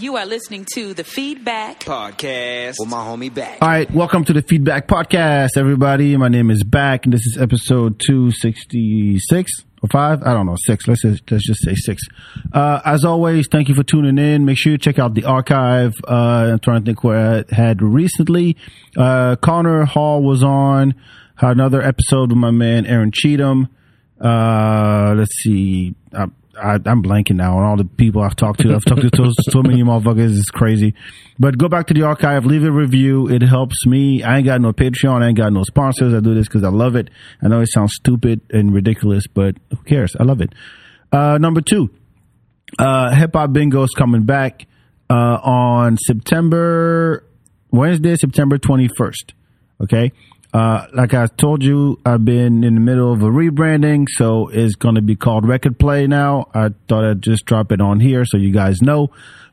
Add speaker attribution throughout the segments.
Speaker 1: You are listening to the feedback.
Speaker 2: Podcast with my homie back.
Speaker 3: All right, welcome to the Feedback Podcast, everybody. My name is Back, and this is episode two sixty six or five. I don't know, six. Let's just, let's just say six. Uh, as always, thank you for tuning in. Make sure you check out the archive. Uh, I'm trying to think what I had recently. Uh, Connor Hall was on had another episode with my man Aaron Cheatham. Uh, let's see. I, I, I'm blanking now on all the people I've talked to. I've talked to so, so many motherfuckers. It's crazy. But go back to the archive, leave a review. It helps me. I ain't got no Patreon. I ain't got no sponsors. I do this because I love it. I know it sounds stupid and ridiculous, but who cares? I love it. Uh, number two, uh, Hip Hop Bingo's coming back uh, on September Wednesday, September 21st. Okay. Uh, like I told you, I've been in the middle of a rebranding, so it's going to be called Record Play now. I thought I'd just drop it on here so you guys know.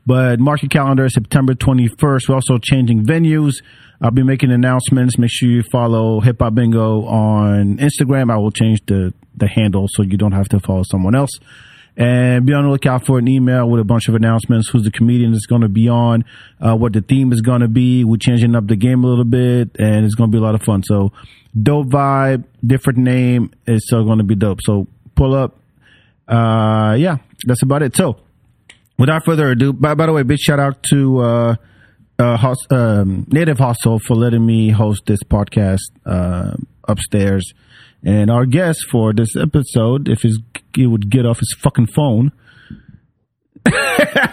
Speaker 3: But mark your calendar, September 21st. We're also changing venues. I'll be making announcements. Make sure you follow Hip Hop Bingo on Instagram. I will change the, the handle so you don't have to follow someone else. And be on the lookout for an email with a bunch of announcements. Who's the comedian that's going to be on? Uh, what the theme is going to be? We're changing up the game a little bit, and it's going to be a lot of fun. So, dope vibe, different name. It's still going to be dope. So, pull up. Uh, yeah, that's about it. So, without further ado, by, by the way, big shout out to uh, uh, Hus- um, Native Hustle for letting me host this podcast uh, upstairs. And our guest for this episode, if his, he would get off his fucking phone.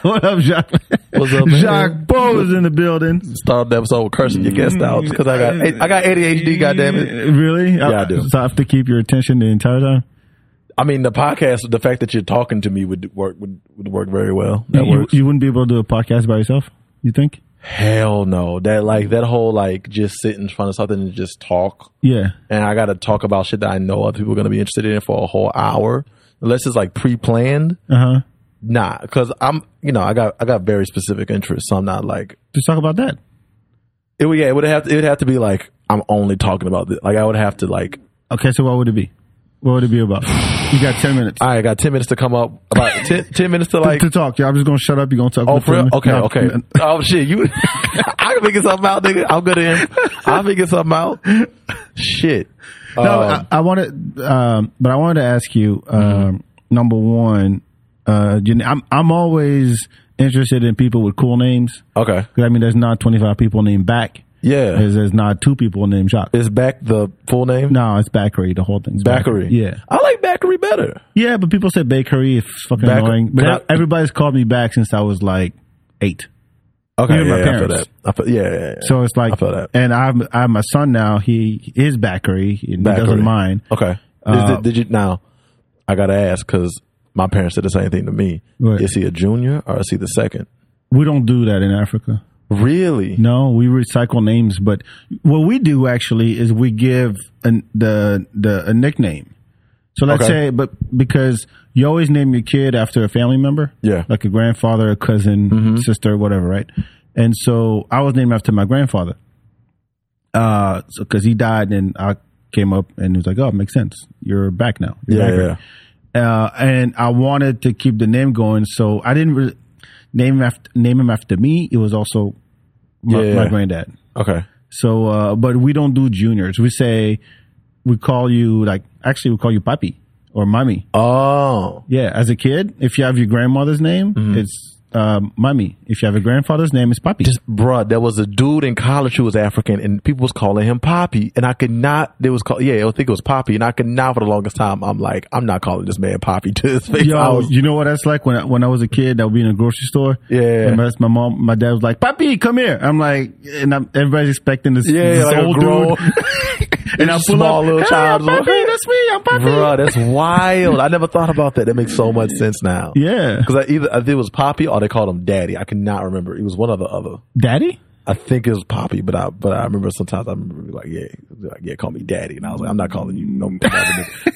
Speaker 3: what up, Jacques?
Speaker 4: What's up, man?
Speaker 3: Jacques Bo is in the building.
Speaker 4: Start the episode cursing your guest out because I got I got ADHD. Goddamn it!
Speaker 3: Uh, Really? Uh,
Speaker 4: Yeah, I do.
Speaker 3: So I have to keep your attention the entire time.
Speaker 4: I mean, the podcast, the fact that you're talking to me would work would, would work very well. That
Speaker 3: you,
Speaker 4: works.
Speaker 3: you wouldn't be able to do a podcast by yourself. You think?
Speaker 4: Hell no! That like that whole like just sit in front of something and just talk,
Speaker 3: Yeah.
Speaker 4: and I got to talk about shit that I know other people are gonna be interested in for a whole hour, unless it's like pre-planned.
Speaker 3: Uh huh.
Speaker 4: Nah, because I'm you know I got I got very specific interests, so I'm not like
Speaker 3: Just talk about that.
Speaker 4: it would yeah it would have to, it would have to be like I'm only talking about this. Like I would have to like
Speaker 3: Okay, so what would it be? What would it be about? You got ten minutes
Speaker 4: I got ten minutes to come up about ten, 10 minutes to like
Speaker 3: to talk. Yeah, I'm just gonna shut up. You're gonna talk.
Speaker 4: Oh,
Speaker 3: for
Speaker 4: for real?
Speaker 3: ten
Speaker 4: Okay,
Speaker 3: minutes.
Speaker 4: okay. Oh shit, you. I can figure something out, nigga. I'm good at him. I figure something out. Shit. Uh,
Speaker 3: No, I, I want to, um, but I wanted to ask you. Um,
Speaker 4: Mm-hmm.
Speaker 3: Number one, uh, you know, I'm I'm always interested in people with cool names.
Speaker 4: okay.
Speaker 3: 'Cause, I mean, there's not 25 people named Back.
Speaker 4: Yeah.
Speaker 3: There's, there's not two people named Jacques.
Speaker 4: Is back the full name?
Speaker 3: no, it's Bakery. The whole thing's
Speaker 4: Bakery.
Speaker 3: Yeah.
Speaker 4: I like Bakery better.
Speaker 3: Yeah, but people say bakery. It's fucking
Speaker 4: Back-
Speaker 3: annoying. But
Speaker 4: Can I-
Speaker 3: everybody's called me back since I was like eight.
Speaker 4: Okay.
Speaker 3: You're my
Speaker 4: yeah, I feel
Speaker 3: parents.
Speaker 4: that. I feel, yeah, yeah, yeah.
Speaker 3: So it's like,
Speaker 4: I feel that.
Speaker 3: and I'm I have my son now. He is bakery. and He
Speaker 4: Bakery.
Speaker 3: doesn't mind.
Speaker 4: Okay. Is
Speaker 3: Uh,
Speaker 4: it- did you now? I gotta ask because my parents said the same thing to me.
Speaker 3: Right.
Speaker 4: Is he a junior or is he the second?
Speaker 3: We don't do that in Africa.
Speaker 4: Really?
Speaker 3: No, we recycle names. But what we do actually is we give an, the the a nickname. So let's
Speaker 4: Okay.
Speaker 3: say, but because you always name your kid after a family member,
Speaker 4: Yeah. Mm-hmm.
Speaker 3: like a grandfather, a cousin, sister, whatever, right? And so I was named after my grandfather, uh, because he died, and I came up and it was like, oh, it makes sense. You're back now. You're
Speaker 4: Yeah,
Speaker 3: back.
Speaker 4: yeah.
Speaker 3: Uh, and I wanted to keep the name going, so I didn't re- name him after name him after me. It was also my,
Speaker 4: Yeah.
Speaker 3: my granddad.
Speaker 4: Okay.
Speaker 3: So, uh, but we don't do juniors. We say we call you like actually we call you papi or mommy.
Speaker 4: Oh.
Speaker 3: Yeah, as a kid, if you have your grandmother's name,
Speaker 4: Mm-hmm.
Speaker 3: it's um, mommy. If you have a grandfather's name, it's papi.
Speaker 4: this bruh, there was a dude in college who was African and people was calling him Poppy. And I could not there was call yeah, I think it was Poppy, and I could not for the longest time I'm like, I'm not calling this man Poppy to his face. I
Speaker 3: Yo,
Speaker 4: was-
Speaker 3: you know what that's like when I, when I was a kid, I would be in a grocery store.
Speaker 4: Yeah.
Speaker 3: and my, my mom, my dad was like, "Papi, come here." I'm like, and I'm, everybody's expecting this,
Speaker 4: Yeah,
Speaker 3: this
Speaker 4: like a
Speaker 3: old
Speaker 4: grown-
Speaker 3: dude. and I pull
Speaker 4: small
Speaker 3: up,
Speaker 4: little
Speaker 3: "Hey,
Speaker 4: child.
Speaker 3: papi, that's me. I'm papi.
Speaker 4: bruh, that's wild. I never thought about that. That makes so much sense now.
Speaker 3: Yeah,
Speaker 4: Because I either I think it was Poppy or they called him Daddy. I cannot remember. It was one or the other.
Speaker 3: daddy.
Speaker 4: I think it was Poppy, but I but I remember sometimes I remember being like yeah like, yeah call me daddy, and I was like I'm not calling you no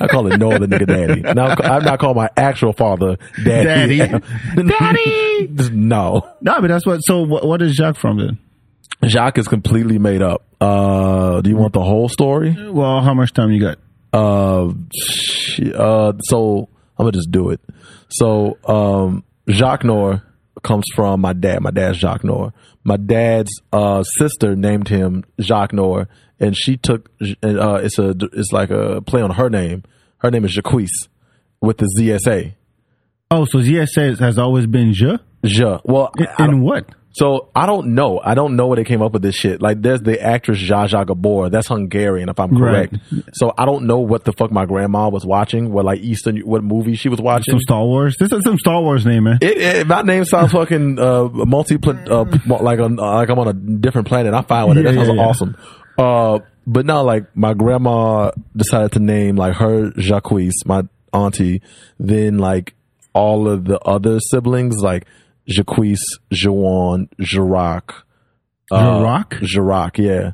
Speaker 4: I call it no other nigga daddy. Now I'm not calling my actual father daddy.
Speaker 3: Daddy. Daddy.
Speaker 4: no.
Speaker 3: No, but that's what. So, what, what is Jacques from then?
Speaker 4: Jacques is completely made up. Uh, do you want the whole story?
Speaker 3: Well, how much time you got?
Speaker 4: Uh, sh- uh, so I'm gonna just do it. So um, Jacques Nor comes from my dad. My dad's Jacques Noir. My dad's uh, sister named him Jacques Noir, and she took uh, it's a it's like a play on her name. Her name is Jaquise with the ZSA.
Speaker 3: Oh, so ZSA has always been je?
Speaker 4: Ja. Well, I- I
Speaker 3: In
Speaker 4: don't-
Speaker 3: what?
Speaker 4: So I don't know. I don't know where they came up with this shit. Like, there's the actress Zsa Zsa Gabor. That's Hungarian, if I'm
Speaker 3: Right.
Speaker 4: correct. So I don't know what the fuck my grandma was watching. What like Eastern? What movie she was watching?
Speaker 3: Some Star Wars? This is some Star Wars name, man.
Speaker 4: It, it, my name sounds fucking uh, multi uh, like on like I'm on a different planet. I'm fine with it. That
Speaker 3: Yeah,
Speaker 4: sounds
Speaker 3: yeah, yeah.
Speaker 4: awesome. Uh, but now, like my grandma decided to name like her Jacques, my auntie. Then like all of the other siblings, like Jacques, Joan, Jirac, Uh,
Speaker 3: Jirac?
Speaker 4: Jirac, yeah,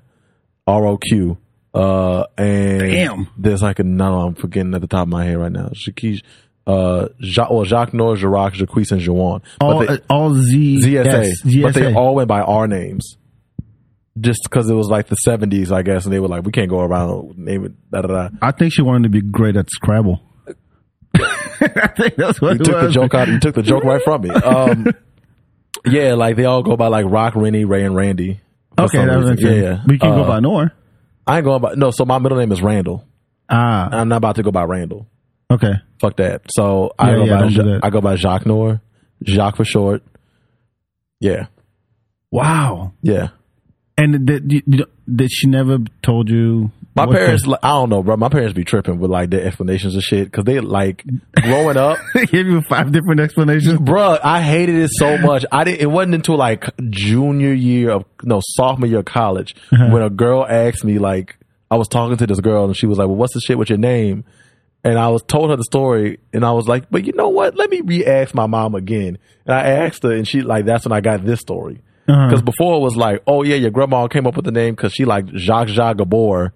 Speaker 4: R O Q. Uh, and
Speaker 3: Damn.
Speaker 4: there's like a no, I'm forgetting at the top of my head right now. Jaquish, uh, ja, well, Jacques Noir, Jirac, Jaquise, and Juan.
Speaker 3: All,
Speaker 4: they,
Speaker 3: uh, all Z,
Speaker 4: ZSA,
Speaker 3: yes, ZSA.
Speaker 4: but they all went by our names. Just because it was like the 70s, I guess, and they were like, we can't go around name it. Da, da, da.
Speaker 3: I think she wanted to be great at Scrabble. I think that's what
Speaker 4: You
Speaker 3: it
Speaker 4: took the
Speaker 3: was.
Speaker 4: joke out. You took the joke right from me. Um, yeah, like they all go by like Rock, Rennie, Ray, and Randy. for
Speaker 3: Okay,
Speaker 4: some
Speaker 3: that was
Speaker 4: reason.
Speaker 3: yeah,
Speaker 4: Yeah, yeah.
Speaker 3: We can
Speaker 4: Uh,
Speaker 3: go by Nor.
Speaker 4: I ain't going by no. So my middle name is Randall.
Speaker 3: Ah,
Speaker 4: I'm not about to go by Randall.
Speaker 3: okay.
Speaker 4: Fuck that. So I
Speaker 3: Yeah,
Speaker 4: go
Speaker 3: yeah,
Speaker 4: by
Speaker 3: don't do
Speaker 4: Ja-
Speaker 3: that.
Speaker 4: I go by Jacques Noir, Jacques for short. Yeah,
Speaker 3: Wow.
Speaker 4: yeah.
Speaker 3: And did, you- you- did she never told you?
Speaker 4: My
Speaker 3: what
Speaker 4: parents, like, I don't know, bro. My parents be tripping with like their explanations of shit because they like growing up.
Speaker 3: the- They gave you five different explanations.
Speaker 4: Bruh, I hated it so much. I didn't. It wasn't until like junior year of no sophomore year of college when a girl asked me like I was talking to this girl and she was like, "Well, what's the shit with your name?" And I was told her the story and I was like, "But you know what? Let me re-ask my mom again." And I asked her and she like that's when I got this story because before it was like, "Oh yeah, your grandma came up with the name because she like Jacques Jacques Gabor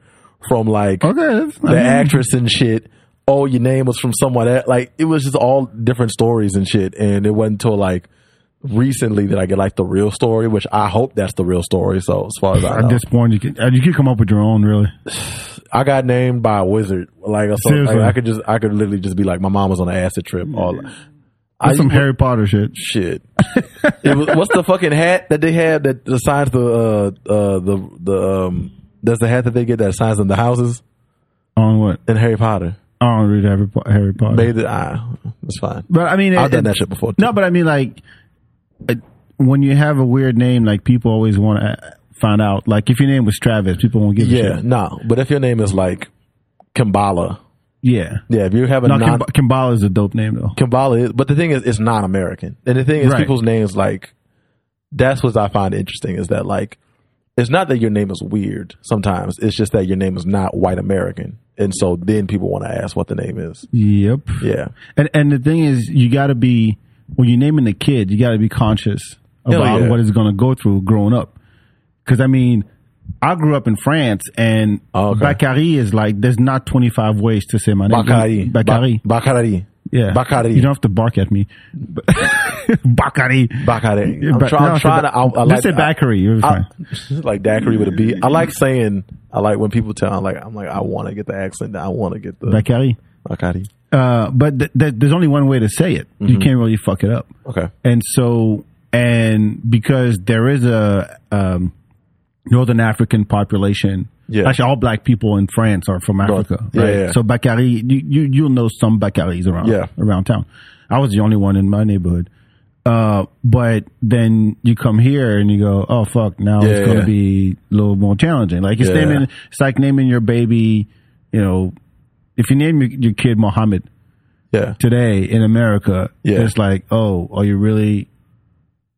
Speaker 4: from like
Speaker 3: Okay, that's, I
Speaker 4: the
Speaker 3: mean,
Speaker 4: actress and shit. Oh, your name was from someone that like it was just all different stories and shit. And it wasn't until like recently that I get like the real story, which I hope that's the real story. So as far as I
Speaker 3: At
Speaker 4: know,
Speaker 3: this point, you can uh, you can come up with your own, really.
Speaker 4: I got named by a wizard. Like, so, like
Speaker 3: Seriously.
Speaker 4: I could just I could literally just be like, my mom was on an acid trip. All I
Speaker 3: That's some Harry Potter shit.
Speaker 4: shit. it was, what's the fucking hat that they had that the signs the uh, uh the the um that's the hat that they get that signs in the houses
Speaker 3: On what?
Speaker 4: in Harry Potter.
Speaker 3: I don't read Harry, Po- Harry Potter.
Speaker 4: Made the eye. That's fine.
Speaker 3: But I mean, it-
Speaker 4: I've done
Speaker 3: it-
Speaker 4: that shit before. too.
Speaker 3: No, but I mean, like, it, when you have a weird name, like people always want to find out. Like, if your name was Travis, people won't give a
Speaker 4: Yeah,
Speaker 3: shit.
Speaker 4: no. But if your name is like Kimbala,
Speaker 3: Yeah,
Speaker 4: yeah, if you have a
Speaker 3: no,
Speaker 4: non
Speaker 3: Kim- Kimball is a dope name though.
Speaker 4: Kimbala, is, but the thing is, it's non-American, and the thing is,
Speaker 3: Right.
Speaker 4: people's names like that's what I find interesting is that like it's not that your name is weird. Sometimes it's just that your name is not white American, and so then people want to ask what the name is.
Speaker 3: Yep.
Speaker 4: Yeah,
Speaker 3: And and the thing is, you got to be when you're naming a kid, you got to be conscious
Speaker 4: Hell
Speaker 3: about
Speaker 4: yeah.
Speaker 3: what it's going to go through growing up. Because I mean, I grew up in France, and
Speaker 4: Oh, okay.
Speaker 3: Bakari is like there's not 25 ways to say my name.
Speaker 4: Bakari,
Speaker 3: Bakari,
Speaker 4: Ba- Bakari,
Speaker 3: yeah,
Speaker 4: Bakari.
Speaker 3: You don't have to bark at me. Bakari.
Speaker 4: Bakari.
Speaker 3: Yeah,
Speaker 4: I'm,
Speaker 3: but-
Speaker 4: try-
Speaker 3: no,
Speaker 4: I'm
Speaker 3: it's
Speaker 4: trying
Speaker 3: a-
Speaker 4: to. I, I
Speaker 3: just
Speaker 4: like,
Speaker 3: say Bakari, you're
Speaker 4: I- like Daiquiri with a B. I like saying. I like when people tell. I'm like. I'm like. I want to get the accent. I want to get the
Speaker 3: Bakari.
Speaker 4: Bakari.
Speaker 3: Uh, but th- th- there's only one way to say it.
Speaker 4: Mm-hmm.
Speaker 3: You can't really fuck it up.
Speaker 4: Okay.
Speaker 3: and so and because there is a um, northern African population.
Speaker 4: Yeah.
Speaker 3: Actually, all black people in France are from Africa.
Speaker 4: Yeah,
Speaker 3: right?
Speaker 4: yeah, yeah.
Speaker 3: So Bakari, you, you you'll know some Bakaris around
Speaker 4: Yeah.
Speaker 3: around town. I was the only one in my neighborhood. Uh, but then you come here and you go, oh fuck, now
Speaker 4: Yeah,
Speaker 3: it's going to
Speaker 4: yeah.
Speaker 3: be a little more challenging. Like it's
Speaker 4: Yeah.
Speaker 3: naming, it's like naming your baby. You know, if you name your, your kid Mohammed,
Speaker 4: Yeah.
Speaker 3: today in America,
Speaker 4: Yeah.
Speaker 3: it's like, oh, are you really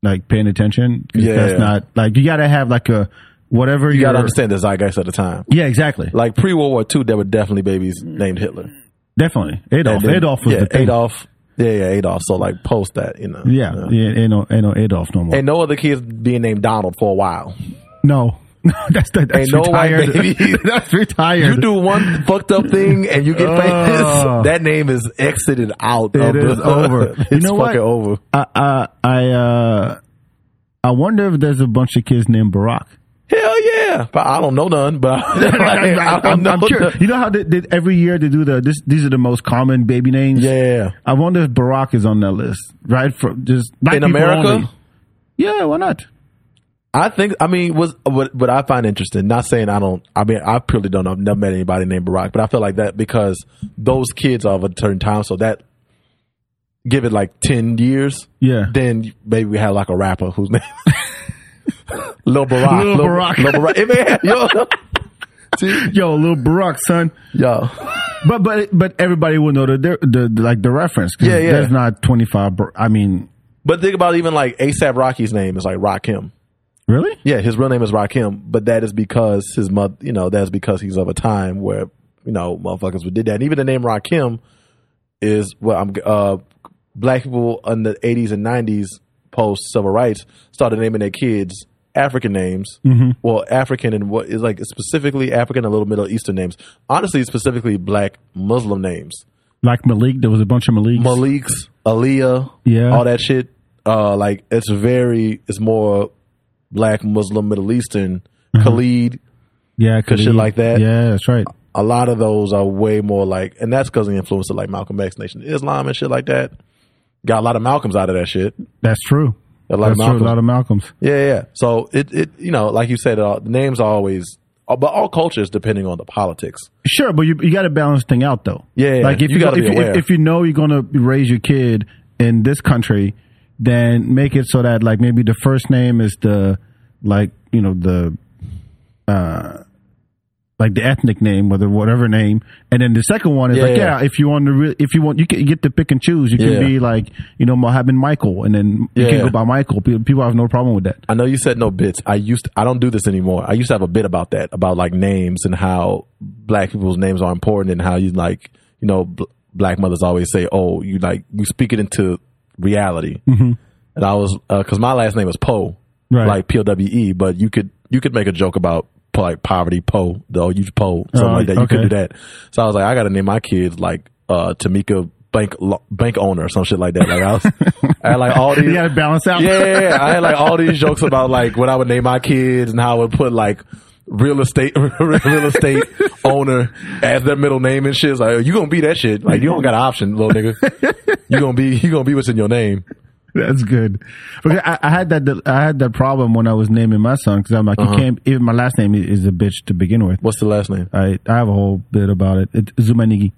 Speaker 3: like paying attention? 'Cause
Speaker 4: Yeah,
Speaker 3: that's
Speaker 4: yeah.
Speaker 3: not like you got to have like a whatever
Speaker 4: You gotta understand the zeitgeist at the time.
Speaker 3: Yeah, exactly.
Speaker 4: Like pre World War II, there were definitely babies named Hitler.
Speaker 3: Definitely, Adolf.
Speaker 4: And then-
Speaker 3: Adolf was
Speaker 4: yeah,
Speaker 3: the thing.
Speaker 4: Adolf. Yeah, yeah, Adolf. So like post that, you know.
Speaker 3: Yeah, yeah, ain't no, ain't no Adolf no more.
Speaker 4: Ain't no other kids being named Donald for a while.
Speaker 3: no, no, that's the, that's
Speaker 4: Ain't no white
Speaker 3: retired.
Speaker 4: babies.
Speaker 3: that's retired.
Speaker 4: You do one fucked up thing and you get
Speaker 3: Oh.
Speaker 4: famous. That name is exited out.
Speaker 3: It
Speaker 4: of the-
Speaker 3: is over.
Speaker 4: it's
Speaker 3: You know what?
Speaker 4: fucking over.
Speaker 3: I, I, I, uh, I wonder if there's a bunch of kids named Barack.
Speaker 4: Hell yeah! Yeah, but I don't know none. But I, like, I
Speaker 3: I,
Speaker 4: don't
Speaker 3: am
Speaker 4: know
Speaker 3: curious.
Speaker 4: none.
Speaker 3: You know how they, they, every year they do the this, these are the most common baby names.
Speaker 4: Yeah,
Speaker 3: I wonder if Barack is on that list, right? For just black
Speaker 4: in
Speaker 3: people
Speaker 4: America,
Speaker 3: only. Yeah, why not?
Speaker 4: I think. I mean, was what, what I find interesting. Not saying I don't. I mean, I purely don't. know. I've never met anybody named Barack, but I feel like that because those kids are of a certain time. So that give it like ten years.
Speaker 3: Yeah.
Speaker 4: Then maybe we had like a rapper whose name Lil Barack.
Speaker 3: Lil Barack.
Speaker 4: Lil Barack. Hey, man, yo, See?
Speaker 3: Yo, little Barack, son.
Speaker 4: yo,
Speaker 3: But but but everybody will know the the, the like the reference. 'cause
Speaker 4: Yeah, yeah.
Speaker 3: There's not 25. Bar- I mean,
Speaker 4: But think about even like ASAP Rocky's name is like Rakim.
Speaker 3: really?
Speaker 4: Yeah, his real name is Rakim, but that is because his mother, you know, that's because he's of a time where, you know, motherfuckers would did that. And even the name Rakim is well, I'm uh, black people in the 80s and 90s post civil rights started naming their kids African names. Well, African and what is like specifically African and little Middle Eastern names. Honestly, specifically black Muslim names.
Speaker 3: Like Malik, there was a bunch of Maliks.
Speaker 4: Malik's, Aaliyah,
Speaker 3: Yeah.
Speaker 4: all that shit. Uh, like it's very, it's more black, Muslim, Middle Eastern, Khalid.
Speaker 3: yeah, cause
Speaker 4: shit like that.
Speaker 3: Yeah, that's right.
Speaker 4: A lot of those are way more like, and that's because of the influence of like Malcolm X, Nation of Islam, and shit like that. Got a lot of Malcolms out of that shit.
Speaker 3: That's true.
Speaker 4: A lot of
Speaker 3: that's true.
Speaker 4: Malcolms.
Speaker 3: A lot of Malcolms.
Speaker 4: Yeah, yeah. So it, it, you know, like you said, uh, the names are always, uh, but all cultures depending on the politics.
Speaker 3: Sure, but you you got to balance thing out though.
Speaker 4: Yeah, yeah.
Speaker 3: like if
Speaker 4: You
Speaker 3: you,
Speaker 4: gotta
Speaker 3: if,
Speaker 4: be
Speaker 3: you- if,
Speaker 4: aware.
Speaker 3: if you know you're gonna raise your kid in this country, then make it so that like maybe the first name is the like you know the uh like the ethnic name or the whatever name, and then the second one is
Speaker 4: Yeah,
Speaker 3: like
Speaker 4: yeah.
Speaker 3: yeah. if you want to re- if you want you can you get to pick and choose. You can
Speaker 4: Yeah.
Speaker 3: be like you know Mohammed Michael, and then you can
Speaker 4: Yeah.
Speaker 3: go by Michael. People, people have no problem with that.
Speaker 4: I know you said no bits. I used I don't do this anymore. I used to have a bit about that, about like names and how black people's names are important and how you like, you know, bl- black mothers always say, "Oh, you like you speak it into reality." Mm-hmm. And I was because my last name is Poe,
Speaker 3: Right.
Speaker 4: like P O W E, but you could you could make a joke about po- like poverty Poe, the old use Poe, something
Speaker 3: Oh,
Speaker 4: like that. You could
Speaker 3: okay.
Speaker 4: do that. So I was like, I got to name my kids like uh, Tamika bank lo- bank owner or some shit like that. Like I was, I had like all these
Speaker 3: You got to balance out.
Speaker 4: yeah, yeah, yeah. I had like all these jokes about like what I would name my kids and how I would put like real estate real estate owner as their middle name and shit. It's like you gonna be that shit. Like you don't got an option, little nigga. You gonna be you gonna be what's in your name.
Speaker 3: That's good. Because I, I had that I had that problem when I was naming my son because I'm like,
Speaker 4: Uh-huh.
Speaker 3: you can't. Even my last name is is a bitch to begin with.
Speaker 4: What's the last name?
Speaker 3: I I have a whole bit about it. It's Zumanigi.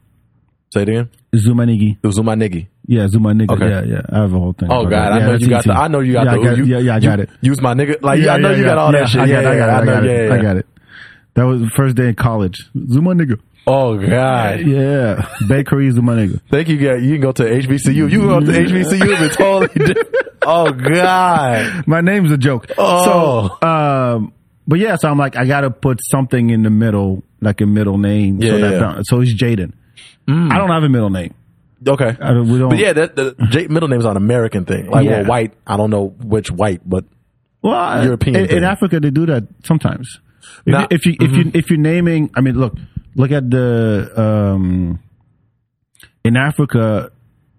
Speaker 4: Say it again.
Speaker 3: Zumanigi.
Speaker 4: It was my nigga.
Speaker 3: Yeah, Zumanigi.
Speaker 4: Okay.
Speaker 3: Yeah, yeah. I have a whole thing.
Speaker 4: Oh
Speaker 3: about
Speaker 4: God,
Speaker 3: that.
Speaker 4: I
Speaker 3: Yeah,
Speaker 4: know
Speaker 3: that's
Speaker 4: you got
Speaker 3: easy.
Speaker 4: the. I know you got
Speaker 3: yeah,
Speaker 4: the.
Speaker 3: I got,
Speaker 4: you,
Speaker 3: yeah, yeah, I got
Speaker 4: you-
Speaker 3: it.
Speaker 4: Use my nigga. Like
Speaker 3: yeah,
Speaker 4: I know
Speaker 3: yeah,
Speaker 4: you got
Speaker 3: yeah.
Speaker 4: all
Speaker 3: Yeah,
Speaker 4: that shit.
Speaker 3: I got,
Speaker 4: yeah, yeah,
Speaker 3: I got, it,
Speaker 4: yeah,
Speaker 3: I got
Speaker 4: know,
Speaker 3: it.
Speaker 4: yeah, yeah.
Speaker 3: I got it. That was the first day in college. Zuma nigga.
Speaker 4: Oh God.
Speaker 3: Yeah, bakery Zuma nigga.
Speaker 4: Thank you. guys. You can go to HBCU. You can go to HBCU. It's totally different. Oh God.
Speaker 3: My name's a joke.
Speaker 4: Oh.
Speaker 3: So, um, but yeah, so I'm like, I gotta put something in the middle, like a middle name.
Speaker 4: Yeah,
Speaker 3: so,
Speaker 4: yeah.
Speaker 3: balance- so he's Jaden. I don't have a middle name.
Speaker 4: Okay.
Speaker 3: I don't, we don't.
Speaker 4: But yeah, that the Jake middle name is an American thing. Like,
Speaker 3: Yeah.
Speaker 4: well, white. I don't know which white, but
Speaker 3: well,
Speaker 4: European
Speaker 3: In, in
Speaker 4: thing.
Speaker 3: Africa, they do that sometimes. If, you,
Speaker 4: Nah, Mm-hmm.
Speaker 3: if you if you if you're naming, I mean, look, look at the um, in Africa,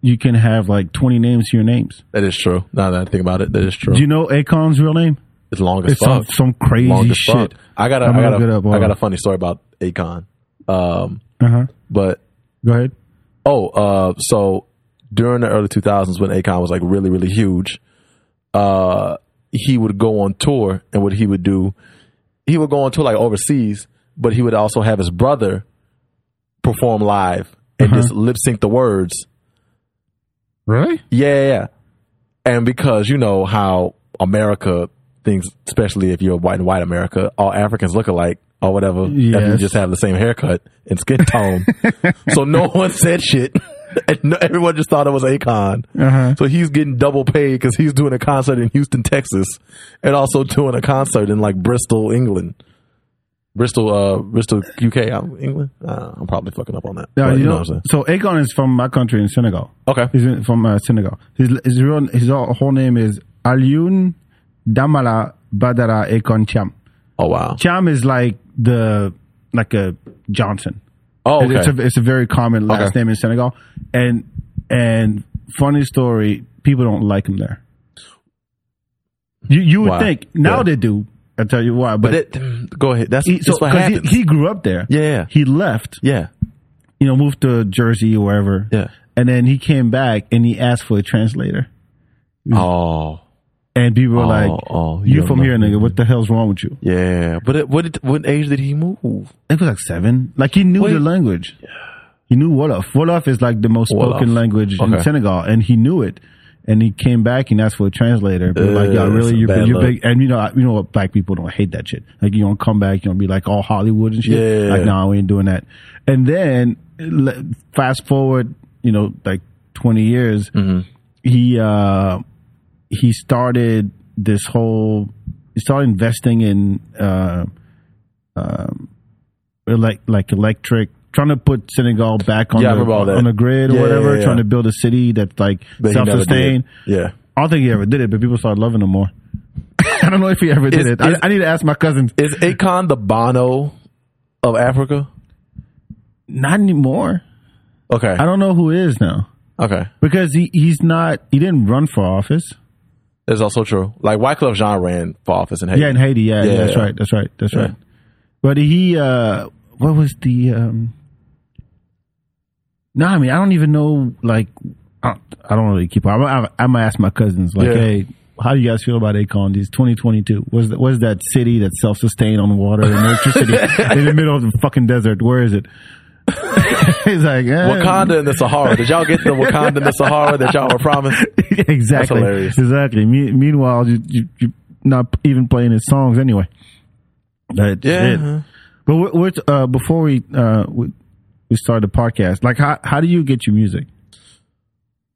Speaker 3: you can have like 20 names to your names.
Speaker 4: that is true. Now that I think about it, that is true.
Speaker 3: Do you know Akon's real name?
Speaker 4: it's long as
Speaker 3: It's some,
Speaker 4: fuck.
Speaker 3: some crazy
Speaker 4: long as
Speaker 3: shit.
Speaker 4: fuck. I got a,
Speaker 3: I'm
Speaker 4: I
Speaker 3: gonna
Speaker 4: got
Speaker 3: look
Speaker 4: a,
Speaker 3: it up, hold
Speaker 4: I got
Speaker 3: on.
Speaker 4: a funny story about Akon. Um,
Speaker 3: Uh-huh.
Speaker 4: but
Speaker 3: Go ahead.
Speaker 4: Oh, uh, so during the early 2000s when Akon was like really, really huge, uh, he would go on tour, and what he would do, he would go on tour like overseas, but he would also have his brother perform live and
Speaker 3: Uh-huh.
Speaker 4: just lip sync the words.
Speaker 3: Really?
Speaker 4: Yeah, yeah, yeah. And because you know how America thinks, especially if you're white and white America, all Africans look alike or whatever. and you
Speaker 3: Yes.
Speaker 4: just have the same haircut and skin tone. so no one said shit. And no, everyone just thought it was Akon.
Speaker 3: Uh-huh.
Speaker 4: So he's getting double paid because he's doing a concert in Houston, Texas, and also doing a concert in like Bristol, England. Bristol, uh, Bristol, UK, uh, England. Uh, I'm probably fucking up on that.
Speaker 3: No,
Speaker 4: But
Speaker 3: you know,
Speaker 4: what I'm saying.
Speaker 3: so Akon is from my country in Senegal.
Speaker 4: Okay.
Speaker 3: He's in- from uh, Senegal. His his, real, his all- whole name is Alioune Damala Badara Akon Cham.
Speaker 4: Oh wow.
Speaker 3: Cham is like the like a Johnson.
Speaker 4: Oh, okay.
Speaker 3: It's a it's a very common last
Speaker 4: Okay.
Speaker 3: name in Senegal. And and funny story, people don't like him there. You you would
Speaker 4: Why?
Speaker 3: think now
Speaker 4: Yeah.
Speaker 3: they do, I tell you why. But,
Speaker 4: But that, E, go ahead. That's,
Speaker 3: he, so,
Speaker 4: that's what
Speaker 3: 'cause he-
Speaker 4: happens.
Speaker 3: he grew up there.
Speaker 4: Yeah.
Speaker 3: He left.
Speaker 4: yeah.
Speaker 3: you know, moved to Jersey or wherever.
Speaker 4: Yeah.
Speaker 3: And then he came back and he asked for a translator.
Speaker 4: Oh.
Speaker 3: And people were like,
Speaker 4: oh, you
Speaker 3: you
Speaker 4: don't
Speaker 3: from
Speaker 4: know
Speaker 3: here,
Speaker 4: who
Speaker 3: nigga. What the hell's wrong with you?
Speaker 4: Yeah. But at, what, did- what age did he move?
Speaker 3: It was like seven. Like he knew
Speaker 4: Wait.
Speaker 3: the language. He knew Wolof. Wolof is like the most
Speaker 4: Wolof.
Speaker 3: spoken language
Speaker 4: Okay.
Speaker 3: in Senegal. And he knew it. And he came back and asked for a translator. But like,
Speaker 4: Uh,
Speaker 3: y'all
Speaker 4: that's
Speaker 3: really,
Speaker 4: a
Speaker 3: you're,
Speaker 4: bad
Speaker 3: big- you're
Speaker 4: look.
Speaker 3: big. And you know, you know what? Black people don't hate that shit. Like you don't come back, you don't be like all Hollywood and shit.
Speaker 4: Yeah.
Speaker 3: Like, nah, we ain't doing that. And then le- fast forward, you know, like 20 years,
Speaker 4: Mm-hmm.
Speaker 3: he uh he started this whole he started investing in uh um like like electric trying to put Senegal back on
Speaker 4: Yeah, I
Speaker 3: the
Speaker 4: remember all that.
Speaker 3: on the grid or
Speaker 4: Yeah,
Speaker 3: whatever,
Speaker 4: yeah, yeah.
Speaker 3: trying to build a city that's like
Speaker 4: But he
Speaker 3: self
Speaker 4: never did.
Speaker 3: sustained.
Speaker 4: Yeah.
Speaker 3: I don't think he ever did it, but people started loving him more. I don't know if he ever did
Speaker 4: Is-
Speaker 3: it. I,
Speaker 4: is-
Speaker 3: I need to ask my cousins.
Speaker 4: Is Akon the Bono of Africa?
Speaker 3: Not anymore.
Speaker 4: Okay.
Speaker 3: I don't know who is now
Speaker 4: Okay.
Speaker 3: because he, he's not. He didn't run for office.
Speaker 4: That's also true. Like Wyclef Jean ran for office in Haiti.
Speaker 3: Yeah, in Haiti. Yeah, yeah,
Speaker 4: Yeah.
Speaker 3: that's right. That's right. That's
Speaker 4: Yeah.
Speaker 3: right. But he, uh, what was the? Um, no, I mean, I don't even know. Like, I don't, I don't really keep. I'm, I'm, I'm gonna ask my cousins. Like,
Speaker 4: Yeah.
Speaker 3: hey, how do you guys feel about Akon? This 2022 was that was that city that's self sustained on water and electricity in the middle of the fucking desert? Where is it? He's like eh.
Speaker 4: Wakanda in the Sahara. Did y'all get the Wakanda in the Sahara that y'all were promised?
Speaker 3: exactly.
Speaker 4: hilarious.
Speaker 3: Exactly. Me- meanwhile, you, you, you're not even playing his songs anyway. That's
Speaker 4: Yeah.
Speaker 3: it. But we're, we're t- uh, before we, uh, we we start the podcast, like how how do you get your music?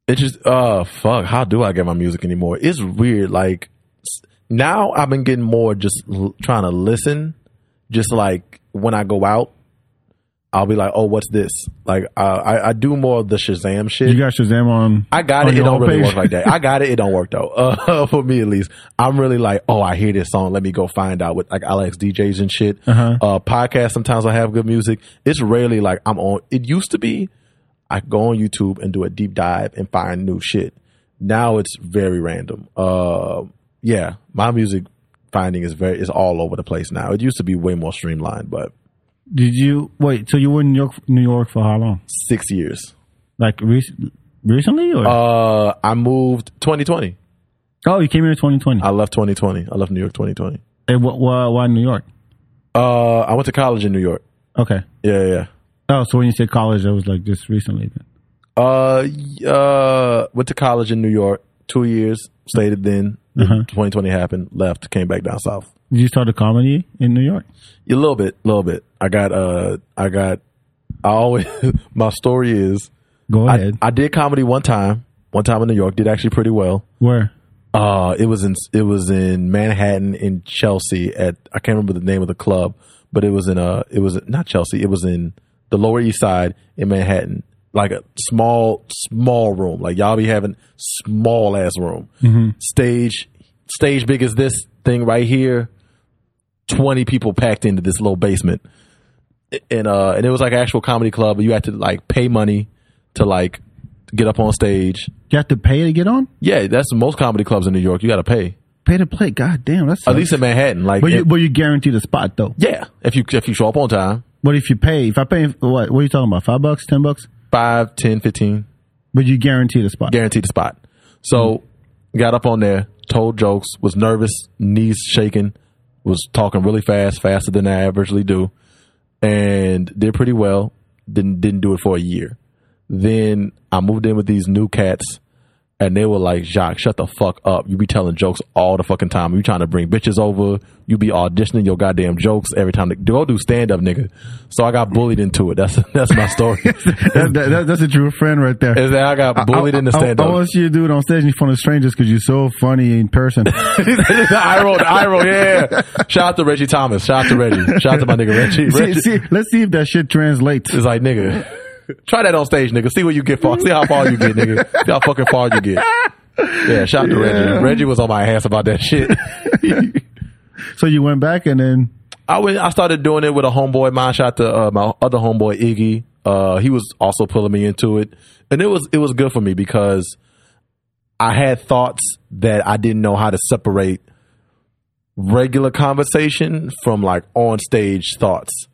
Speaker 4: It just uh fuck. How do I get my music anymore? It's weird. Like s- now, I've been getting more just l- trying to listen. Just like when I go out, I'll be like, "Oh, what's this?" Like uh, I, I do more of the Shazam shit.
Speaker 3: You got Shazam on?
Speaker 4: I got
Speaker 3: on
Speaker 4: it. It
Speaker 3: your
Speaker 4: don't really
Speaker 3: homepage?
Speaker 4: work like that. I got it. It don't work though. Uh, for me at least, I'm really like, oh, I hear this song. Let me go find out what like I like DJs and shit.
Speaker 3: Uh-huh.
Speaker 4: Uh, podcasts. Sometimes I have good music. It's rarely like I'm on. It used to be, I could go on YouTube and do a deep dive and find new shit. Now it's very random. Uh, yeah, my music finding is very is all over the place now. It used to be way more streamlined, but
Speaker 3: Did you wait? So you were in New York, New York for how long?
Speaker 4: six years.
Speaker 3: Like re- recently, or
Speaker 4: Uh, I moved 2020.
Speaker 3: oh, you came here in 2020.
Speaker 4: I left 2020. I left New York 2020.
Speaker 3: and wh- wh- why New York?
Speaker 4: Uh, I went to college in New York.
Speaker 3: Okay.
Speaker 4: Yeah, yeah.
Speaker 3: Oh, so when you said college, that was like just recently. Then.
Speaker 4: Uh, y- uh, went to college in New York. Two years stayed it then.
Speaker 3: Uh-huh.
Speaker 4: 2020 happened. Left. Came back down south.
Speaker 3: Did you start a comedy in New York?
Speaker 4: A little bit. A little bit. I got. Uh, I got. I always. my story is.
Speaker 3: Go
Speaker 4: I,
Speaker 3: ahead.
Speaker 4: I did comedy one time. One time in New York. Did actually pretty well.
Speaker 3: Where?
Speaker 4: Uh, it was in it was in Manhattan in Chelsea at I can't remember the name of the club, but it was in uh it was not Chelsea, it was in the Lower East Side in Manhattan, like a small small room, like y'all be having small ass room, stage stage big as this thing right here, twenty people packed into this little basement, and uh and it was like an actual comedy club, but you had to like pay money to like get up on stage.
Speaker 3: You have to pay to get on?
Speaker 4: Yeah, that's most comedy clubs in New York. You got to pay.
Speaker 3: Pay to play. God damn, that's
Speaker 4: At least in Manhattan, like
Speaker 3: But you
Speaker 4: it-
Speaker 3: but you guaranteed a spot though.
Speaker 4: yeah, if you if you show up on time,
Speaker 3: But if you pay, if I pay what what are you talking about? Five bucks, ten bucks?
Speaker 4: five, ten, fifteen,
Speaker 3: But you guaranteed a spot.
Speaker 4: guaranteed the spot. So got up on there, told jokes, was nervous, knees shaking, was talking really fast, faster than I averagely do, and did pretty well. Didn't didn't do it for a year. Then I moved in with these new cats. And they were like, Jacques, shut the fuck up. You be telling jokes all the fucking time. You trying to bring bitches over. You be auditioning your goddamn jokes every time. Go do stand up, nigga. So I got bullied into it. That's that's my story.
Speaker 3: That- that- that- that's a true friend right there.
Speaker 4: Is that I got bullied
Speaker 3: I,
Speaker 4: into stand
Speaker 3: I, I
Speaker 4: up.
Speaker 3: want you to do it on stage in front of strangers because you're so funny in person.
Speaker 4: the eye roll, the eye roll, yeah. Shout out to Reggie Thomas. Shout out to Reggie. Shout out to my nigga Reggie.
Speaker 3: see,
Speaker 4: Reggie
Speaker 3: see, let's see if that shit translates.
Speaker 4: is like, nigga, try that on stage, nigga. See what you get far. See how far you get, nigga. See how fucking far you get. Yeah, shout out to Reggie. Reggie was on my ass about that shit.
Speaker 3: So you went back and then
Speaker 4: I went, I started doing it with a homeboy of mine. Shout out to uh, my other homeboy Iggy. Uh, he was also pulling me into it, and it was it was good for me because I had thoughts that I didn't know how to separate regular conversation from like on stage thoughts.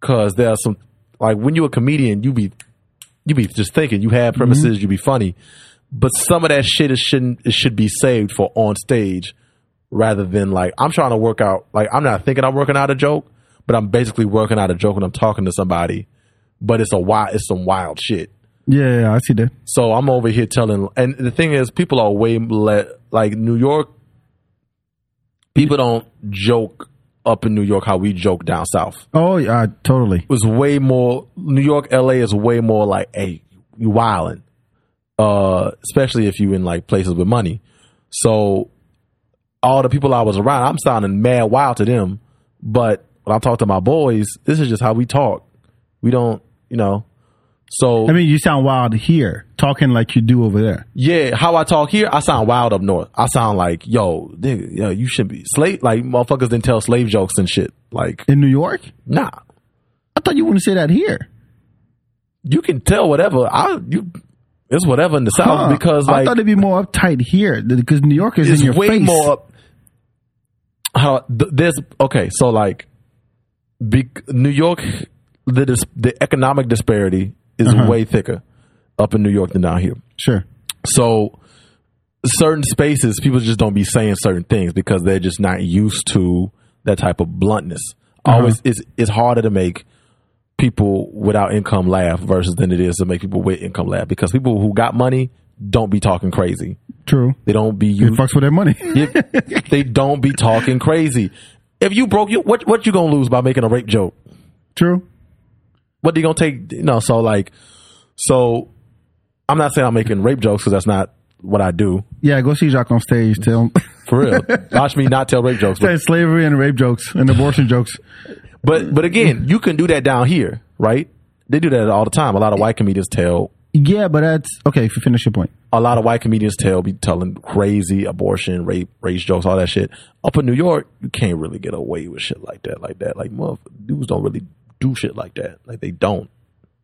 Speaker 4: Cause there are some like when you're a comedian, you be you be just thinking, you have premises, you be funny. But some of that shit is shouldn't it should be saved for on stage rather than like I'm trying to work out like I'm not thinking I'm working out a joke, but I'm basically working out a joke when I'm talking to somebody. But it's a wild it's some wild shit.
Speaker 3: Yeah, yeah, I see that.
Speaker 4: So I'm over here telling, and the thing is, people are way let like New York. People don't joke up in New York how we joke down south.
Speaker 3: Oh yeah, I- totally.
Speaker 4: It was way more New York, LA is way more like, hey, you wildin'. Uh, especially if you in like places with money. So all the people I was around, I'm sounding mad wild to them. But when I talk to my boys, this is just how we talk. We don't, you know. So
Speaker 3: I mean, you sound wild here talking like you do over there.
Speaker 4: yeah, how I talk here, I sound wild up north. I sound like, yo, nigga, yo, you should be slave. Like motherfuckers didn't tell slave jokes and shit. Like,
Speaker 3: In New York,
Speaker 4: nah,
Speaker 3: I thought you wouldn't say that here.
Speaker 4: you can tell whatever. I you, it's whatever in the south
Speaker 3: Huh.
Speaker 4: because
Speaker 3: I
Speaker 4: like
Speaker 3: thought it'd be more uptight here because New York is
Speaker 4: it's
Speaker 3: in your
Speaker 4: way
Speaker 3: face.
Speaker 4: more. Up, how th- there's okay, so like, be, New York, the dis- the economic disparity is
Speaker 3: Uh-huh.
Speaker 4: way thicker up in New York than down here.
Speaker 3: sure.
Speaker 4: So certain spaces, people just don't be saying certain things because they're just not used to that type of bluntness. Always, it's it's harder to make people without income laugh versus than it is to make people with income laugh because people who got money don't be talking crazy.
Speaker 3: True.
Speaker 4: They don't be
Speaker 3: It
Speaker 4: you.
Speaker 3: fucks with their money.
Speaker 4: if- they don't be talking crazy. If you broke you, what what you gonna lose by making a rape joke?
Speaker 3: True.
Speaker 4: what they gonna take? You know, so like, so I'm not saying I'm making rape jokes because that's not what I do.
Speaker 3: Yeah, go see Jacques on stage. Tell him
Speaker 4: For real. Watch me not tell rape jokes. But,
Speaker 3: Say slavery and rape jokes and abortion jokes.
Speaker 4: but but again, you can do that down here, right? They do that all the time. A lot of white comedians tell
Speaker 3: Yeah, but that's okay. If you finish your point,
Speaker 4: a lot of white comedians tell be telling crazy abortion, rape, race jokes, all that shit. Up in New York, you can't really get away with shit like that, like that. Like mother dudes don't really do shit like that. Like they don't.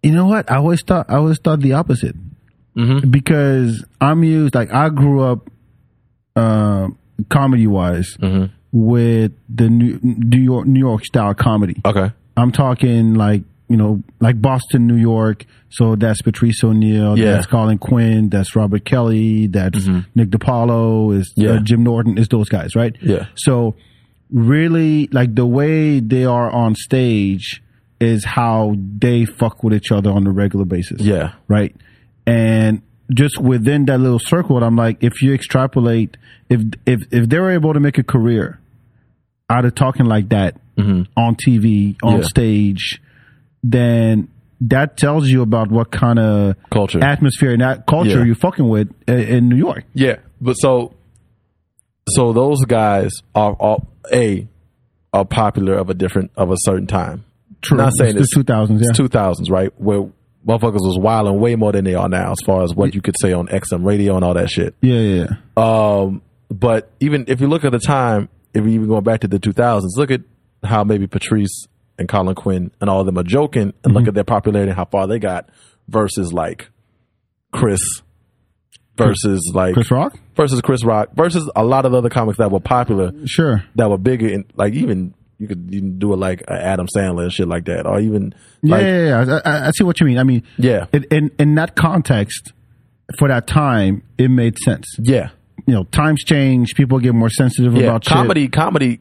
Speaker 3: you know what? I always thought I always thought the opposite Mm-hmm. because I'm used like I grew up, uh, comedy wise, with the New, New York New York style comedy.
Speaker 4: Okay.
Speaker 3: I'm talking like you know like Boston, New York. So that's Patrice O'Neill.
Speaker 4: Yeah. Mm-hmm.
Speaker 3: That's Colin Quinn. That's Robert Kelly. That's Nick DiPaolo. Is
Speaker 4: Yeah.
Speaker 3: uh, Jim Norton. Is those guys right?
Speaker 4: Yeah.
Speaker 3: So really, like the way they are on stage is how they fuck with each other on a regular basis.
Speaker 4: Yeah.
Speaker 3: Right. And just within that little circle, I'm like, if you extrapolate, if if if they were able to make a career out of talking like that on TV, on
Speaker 4: Mm-hmm. Yeah.
Speaker 3: stage, then that tells you about what kind of
Speaker 4: Culture.
Speaker 3: atmosphere and that culture
Speaker 4: Yeah.
Speaker 3: you're fucking with in, in New York.
Speaker 4: Yeah, but so so those guys are, are a are popular of a different of a certain time.
Speaker 3: True.
Speaker 4: Not saying
Speaker 3: it's
Speaker 4: it's,
Speaker 3: two thousands. Yeah.
Speaker 4: two thousands, right? Where motherfuckers was wilding way more than they are now, as far as what you could say on XM radio and all that shit.
Speaker 3: yeah, yeah, yeah.
Speaker 4: Um, but even if you look at the time, if you even going back to the 2000s, look at how maybe Patrice and Colin Quinn and all of them are joking, and
Speaker 3: Mm-hmm.
Speaker 4: look at their popularity and how far they got versus like Chris versus like
Speaker 3: Chris Rock.
Speaker 4: versus Chris Rock versus a lot of the other comics that were popular
Speaker 3: Sure.
Speaker 4: that were bigger and like even you could even do it like a Adam Sandler and shit like that or even
Speaker 3: Yeah,
Speaker 4: like
Speaker 3: yeah, yeah. I- I, I see what you mean. I mean,
Speaker 4: Yeah.
Speaker 3: it, in in that context, for that time, it made sense.
Speaker 4: yeah
Speaker 3: You know, times change. People get more sensitive
Speaker 4: yeah,
Speaker 3: about shit.
Speaker 4: comedy comedy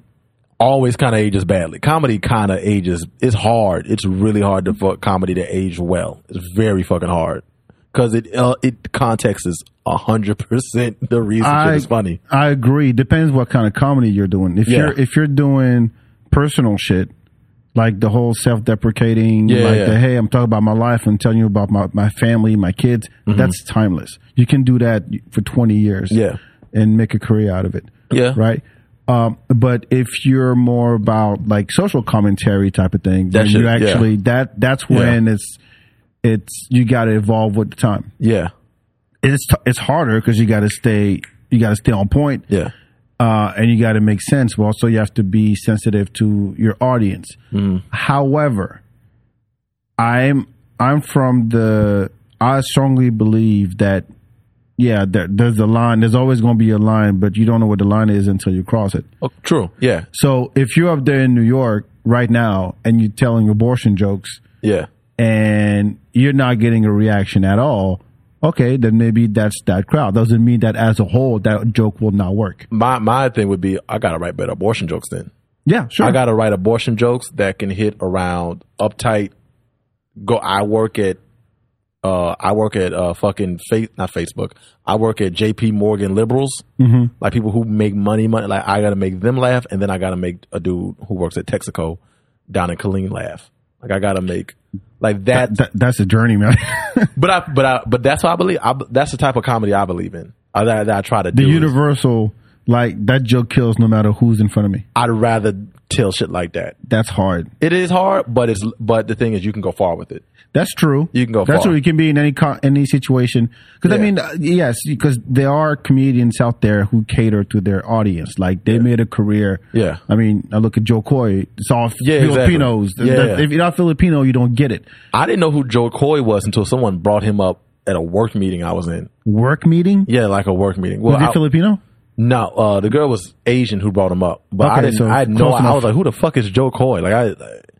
Speaker 4: always kind of ages badly comedy kind of ages it's hard it's really hard to fuck comedy to age well it's very fucking hard because it uh, it context is a hundred percent the reason shit is funny
Speaker 3: I agree. Depends what kind of comedy you're doing. If
Speaker 4: Yeah.
Speaker 3: you're if you're doing personal shit, like the whole self deprecating,
Speaker 4: Yeah,
Speaker 3: like
Speaker 4: yeah.
Speaker 3: the hey, I'm talking about my life, I'm telling you about my, my family, my kids, that's timeless. You can do that for twenty years.
Speaker 4: Mm-hmm. Yeah.
Speaker 3: And make a career out of it.
Speaker 4: Yeah.
Speaker 3: Right? Um, but if you're more about like social commentary type of thing, then
Speaker 4: shit,
Speaker 3: you
Speaker 4: yeah.
Speaker 3: actually that that's when it's it's you got to evolve with the time.
Speaker 4: yeah
Speaker 3: It's it's harder because you got to stay you got to stay on point
Speaker 4: yeah
Speaker 3: uh, and you got to make sense. But also, you have to be sensitive to your audience. However, I'm I'm from the I strongly believe that yeah, there, there's a line. There's always going to be a line, but you don't know what the line is until you cross it.
Speaker 4: Oh, true. Yeah.
Speaker 3: So if you're up there in New York right now and you're telling abortion jokes
Speaker 4: Yeah.
Speaker 3: and you're not getting a reaction at all, okay, then maybe that's that crowd. Doesn't mean that as a whole that joke will not work.
Speaker 4: My my thing would be I gotta write better abortion jokes then.
Speaker 3: Yeah, sure.
Speaker 4: I gotta write abortion jokes that can hit around uptight. Go. I work at. Uh, I work at uh, fucking face not Facebook. I work at J.P. Morgan liberals, mm-hmm. like people who make money, money. Like I gotta make them laugh, and then I gotta make a dude who works at Texaco down in Killeen laugh. Like I gotta make like that.
Speaker 3: That- that's a journey, man.
Speaker 4: but I, but I, but that's what I believe. I, that's the type of comedy I believe in. I, that, that I try to
Speaker 3: the
Speaker 4: do. is-
Speaker 3: universal, like that joke kills no matter who's in front of me.
Speaker 4: I'd rather tell shit like that.
Speaker 3: That's hard.
Speaker 4: It is hard, but it's but the thing is, you can go far with it.
Speaker 3: That's true.
Speaker 4: You can go
Speaker 3: That's
Speaker 4: far.
Speaker 3: true. You can be in any co- any situation. Because I
Speaker 4: Yeah.
Speaker 3: mean, uh, yes, because there are comedians out there who cater to their audience. Like they made a career.
Speaker 4: Yeah.
Speaker 3: I mean, I look at Joe Coy. It's all
Speaker 4: Yeah, exactly.
Speaker 3: Filipinos.
Speaker 4: Yeah,
Speaker 3: That-
Speaker 4: yeah.
Speaker 3: If you're not Filipino, you don't get it.
Speaker 4: I didn't know who Joe Coy was until someone brought him up at a work meeting I was in.
Speaker 3: Work meeting.
Speaker 4: Yeah, like a work meeting.
Speaker 3: Was
Speaker 4: Well,
Speaker 3: he
Speaker 4: I,
Speaker 3: Filipino?
Speaker 4: no, uh, the girl was Asian who brought him up, but I
Speaker 3: Okay,
Speaker 4: didn't.
Speaker 3: so
Speaker 4: I had no.
Speaker 3: close
Speaker 4: I
Speaker 3: enough.
Speaker 4: was like, who the fuck is Joe Coy? Like, I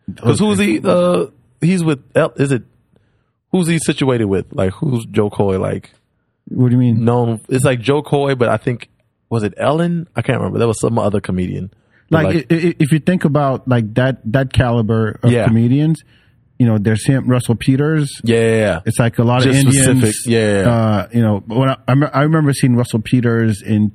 Speaker 4: because who's he? Uh, he's with. L- Is it? Who's he situated with? Like, who's Joe Coy? Like,
Speaker 3: What do you mean?
Speaker 4: known. It's like Joe Coy, but I think was it Ellen? I can't remember. That was some other comedian. But,
Speaker 3: like, i- i- if you think about like that that caliber of
Speaker 4: Yeah.
Speaker 3: comedians, you know, there's him, Russell Peters.
Speaker 4: yeah, yeah, yeah.
Speaker 3: It's like a lot of
Speaker 4: Just
Speaker 3: Indians.
Speaker 4: specific, yeah, yeah.
Speaker 3: Uh, you know, but when I, I, me- I remember seeing Russell Peters in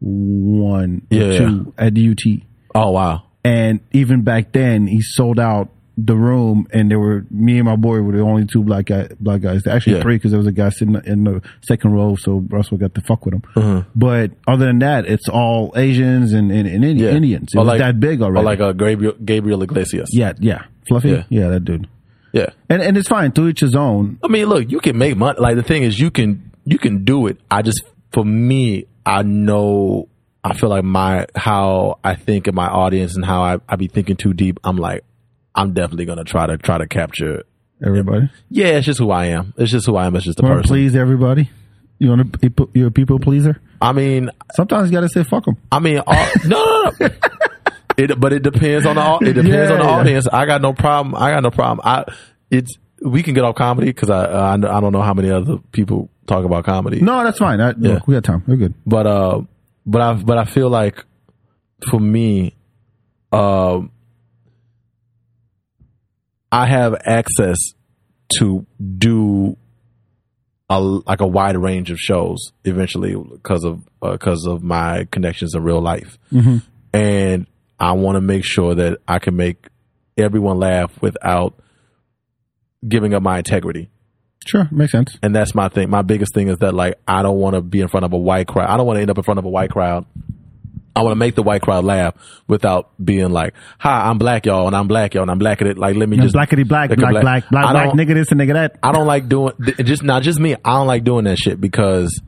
Speaker 3: 2001 or
Speaker 4: Yeah,
Speaker 3: two at UT.
Speaker 4: oh wow.
Speaker 3: And even back then, he sold out the room, and there were me and my boy were the only two black guy, black guys. there. Actually,
Speaker 4: Yeah.
Speaker 3: three because there was a guy sitting in the second row, so Russell got to fuck with him.
Speaker 4: Uh-huh.
Speaker 3: But other than that, it's all Asians and, and, and Indi-
Speaker 4: Yeah.
Speaker 3: Indians. It
Speaker 4: Or
Speaker 3: was
Speaker 4: like-
Speaker 3: that big already.
Speaker 4: Or like a Gabriel Gabriel Iglesias.
Speaker 3: yeah, yeah, fluffy.
Speaker 4: Yeah.
Speaker 3: yeah, that dude.
Speaker 4: yeah.
Speaker 3: And and it's fine. To each his own.
Speaker 4: I mean, look, you can make money. Like the thing is, you can you can do it. I just for me, I know. I feel like my how I think of my audience and how I, I be thinking too deep. I'm like, I'm definitely gonna try to try to capture.
Speaker 3: Everybody.
Speaker 4: Yeah, it's just who I am. It's just who I am. It's just the
Speaker 3: You want to
Speaker 4: person.
Speaker 3: please everybody? You want to? You're a people pleaser.
Speaker 4: I mean,
Speaker 3: Sometimes you got to say fuck them.
Speaker 4: I mean, all, no, no, no. It, but it depends on the au- it depends
Speaker 3: Yeah,
Speaker 4: on the
Speaker 3: yeah.
Speaker 4: audience. I got no problem. I got no problem. I it's we can get off comedy because I, I I don't know how many other people talk about comedy.
Speaker 3: No, that's fine. I,
Speaker 4: Yeah.
Speaker 3: look, we got time. We're good.
Speaker 4: but uh, but I but I feel like for me, um, I have access to do a like a wide range of shows eventually because of because of my connections in real life, and I want to make sure that I can make everyone laugh without giving up my integrity
Speaker 3: Sure, makes sense.
Speaker 4: and that's my thing. My biggest thing is that like I don't want to be in front of a white crowd. I don't want to end up in front of a white crowd. I want to make the white crowd laugh without being like, "Hi, I'm black, y'all, and I'm black, y'all, and I'm black at it." Like, let me just
Speaker 3: blackity black,
Speaker 4: Like
Speaker 3: black,
Speaker 4: a
Speaker 3: black, black, black,
Speaker 4: I
Speaker 3: black,
Speaker 4: don't-
Speaker 3: nigga this and nigga that.
Speaker 4: I don't like doing th- just not just me. I don't like doing that shit because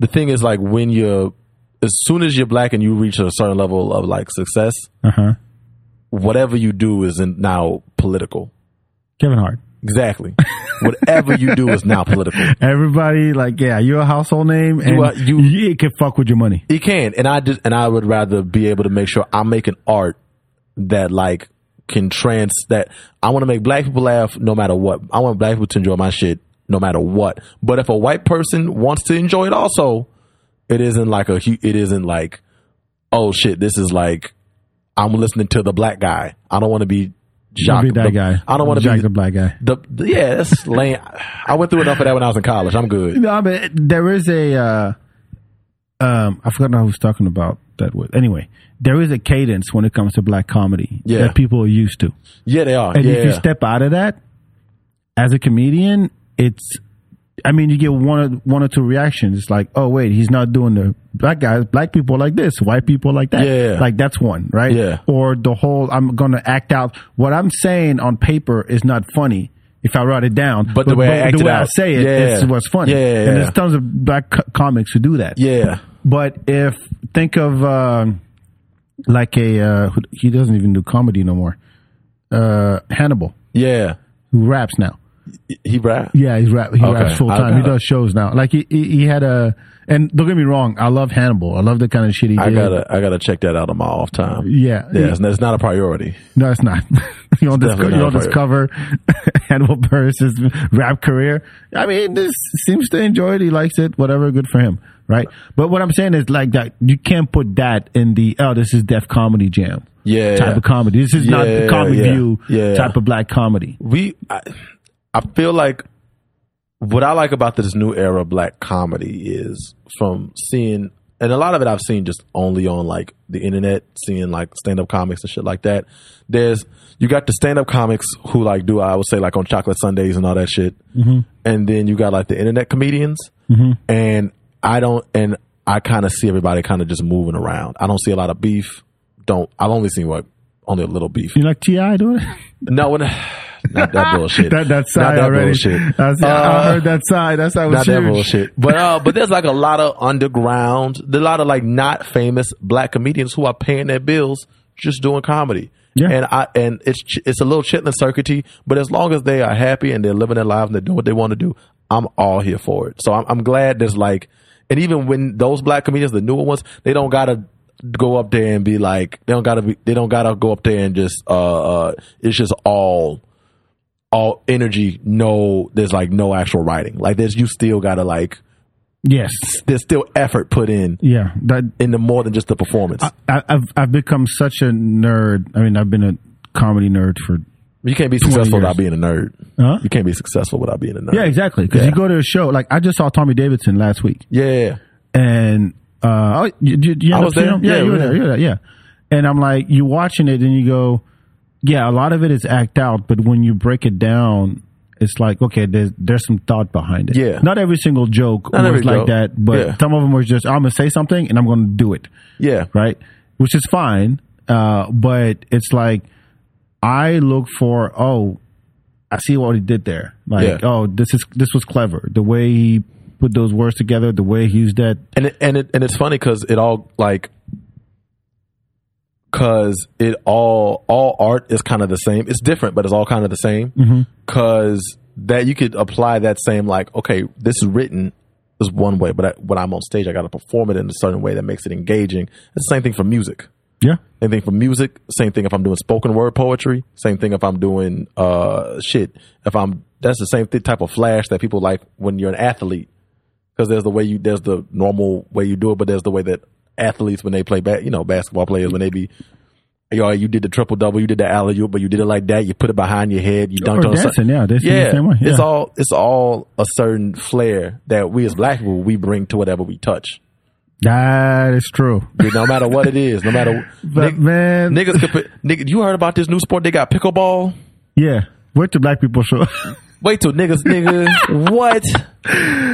Speaker 4: the thing is like when you're as soon as you're black and you reach a certain level of like success,
Speaker 3: Uh huh.
Speaker 4: whatever you do is in, now political.
Speaker 3: Kevin Hart.
Speaker 4: Exactly. whatever you do is now political.
Speaker 3: Everybody like, yeah, you're a household name, and
Speaker 4: are-
Speaker 3: you,
Speaker 4: you-
Speaker 3: it can fuck with your money.
Speaker 4: It can, and I just and I would rather be able to make sure I'm making art that like can trans that I want to make black people laugh no matter what. I want black people to enjoy my shit no matter what. But if a white person wants to enjoy it, also, it isn't like a hu- it isn't like oh shit, this is like I'm listening to the black guy. I don't want to be.
Speaker 3: Don't
Speaker 4: Jock,
Speaker 3: be that
Speaker 4: the-
Speaker 3: guy.
Speaker 4: I don't want to
Speaker 3: Jack
Speaker 4: be
Speaker 3: the black guy.
Speaker 4: the, the yeah. That's lame. I went through enough of that when I was in college. I'm good.
Speaker 3: No, I mean, there is a. Uh, um, I forgot who was talking about that with. Anyway, there is a cadence when it comes to black comedy
Speaker 4: Yeah.
Speaker 3: that people are used to.
Speaker 4: Yeah, they are.
Speaker 3: And
Speaker 4: yeah,
Speaker 3: if you step out of that, as a comedian, it's I mean, you get one or one or two reactions. It's like, oh wait, he's not doing the black guys, black people like this, white people like that.
Speaker 4: Yeah.
Speaker 3: Like that's one, right?
Speaker 4: Yeah.
Speaker 3: Or the whole I'm gonna act out what I'm saying on paper is not funny. If I write it down,
Speaker 4: But the way I act it out.
Speaker 3: say it,
Speaker 4: Yeah.
Speaker 3: it's what's funny.
Speaker 4: Yeah, yeah,
Speaker 3: And there's
Speaker 4: yeah.
Speaker 3: tons of black co- comics who do that.
Speaker 4: yeah.
Speaker 3: But if think of um like a uh, who- he doesn't even do comedy no more. Uh, Hannibal
Speaker 4: Yeah.
Speaker 3: who raps now.
Speaker 4: He rap.
Speaker 3: Yeah, he's rap. He
Speaker 4: Okay,
Speaker 3: raps full
Speaker 4: I
Speaker 3: time. He
Speaker 4: gotta-
Speaker 3: does shows now. Like he, he he had a and don't get me wrong, I love Hannibal. I love the kind of shit he
Speaker 4: I
Speaker 3: did.
Speaker 4: gotta I gotta check that out on my off time.
Speaker 3: Yeah.
Speaker 4: yeah. It's, it's not a priority.
Speaker 3: No, it's not. you don't, disco-
Speaker 4: definitely
Speaker 3: you
Speaker 4: not
Speaker 3: don't discover Hannibal Burris' rap career. I mean, this seems to enjoy it. He likes it. Whatever, good for him, right? But what I'm saying is like that. You can't put that in the oh, this is deaf comedy jam.
Speaker 4: Yeah.
Speaker 3: type of comedy. This is not the
Speaker 4: Yeah,
Speaker 3: comedy
Speaker 4: yeah,
Speaker 3: view
Speaker 4: yeah.
Speaker 3: type of black comedy.
Speaker 4: we I, I feel like what I like about this new era of black comedy is from seeing and a lot of it I've seen just only on like the internet, seeing like stand up comics and shit like that. There's you got the stand up comics who like do I would say like on chocolate Sundays and all that shit, and then you got like the internet comedians, and I don't and I kind of see everybody kind of just moving around. I don't see a lot of beef. Don't I've only seen like only a little beef.
Speaker 3: You like Ti doing it?
Speaker 4: No, when, not that bullshit.
Speaker 3: that that
Speaker 4: not
Speaker 3: side
Speaker 4: that
Speaker 3: already.
Speaker 4: Bullshit.
Speaker 3: That's-
Speaker 4: Uh,
Speaker 3: I heard that side. That side was
Speaker 4: not that
Speaker 3: huge.
Speaker 4: bullshit. But uh, but there's like a lot of underground, there's a lot of like not famous black comedians who are paying their bills just doing comedy.
Speaker 3: Yeah.
Speaker 4: And I and it's ch- it's a little chitlin circuity, but as long as they are happy and they're living their lives and they're doing what they want to do, I'm all here for it. So I'm, I'm glad there's like, and even when those black comedians, the newer ones, they don't gotta go up there and be like, they don't gotta be, they don't gotta go up there and just uh, uh it's just all all energy, no, there's like no actual writing. Like there's, you still gotta like,
Speaker 3: Yes.
Speaker 4: there's still effort put in
Speaker 3: Yeah. That
Speaker 4: into more than just the performance.
Speaker 3: I, I've I've become such a nerd. I mean, I've been a comedy nerd for
Speaker 4: you can't be successful
Speaker 3: years.
Speaker 4: without being a nerd.
Speaker 3: Huh?
Speaker 4: You can't be successful without being a nerd.
Speaker 3: yeah, exactly. Because
Speaker 4: Yeah.
Speaker 3: you go to a show like I just saw Tommy Davidson last week,
Speaker 4: Yeah.
Speaker 3: and uh, oh, you, you, you
Speaker 4: I
Speaker 3: end up
Speaker 4: was
Speaker 3: seeing
Speaker 4: there.
Speaker 3: him? Yeah,
Speaker 4: Yeah,
Speaker 3: you were
Speaker 4: we
Speaker 3: there.
Speaker 4: were.
Speaker 3: You were there. Yeah, and I'm like, you watching it, and you go, yeah, a lot of it is act out, but when you break it down. It's like okay, there's there's some thought behind it.
Speaker 4: Yeah.
Speaker 3: not every single joke
Speaker 4: Not
Speaker 3: was
Speaker 4: every
Speaker 3: like
Speaker 4: joke.
Speaker 3: that, but
Speaker 4: Yeah.
Speaker 3: some of them were just I'm gonna say something and I'm gonna do it.
Speaker 4: Yeah.
Speaker 3: right? Which is fine, uh, but it's like I look for oh, I see what he did there. Like
Speaker 4: Yeah.
Speaker 3: oh, this is this was clever. The way he put those words together, the way he used that.
Speaker 4: and it, and it and it's funny because it all like because it all all art is kind of the same. It's different, but it's all kind of the
Speaker 3: Mm-hmm.
Speaker 4: same. Because that you could apply that same like okay, this is written is one way, but I, when I'm on stage, I got to perform it in a certain way that makes it engaging. It's the same thing for music.
Speaker 3: Yeah,
Speaker 4: Same thing for music. Same thing if I'm doing spoken word poetry. Same thing if I'm doing uh shit. If I'm that's the same th- type of flash that people like when you're an athlete because there's the way you there's the normal way you do it, but there's the way that athletes when they play back, you know, basketball players when they be. You, know, you did the triple double, you did the alley oop, but you did it like that. You put it behind your head, you dunked
Speaker 3: Or
Speaker 4: on
Speaker 3: dancing,
Speaker 4: something.
Speaker 3: yeah, they feel the same way,
Speaker 4: It's
Speaker 3: yeah.
Speaker 4: all it's all a certain flair that we as black people we bring to whatever we touch.
Speaker 3: that is true.
Speaker 4: No matter what it is, no matter
Speaker 3: But man,
Speaker 4: Niggas, could put, nigga, you heard about this new sport? They got pickleball.
Speaker 3: yeah, where the black people show?
Speaker 4: Wait till niggas, niggas, what?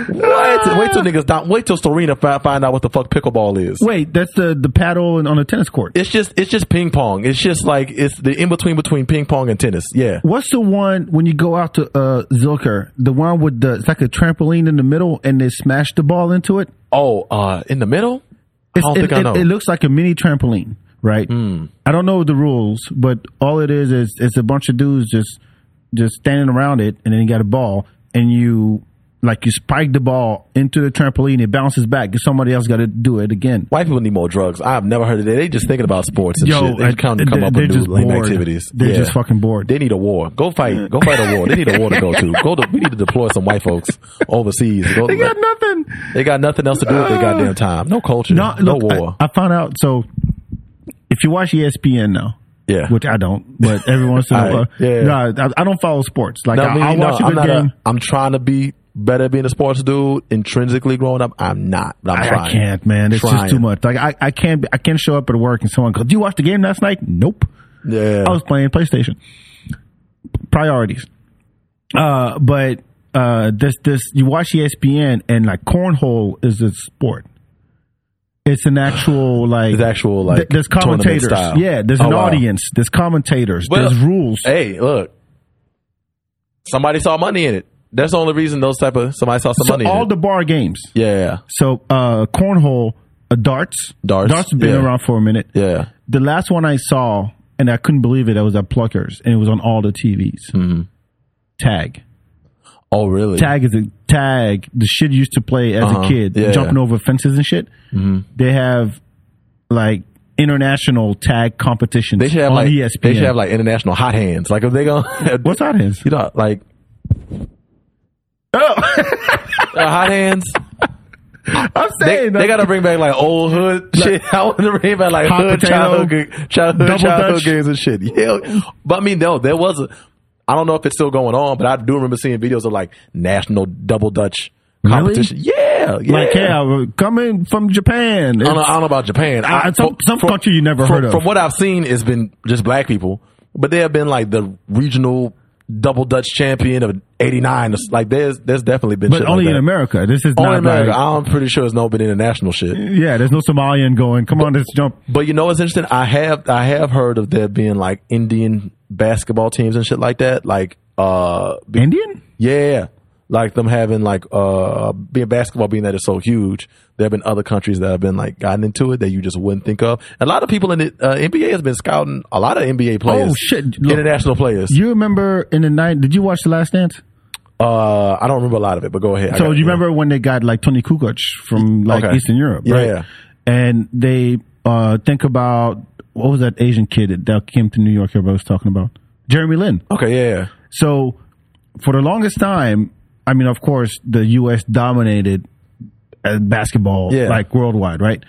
Speaker 4: What? Wait till niggas don't. Wait till Serena fi- find out what the fuck pickleball is.
Speaker 3: Wait, that's the the paddle and on a tennis court.
Speaker 4: It's just, it's just ping pong. It's just like it's the in between between ping pong and tennis. Yeah,
Speaker 3: What's the one when you go out to uh, Zilker? The one with the it's like a trampoline in the middle, and they smash the ball into it.
Speaker 4: Oh, uh, in the middle? I don't
Speaker 3: it,
Speaker 4: think I
Speaker 3: it-
Speaker 4: know. Hmm.
Speaker 3: It looks like a mini trampoline, right? I don't know the rules, but all it is is it's a bunch of dudes just just standing around it, and then you got a ball, and you like you spike the ball into the trampoline, it bounces back, and somebody else got to do it again.
Speaker 4: White people need more drugs. I've never heard of that. They just thinking about sports and shit. They
Speaker 3: I-
Speaker 4: kind of come up with new lame activities.
Speaker 3: They're
Speaker 4: Yeah.
Speaker 3: just fucking bored.
Speaker 4: They need a war. Go fight. Go fight a war. They need a war to go to. Go to. We need to deploy some white folks overseas. Go,
Speaker 3: They got nothing.
Speaker 4: They got nothing else to do with their goddamn time. No culture. No,
Speaker 3: No, look,
Speaker 4: war.
Speaker 3: I, I found out. So if you watch E ESPN now.
Speaker 4: yeah.
Speaker 3: Which I don't, but every once in a
Speaker 4: All
Speaker 3: while,
Speaker 4: right. Yeah.
Speaker 3: no, I, I don't follow sports. Like
Speaker 4: No,
Speaker 3: I,
Speaker 4: me,
Speaker 3: I
Speaker 4: no,
Speaker 3: watch a
Speaker 4: I'm
Speaker 3: good
Speaker 4: not
Speaker 3: game.
Speaker 4: A, I'm trying to be better at being a sports dude. Intrinsically growing up, I'm not. But I'm
Speaker 3: I,
Speaker 4: trying.
Speaker 3: I can't, man. It's just
Speaker 4: Trying.
Speaker 3: too much. Like I, I can't, I can't show up at work and someone goes, "Do you watch the game last night?" Nope.
Speaker 4: Yeah.
Speaker 3: I was playing PlayStation. Priorities. Uh, but uh, this, this, you watch E ESPN and like cornhole is a sport. It's an actual like
Speaker 4: It's actual, like,
Speaker 3: th- there's
Speaker 4: tournament
Speaker 3: commentators.
Speaker 4: style.
Speaker 3: Yeah, there's
Speaker 4: Oh,
Speaker 3: an
Speaker 4: wow.
Speaker 3: audience. There's commentators.
Speaker 4: Well,
Speaker 3: there's rules.
Speaker 4: Hey, look. Somebody saw money in it. That's the only reason those type of somebody saw some
Speaker 3: So
Speaker 4: money.
Speaker 3: all
Speaker 4: in it.
Speaker 3: the bar games.
Speaker 4: yeah,
Speaker 3: So uh, cornhole, uh, darts.
Speaker 4: Darts,
Speaker 3: Darts has been
Speaker 4: yeah.
Speaker 3: around for a minute.
Speaker 4: yeah.
Speaker 3: the last one I saw,
Speaker 4: Mm-hmm.
Speaker 3: and I couldn't believe it, I was at Pluckers, and it was on all the TVs. Tag.
Speaker 4: Oh, really?
Speaker 3: Tag is a tag. The shit you used to play as
Speaker 4: Uh-huh.
Speaker 3: a kid,
Speaker 4: Yeah,
Speaker 3: jumping
Speaker 4: yeah. Mm-hmm.
Speaker 3: over fences and shit. They have like international tag competitions
Speaker 4: They should have
Speaker 3: on E
Speaker 4: like
Speaker 3: ESPN.
Speaker 4: they should have like international hot hands. Like if they gonna
Speaker 3: what's hot hands?
Speaker 4: you know like oh hot hands.
Speaker 3: I'm
Speaker 4: They,
Speaker 3: saying
Speaker 4: they gotta bring back like old hood shit. I want to bring back like
Speaker 3: Hot
Speaker 4: hood
Speaker 3: potato,
Speaker 4: childhood, ga-
Speaker 3: double
Speaker 4: childhood, childhood
Speaker 3: dutch.
Speaker 4: games and shit. Yeah, but I mean, no, there was. A, I don't know if it's still going on, but I do remember seeing videos of like national double dutch
Speaker 3: Really?
Speaker 4: competition. Yeah, yeah.
Speaker 3: like yeah, we're coming from Japan.
Speaker 4: I don't, know, I
Speaker 3: It's-
Speaker 4: don't know about Japan.
Speaker 3: Uh,
Speaker 4: I,
Speaker 3: some- some country you never
Speaker 4: from,
Speaker 3: heard of.
Speaker 4: From what I've seen, it's been just black people, but there have been like the regional double dutch champion of '89. Like there's there's definitely been,
Speaker 3: but
Speaker 4: shit
Speaker 3: only
Speaker 4: like
Speaker 3: in
Speaker 4: that.
Speaker 3: America. This is
Speaker 4: Only
Speaker 3: not
Speaker 4: in America.
Speaker 3: like
Speaker 4: I'm pretty sure it's no been international shit.
Speaker 3: yeah. There's no Somalian going. Come on, let's jump.
Speaker 4: But you know what's interesting? I have I have heard of there being like Indian basketball teams and shit like that. Like uh be-
Speaker 3: Indian?
Speaker 4: yeah. Like them having like uh being basketball being that is so huge. There have been other countries that have been like gotten into it that you just wouldn't think of. A lot of people in the uh, NBA has been scouting a lot of NBA players.
Speaker 3: Oh, shit. Look.
Speaker 4: international players.
Speaker 3: You remember in the night? Did you watch The Last Dance?
Speaker 4: uh I don't remember a lot of it, but go ahead. I
Speaker 3: So
Speaker 4: got-
Speaker 3: you remember when they got like Tony Kukoc from like
Speaker 4: Okay.
Speaker 3: Eastern Europe,
Speaker 4: Yeah,
Speaker 3: right?
Speaker 4: yeah.
Speaker 3: And they uh, think about what was that Asian kid that came to New York? Everybody was talking about Jeremy Lin.
Speaker 4: Okay, yeah, yeah.
Speaker 3: So for the longest time, I mean, of course, the U.S. dominated uh, basketball
Speaker 4: Yeah.
Speaker 3: like worldwide, right?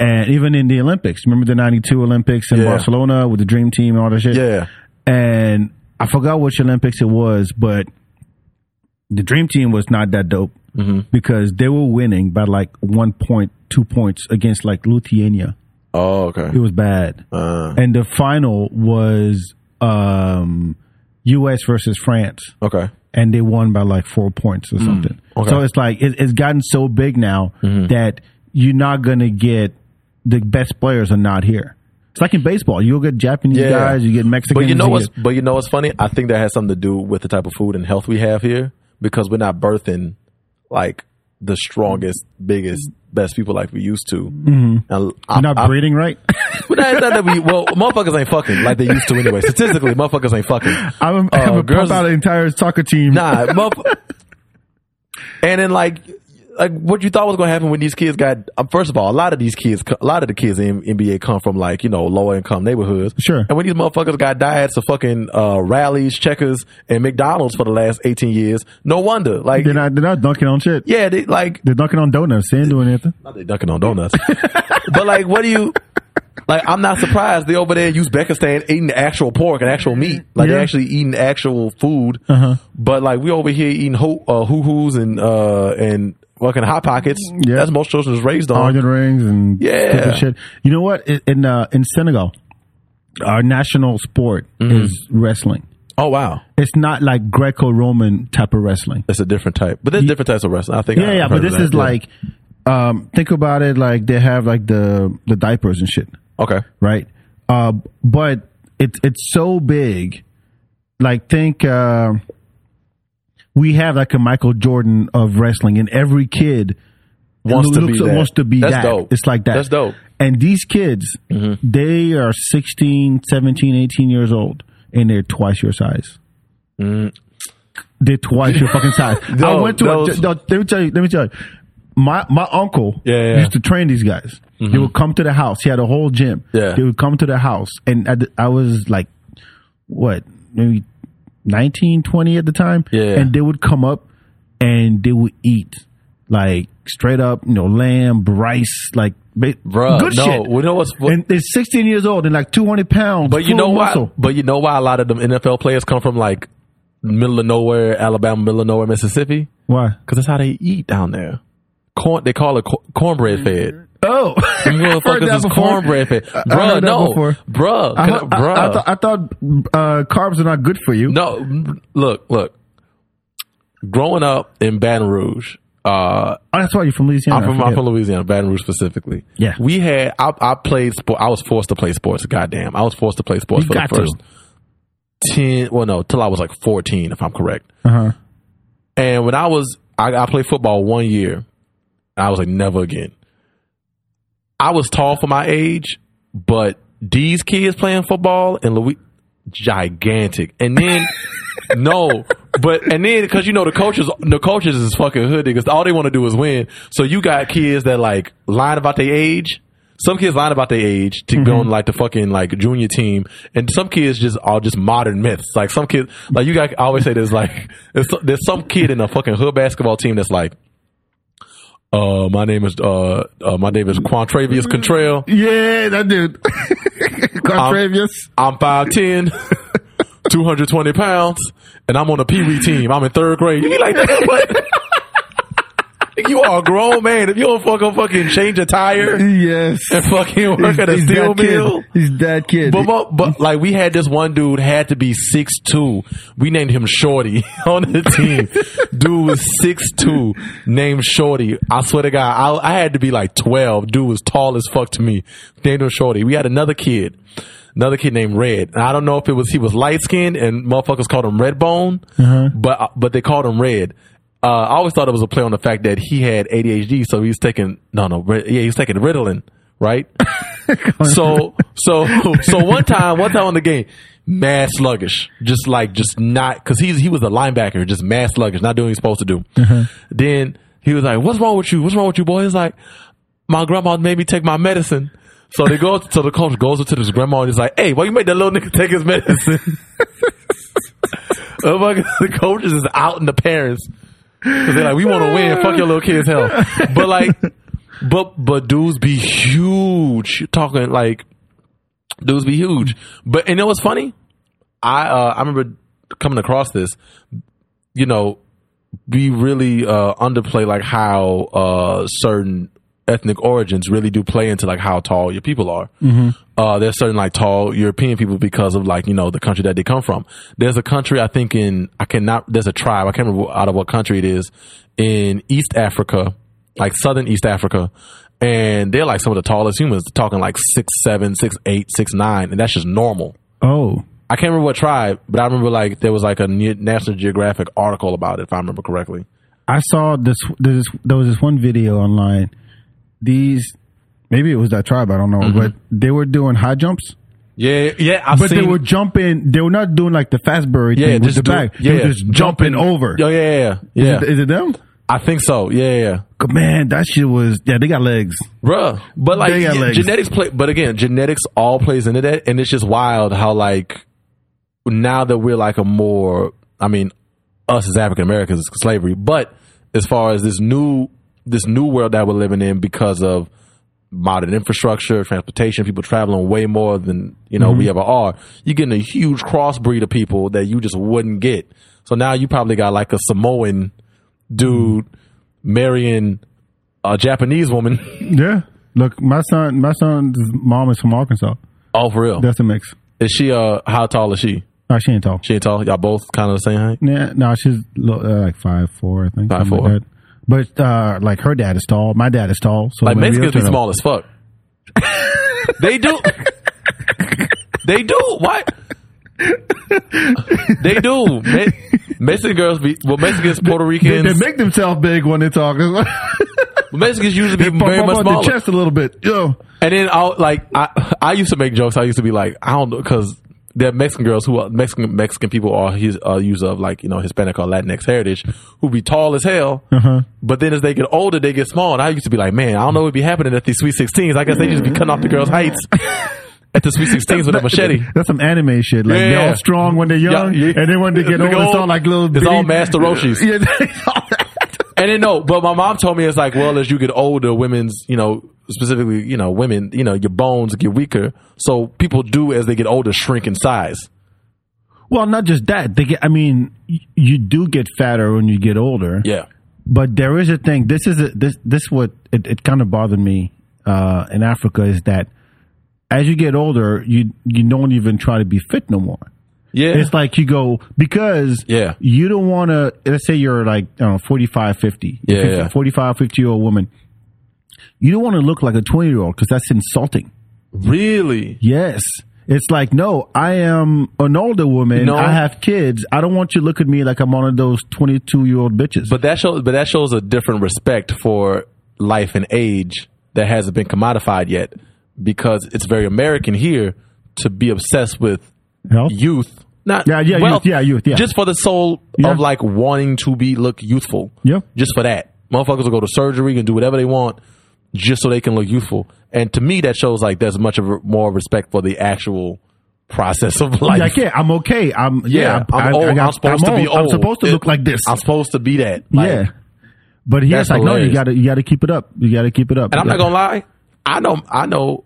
Speaker 3: And even in the Olympics, remember the '92 Olympics in
Speaker 4: Yeah.
Speaker 3: Barcelona with the Dream Team and all that shit.
Speaker 4: Yeah.
Speaker 3: And I forgot which Olympics it was, but the Dream Team was not that dope
Speaker 4: Mm-hmm.
Speaker 3: because they were winning by like one point, two points against like Lithuania.
Speaker 4: Oh, okay.
Speaker 3: It was bad.
Speaker 4: Uh,
Speaker 3: And the final was um, U.S. versus France
Speaker 4: okay.
Speaker 3: and they won by like four points or something.
Speaker 4: Mm. okay. Mm-hmm.
Speaker 3: So it's like it, it's gotten so big now that you're not gonna get the best players are not here. It's like in baseball, you'll get Japanese
Speaker 4: Yeah.
Speaker 3: guys, you get Mexicans.
Speaker 4: But you know what's
Speaker 3: what?
Speaker 4: but you know what's funny? I think that has something to do with the type of food and health we have here because we're not birthing like the strongest, biggest, best people like we used to. Mm-hmm. And I,
Speaker 3: You're not
Speaker 4: I-
Speaker 3: breeding right.
Speaker 4: but it's not that we well, motherfuckers ain't fucking like they used to anyway. Statistically, motherfuckers ain't fucking.
Speaker 3: I'm,
Speaker 4: Uh,
Speaker 3: I'm a
Speaker 4: girls
Speaker 3: pump
Speaker 4: is-
Speaker 3: out an entire soccer team.
Speaker 4: Nah, motherf- and then like like what you thought was going to happen when these kids got um, first of all a lot of these kids co- a lot of the kids in NBA come from like you know lower income neighborhoods
Speaker 3: Sure.
Speaker 4: and when these motherfuckers got diets of fucking uh, rallies checkers and McDonald's for the last 18 years no wonder like
Speaker 3: They're not they're not dunking on shit.
Speaker 4: yeah they like
Speaker 3: They're dunking on donuts. They ain't doing anything.
Speaker 4: not they dunking on donuts but like what do you like I'm not surprised they over there in Uzbekistan eating actual pork and actual meat like
Speaker 3: Yeah.
Speaker 4: they actually eating actual food
Speaker 3: Uh-huh.
Speaker 4: but like we over here eating ho- uh, hoo hoos and uh and fucking hot pockets.
Speaker 3: Yeah. Oh,
Speaker 4: That's most children is raised on.
Speaker 3: Onion rings and
Speaker 4: Uh, Yeah.
Speaker 3: stupid shit. You know what? In- In uh, in Senegal, our national sport
Speaker 4: Mm-hmm.
Speaker 3: is wrestling.
Speaker 4: Oh wow,
Speaker 3: It's not like Greco-Roman type of wrestling.
Speaker 4: that's a different type. But there's different types of wrestling. I think.
Speaker 3: Yeah,
Speaker 4: I-
Speaker 3: yeah,
Speaker 4: I've
Speaker 3: but
Speaker 4: heard of
Speaker 3: this
Speaker 4: that.
Speaker 3: is
Speaker 4: Yeah.
Speaker 3: like, um, think about it like they have like the the diapers and shit,
Speaker 4: okay.
Speaker 3: right? Uh, but it's it's so big. Like think uh, we have like a Michael Jordan of wrestling, and every kid
Speaker 4: Wants to be that.
Speaker 3: wants to be
Speaker 4: That's
Speaker 3: that.
Speaker 4: dope.
Speaker 3: It's like that.
Speaker 4: That's dope. Mm-hmm.
Speaker 3: And these kids, they are 16, 17, 18 years old, and they're twice your size. They're twice your fucking size. I
Speaker 4: Mm. No,
Speaker 3: went to
Speaker 4: those-
Speaker 3: a, no, let me tell you, let me tell you. My my uncle
Speaker 4: Yeah, yeah.
Speaker 3: used to train these guys. They would come to the house. He had a whole gym.
Speaker 4: Mm-hmm. Yeah.
Speaker 3: They would come to the house and at the- I was like what, maybe 19, 20 at the time.
Speaker 4: Yeah.
Speaker 3: And they would come up and they would eat like straight up, you know, lamb, rice, like ba-
Speaker 4: Bruh,
Speaker 3: good
Speaker 4: no.
Speaker 3: shit.
Speaker 4: You know what's-
Speaker 3: and they're 16 years old and like 200 pounds.
Speaker 4: But you
Speaker 3: full
Speaker 4: know
Speaker 3: of
Speaker 4: why?
Speaker 3: muscle.
Speaker 4: But you know why a lot of them NFL players come from like middle of nowhere, Alabama, middle of nowhere, Mississippi,
Speaker 3: Why?
Speaker 4: because that's how they eat down there. Corn, they call it cor- cornbread fed.
Speaker 3: Oh,
Speaker 4: You motherfuckers is cornbread fed,
Speaker 3: heard
Speaker 4: bruh.
Speaker 3: that
Speaker 4: No,
Speaker 3: before.
Speaker 4: bruh,
Speaker 3: I,
Speaker 4: can I-
Speaker 3: I-
Speaker 4: bruh.
Speaker 3: I thought- I thought uh, carbs are not good for you.
Speaker 4: No, m- look, look. Growing up in Baton Rouge, uh,
Speaker 3: Oh, that's why you're from Louisiana.
Speaker 4: I'm
Speaker 3: I
Speaker 4: from I'm
Speaker 3: forget.
Speaker 4: from Louisiana, Baton Rouge specifically.
Speaker 3: Yeah.
Speaker 4: we had I, I played sport. I was forced to play sports. Goddamn, I was forced to play sports
Speaker 3: You
Speaker 4: for the
Speaker 3: got to.
Speaker 4: first ten. Well, no, till I was like 14, if I'm correct.
Speaker 3: Uh-huh.
Speaker 4: And when I was, I, I played football one year. I was like, never again. I was tall for my age, but these kids playing football and Louis, gigantic. And then, no, But and then because you know the coaches, the coaches is fucking hood niggas. All they want to do is win. So you got kids that like lying about their age. Some kids lying about their age to go on like the fucking like junior team, and some kids just all just modern myths. Like some kids, like you got I always say there's like there's, there's some kid in a fucking hood basketball team that's like, uh, my name is uh, uh my name is Quantravius Contrail.
Speaker 3: Yeah, that dude.
Speaker 4: Um,
Speaker 3: Contravious.
Speaker 4: I'm 5'10, 220 pounds, and I'm on a Pee Wee team. I'm in third grade. You be like, "Nigga, what? you are a grown man. If you don't fucking fucking change a tire
Speaker 3: yes.
Speaker 4: and fucking work at a
Speaker 3: he's
Speaker 4: steel
Speaker 3: that
Speaker 4: mill.
Speaker 3: kid. He's that kid.
Speaker 4: But, but, but, like we had this one dude had to be six two. We named him Shorty on the team. dude was six two, named Shorty. I swear to God, I, I had to be like twelve. Dude was tall as fuck to me. Named him Shorty. We had another kid, another kid named Red. And I don't know if it was he was light skinned and motherfuckers called him Redbone, but uh, but they called him Red. Uh, I always thought it was a play on the fact that he had ADHD, so he was taking no no Red- yeah he was taking Ritalin. Right, so so so one time, one time on the game, mad sluggish, just like just not because he's he was a linebacker, just mad sluggish, not doing what he's supposed to do. Then he was like, "What's wrong with you? What's wrong with you, boy?" He's like, "My grandma made me take my medicine." So they go, so the coach goes up to his grandma and he's like, "Hey, why you made that little nigga take his medicine?" Oh my God, the coaches is out in the parents because they're like, "We want to win. Fuck your little kids' health." But like, but but dudes be huge talking like dudes be huge. But and it was funny. I uh, I remember coming across this. You know, we really uh, underplay like how uh, certain ethnic origins really do play into like how tall your people are. Uh, there's certain like tall European people because of like you know the country that they come from. There's a country I think in I cannot there's a tribe I can't remember out of what country it is in East Africa, like southern East Africa. And they're like some of the tallest humans, talking like six seven, six eight, six nine, and that's just normal.
Speaker 3: oh.
Speaker 4: I can't remember what tribe, but I remember like there was like a Ne- National Geographic article about it, if I remember correctly.
Speaker 3: I saw this, this. There was this one video online. These, maybe it was that tribe. I don't know, but they were doing high jumps.
Speaker 4: Yeah, yeah, Mm-hmm. I've
Speaker 3: But
Speaker 4: seen.
Speaker 3: they were jumping. They were not doing like the Fastbury
Speaker 4: yeah,
Speaker 3: thing with
Speaker 4: just
Speaker 3: the
Speaker 4: do-
Speaker 3: back.
Speaker 4: Yeah,
Speaker 3: they were just jumping over.
Speaker 4: Oh yeah, yeah, yeah.
Speaker 3: Is it them?
Speaker 4: I think so. Yeah, yeah, yeah.
Speaker 3: Man, that shit was. Yeah, they got legs.
Speaker 4: bruh. But like
Speaker 3: They got
Speaker 4: yeah,
Speaker 3: legs.
Speaker 4: genetics play, but again, genetics all plays into that, and it's just wild how like now that we're like a more, I mean, us as African Americans is slavery, but as far as this new this new world that we're living in because of modern infrastructure, transportation, people traveling way more than you know
Speaker 3: Mm-hmm.
Speaker 4: we ever are. You're getting a huge crossbreed of people that you just wouldn't get. So now you probably got like a Samoan dude
Speaker 3: Mm-hmm.
Speaker 4: marrying a Japanese woman.
Speaker 3: Yeah. Look, my son. My son's mom is from Arkansas.
Speaker 4: Oh, for real?
Speaker 3: That's a mix.
Speaker 4: Is she uh? How tall is she?
Speaker 3: No, she ain't tall.
Speaker 4: She ain't tall. Y'all both kind of the same height.
Speaker 3: Yeah, no, she's lo- uh, like five four, I think.
Speaker 4: Five,
Speaker 3: something
Speaker 4: four.
Speaker 3: Like that. But uh, like her dad is tall. My dad is tall. So
Speaker 4: Like
Speaker 3: maybe
Speaker 4: Mexicans be
Speaker 3: it'll turn
Speaker 4: small as fuck. they do. they do. What? they do. Me- Mexican girls be well. Mexicans, Puerto
Speaker 3: out. They,
Speaker 4: Ricans,
Speaker 3: they make themselves big when they talk. Pump
Speaker 4: Mexicans usually be very
Speaker 3: up
Speaker 4: much
Speaker 3: their
Speaker 4: smaller.
Speaker 3: chest a little bit. Yo,
Speaker 4: And then I like I I used to make jokes. I used to be like I don't know because there are Mexican girls who are Mexican Mexican people are his uh, use of like you know Hispanic or Latinx heritage who be tall as hell.
Speaker 3: Uh-huh.
Speaker 4: But then as they get older, they get small. And I used to be like, man, I don't know what would be happening at these Sweet Sixteens. I guess they just be cutting off the girls' heights at the Sweet Sixteens with a machete.
Speaker 3: that's some anime shit. Like
Speaker 4: Yeah.
Speaker 3: they're all strong when they're young,
Speaker 4: Yeah, yeah.
Speaker 3: and then when they get
Speaker 4: They
Speaker 3: old, it's
Speaker 4: go-
Speaker 3: all like little.
Speaker 4: it's all
Speaker 3: bitty-
Speaker 4: Master Roshis.
Speaker 3: Yeah, it's all that.
Speaker 4: And then no, but my mom told me it's like, well, as you get older, women's, you know, specifically, you know, women, you know, your bones get weaker. So people do as they get older shrink in size.
Speaker 3: well, not just that. They get. I mean, y- you do get fatter when you get older.
Speaker 4: Yeah.
Speaker 3: but there is a thing. This is a, this this what it, it kind of bothered me uh, in Africa is that as you get older, you you don't even try to be fit no more.
Speaker 4: Yeah.
Speaker 3: It's like you go because
Speaker 4: Yeah.
Speaker 3: you don't want to. Let's say you're like I don't know, 45, 50,
Speaker 4: Yeah, yeah.
Speaker 3: 45, 50 year old woman. You don't want to look like a twenty year old because that's insulting.
Speaker 4: Really?
Speaker 3: Yes. It's like, no, I am an older woman.
Speaker 4: No.
Speaker 3: I have kids. I don't want you to look at me like I'm one of those 22 year old bitches.
Speaker 4: But that shows but that shows a different respect for life and age that hasn't been commodified yet because it's very American here to be obsessed with
Speaker 3: Health?
Speaker 4: youth Not
Speaker 3: Yeah, yeah,
Speaker 4: wealth,
Speaker 3: youth, yeah, youth, yeah.
Speaker 4: Just for the soul
Speaker 3: Yeah.
Speaker 4: of like wanting to be look youthful.
Speaker 3: Yeah.
Speaker 4: Just for that. Motherfuckers will go to surgery and do whatever they want just so they can look youthful. And to me that shows like there's much of a- more respect for the actual process of life.
Speaker 3: Like, yeah, I'm okay. I'm yeah.
Speaker 4: Yeah, I'm old. I'm supposed to be
Speaker 3: I'm
Speaker 4: old.
Speaker 3: supposed to
Speaker 4: It-
Speaker 3: look like this.
Speaker 4: I'm supposed to be that. Like,
Speaker 3: yeah. But he's
Speaker 4: That's
Speaker 3: like, no, you
Speaker 4: hilarious.
Speaker 3: gotta, you gotta keep it up. You gotta keep it up.
Speaker 4: And I'm not gonna lie, I know, I know,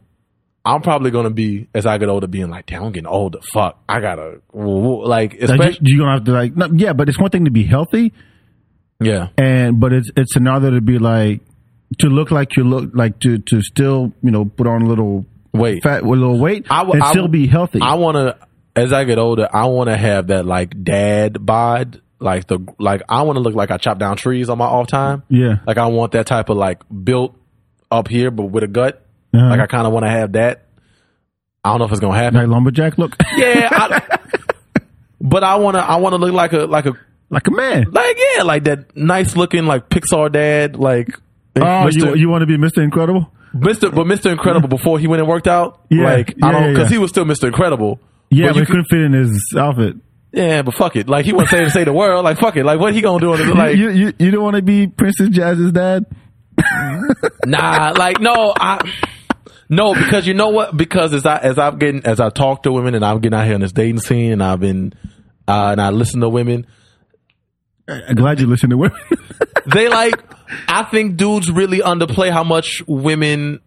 Speaker 4: I'm probably gonna be as I get older, being like, damn, I'm getting older. Fuck, I gotta like,
Speaker 3: Like,
Speaker 4: especially
Speaker 3: you, are gonna have to like, no, yeah. But it's one thing to be healthy,
Speaker 4: yeah,
Speaker 3: and but it's it's another to be like to look like you look like to to still you know put on a little
Speaker 4: Weight.
Speaker 3: fat, a little weight,
Speaker 4: I w-
Speaker 3: and
Speaker 4: I w-
Speaker 3: still be healthy.
Speaker 4: I wanna as I get older, I wanna have that like dad bod, like the like I wanna look like I chop down trees on my off time.
Speaker 3: Yeah.
Speaker 4: like I want that type of like built up here, but with a gut.
Speaker 3: Uh-huh.
Speaker 4: Like I kind of want to have that. I don't know if it's gonna happen.
Speaker 3: like lumberjack look,
Speaker 4: Yeah, I, but I wanna I wanna look like a like a
Speaker 3: like a man.
Speaker 4: Like yeah, like that nice looking like Pixar dad, like
Speaker 3: Oh,
Speaker 4: Mr.
Speaker 3: you you want to be Mister Incredible?
Speaker 4: Mr. But Mr. Incredible before he went and worked out,
Speaker 3: Yeah,
Speaker 4: like I
Speaker 3: yeah,
Speaker 4: don't
Speaker 3: yeah,
Speaker 4: because
Speaker 3: yeah.
Speaker 4: he was still Mr. Incredible.
Speaker 3: Yeah,
Speaker 4: But
Speaker 3: but
Speaker 4: you
Speaker 3: he couldn't fit in his outfit.
Speaker 4: Yeah, but fuck it, like he wants to say the world, like fuck it, like what he gonna do? In the, like
Speaker 3: you, you, you don't want to be Princess Jazz's dad.
Speaker 4: nah, like no, I no because you know what? Because as I as I'm getting as I talk to women and I'm getting out here in this dating scene and I've been uh, and I listen to women,
Speaker 3: I'm glad you listened to women.
Speaker 4: they like I think dudes really underplay how much women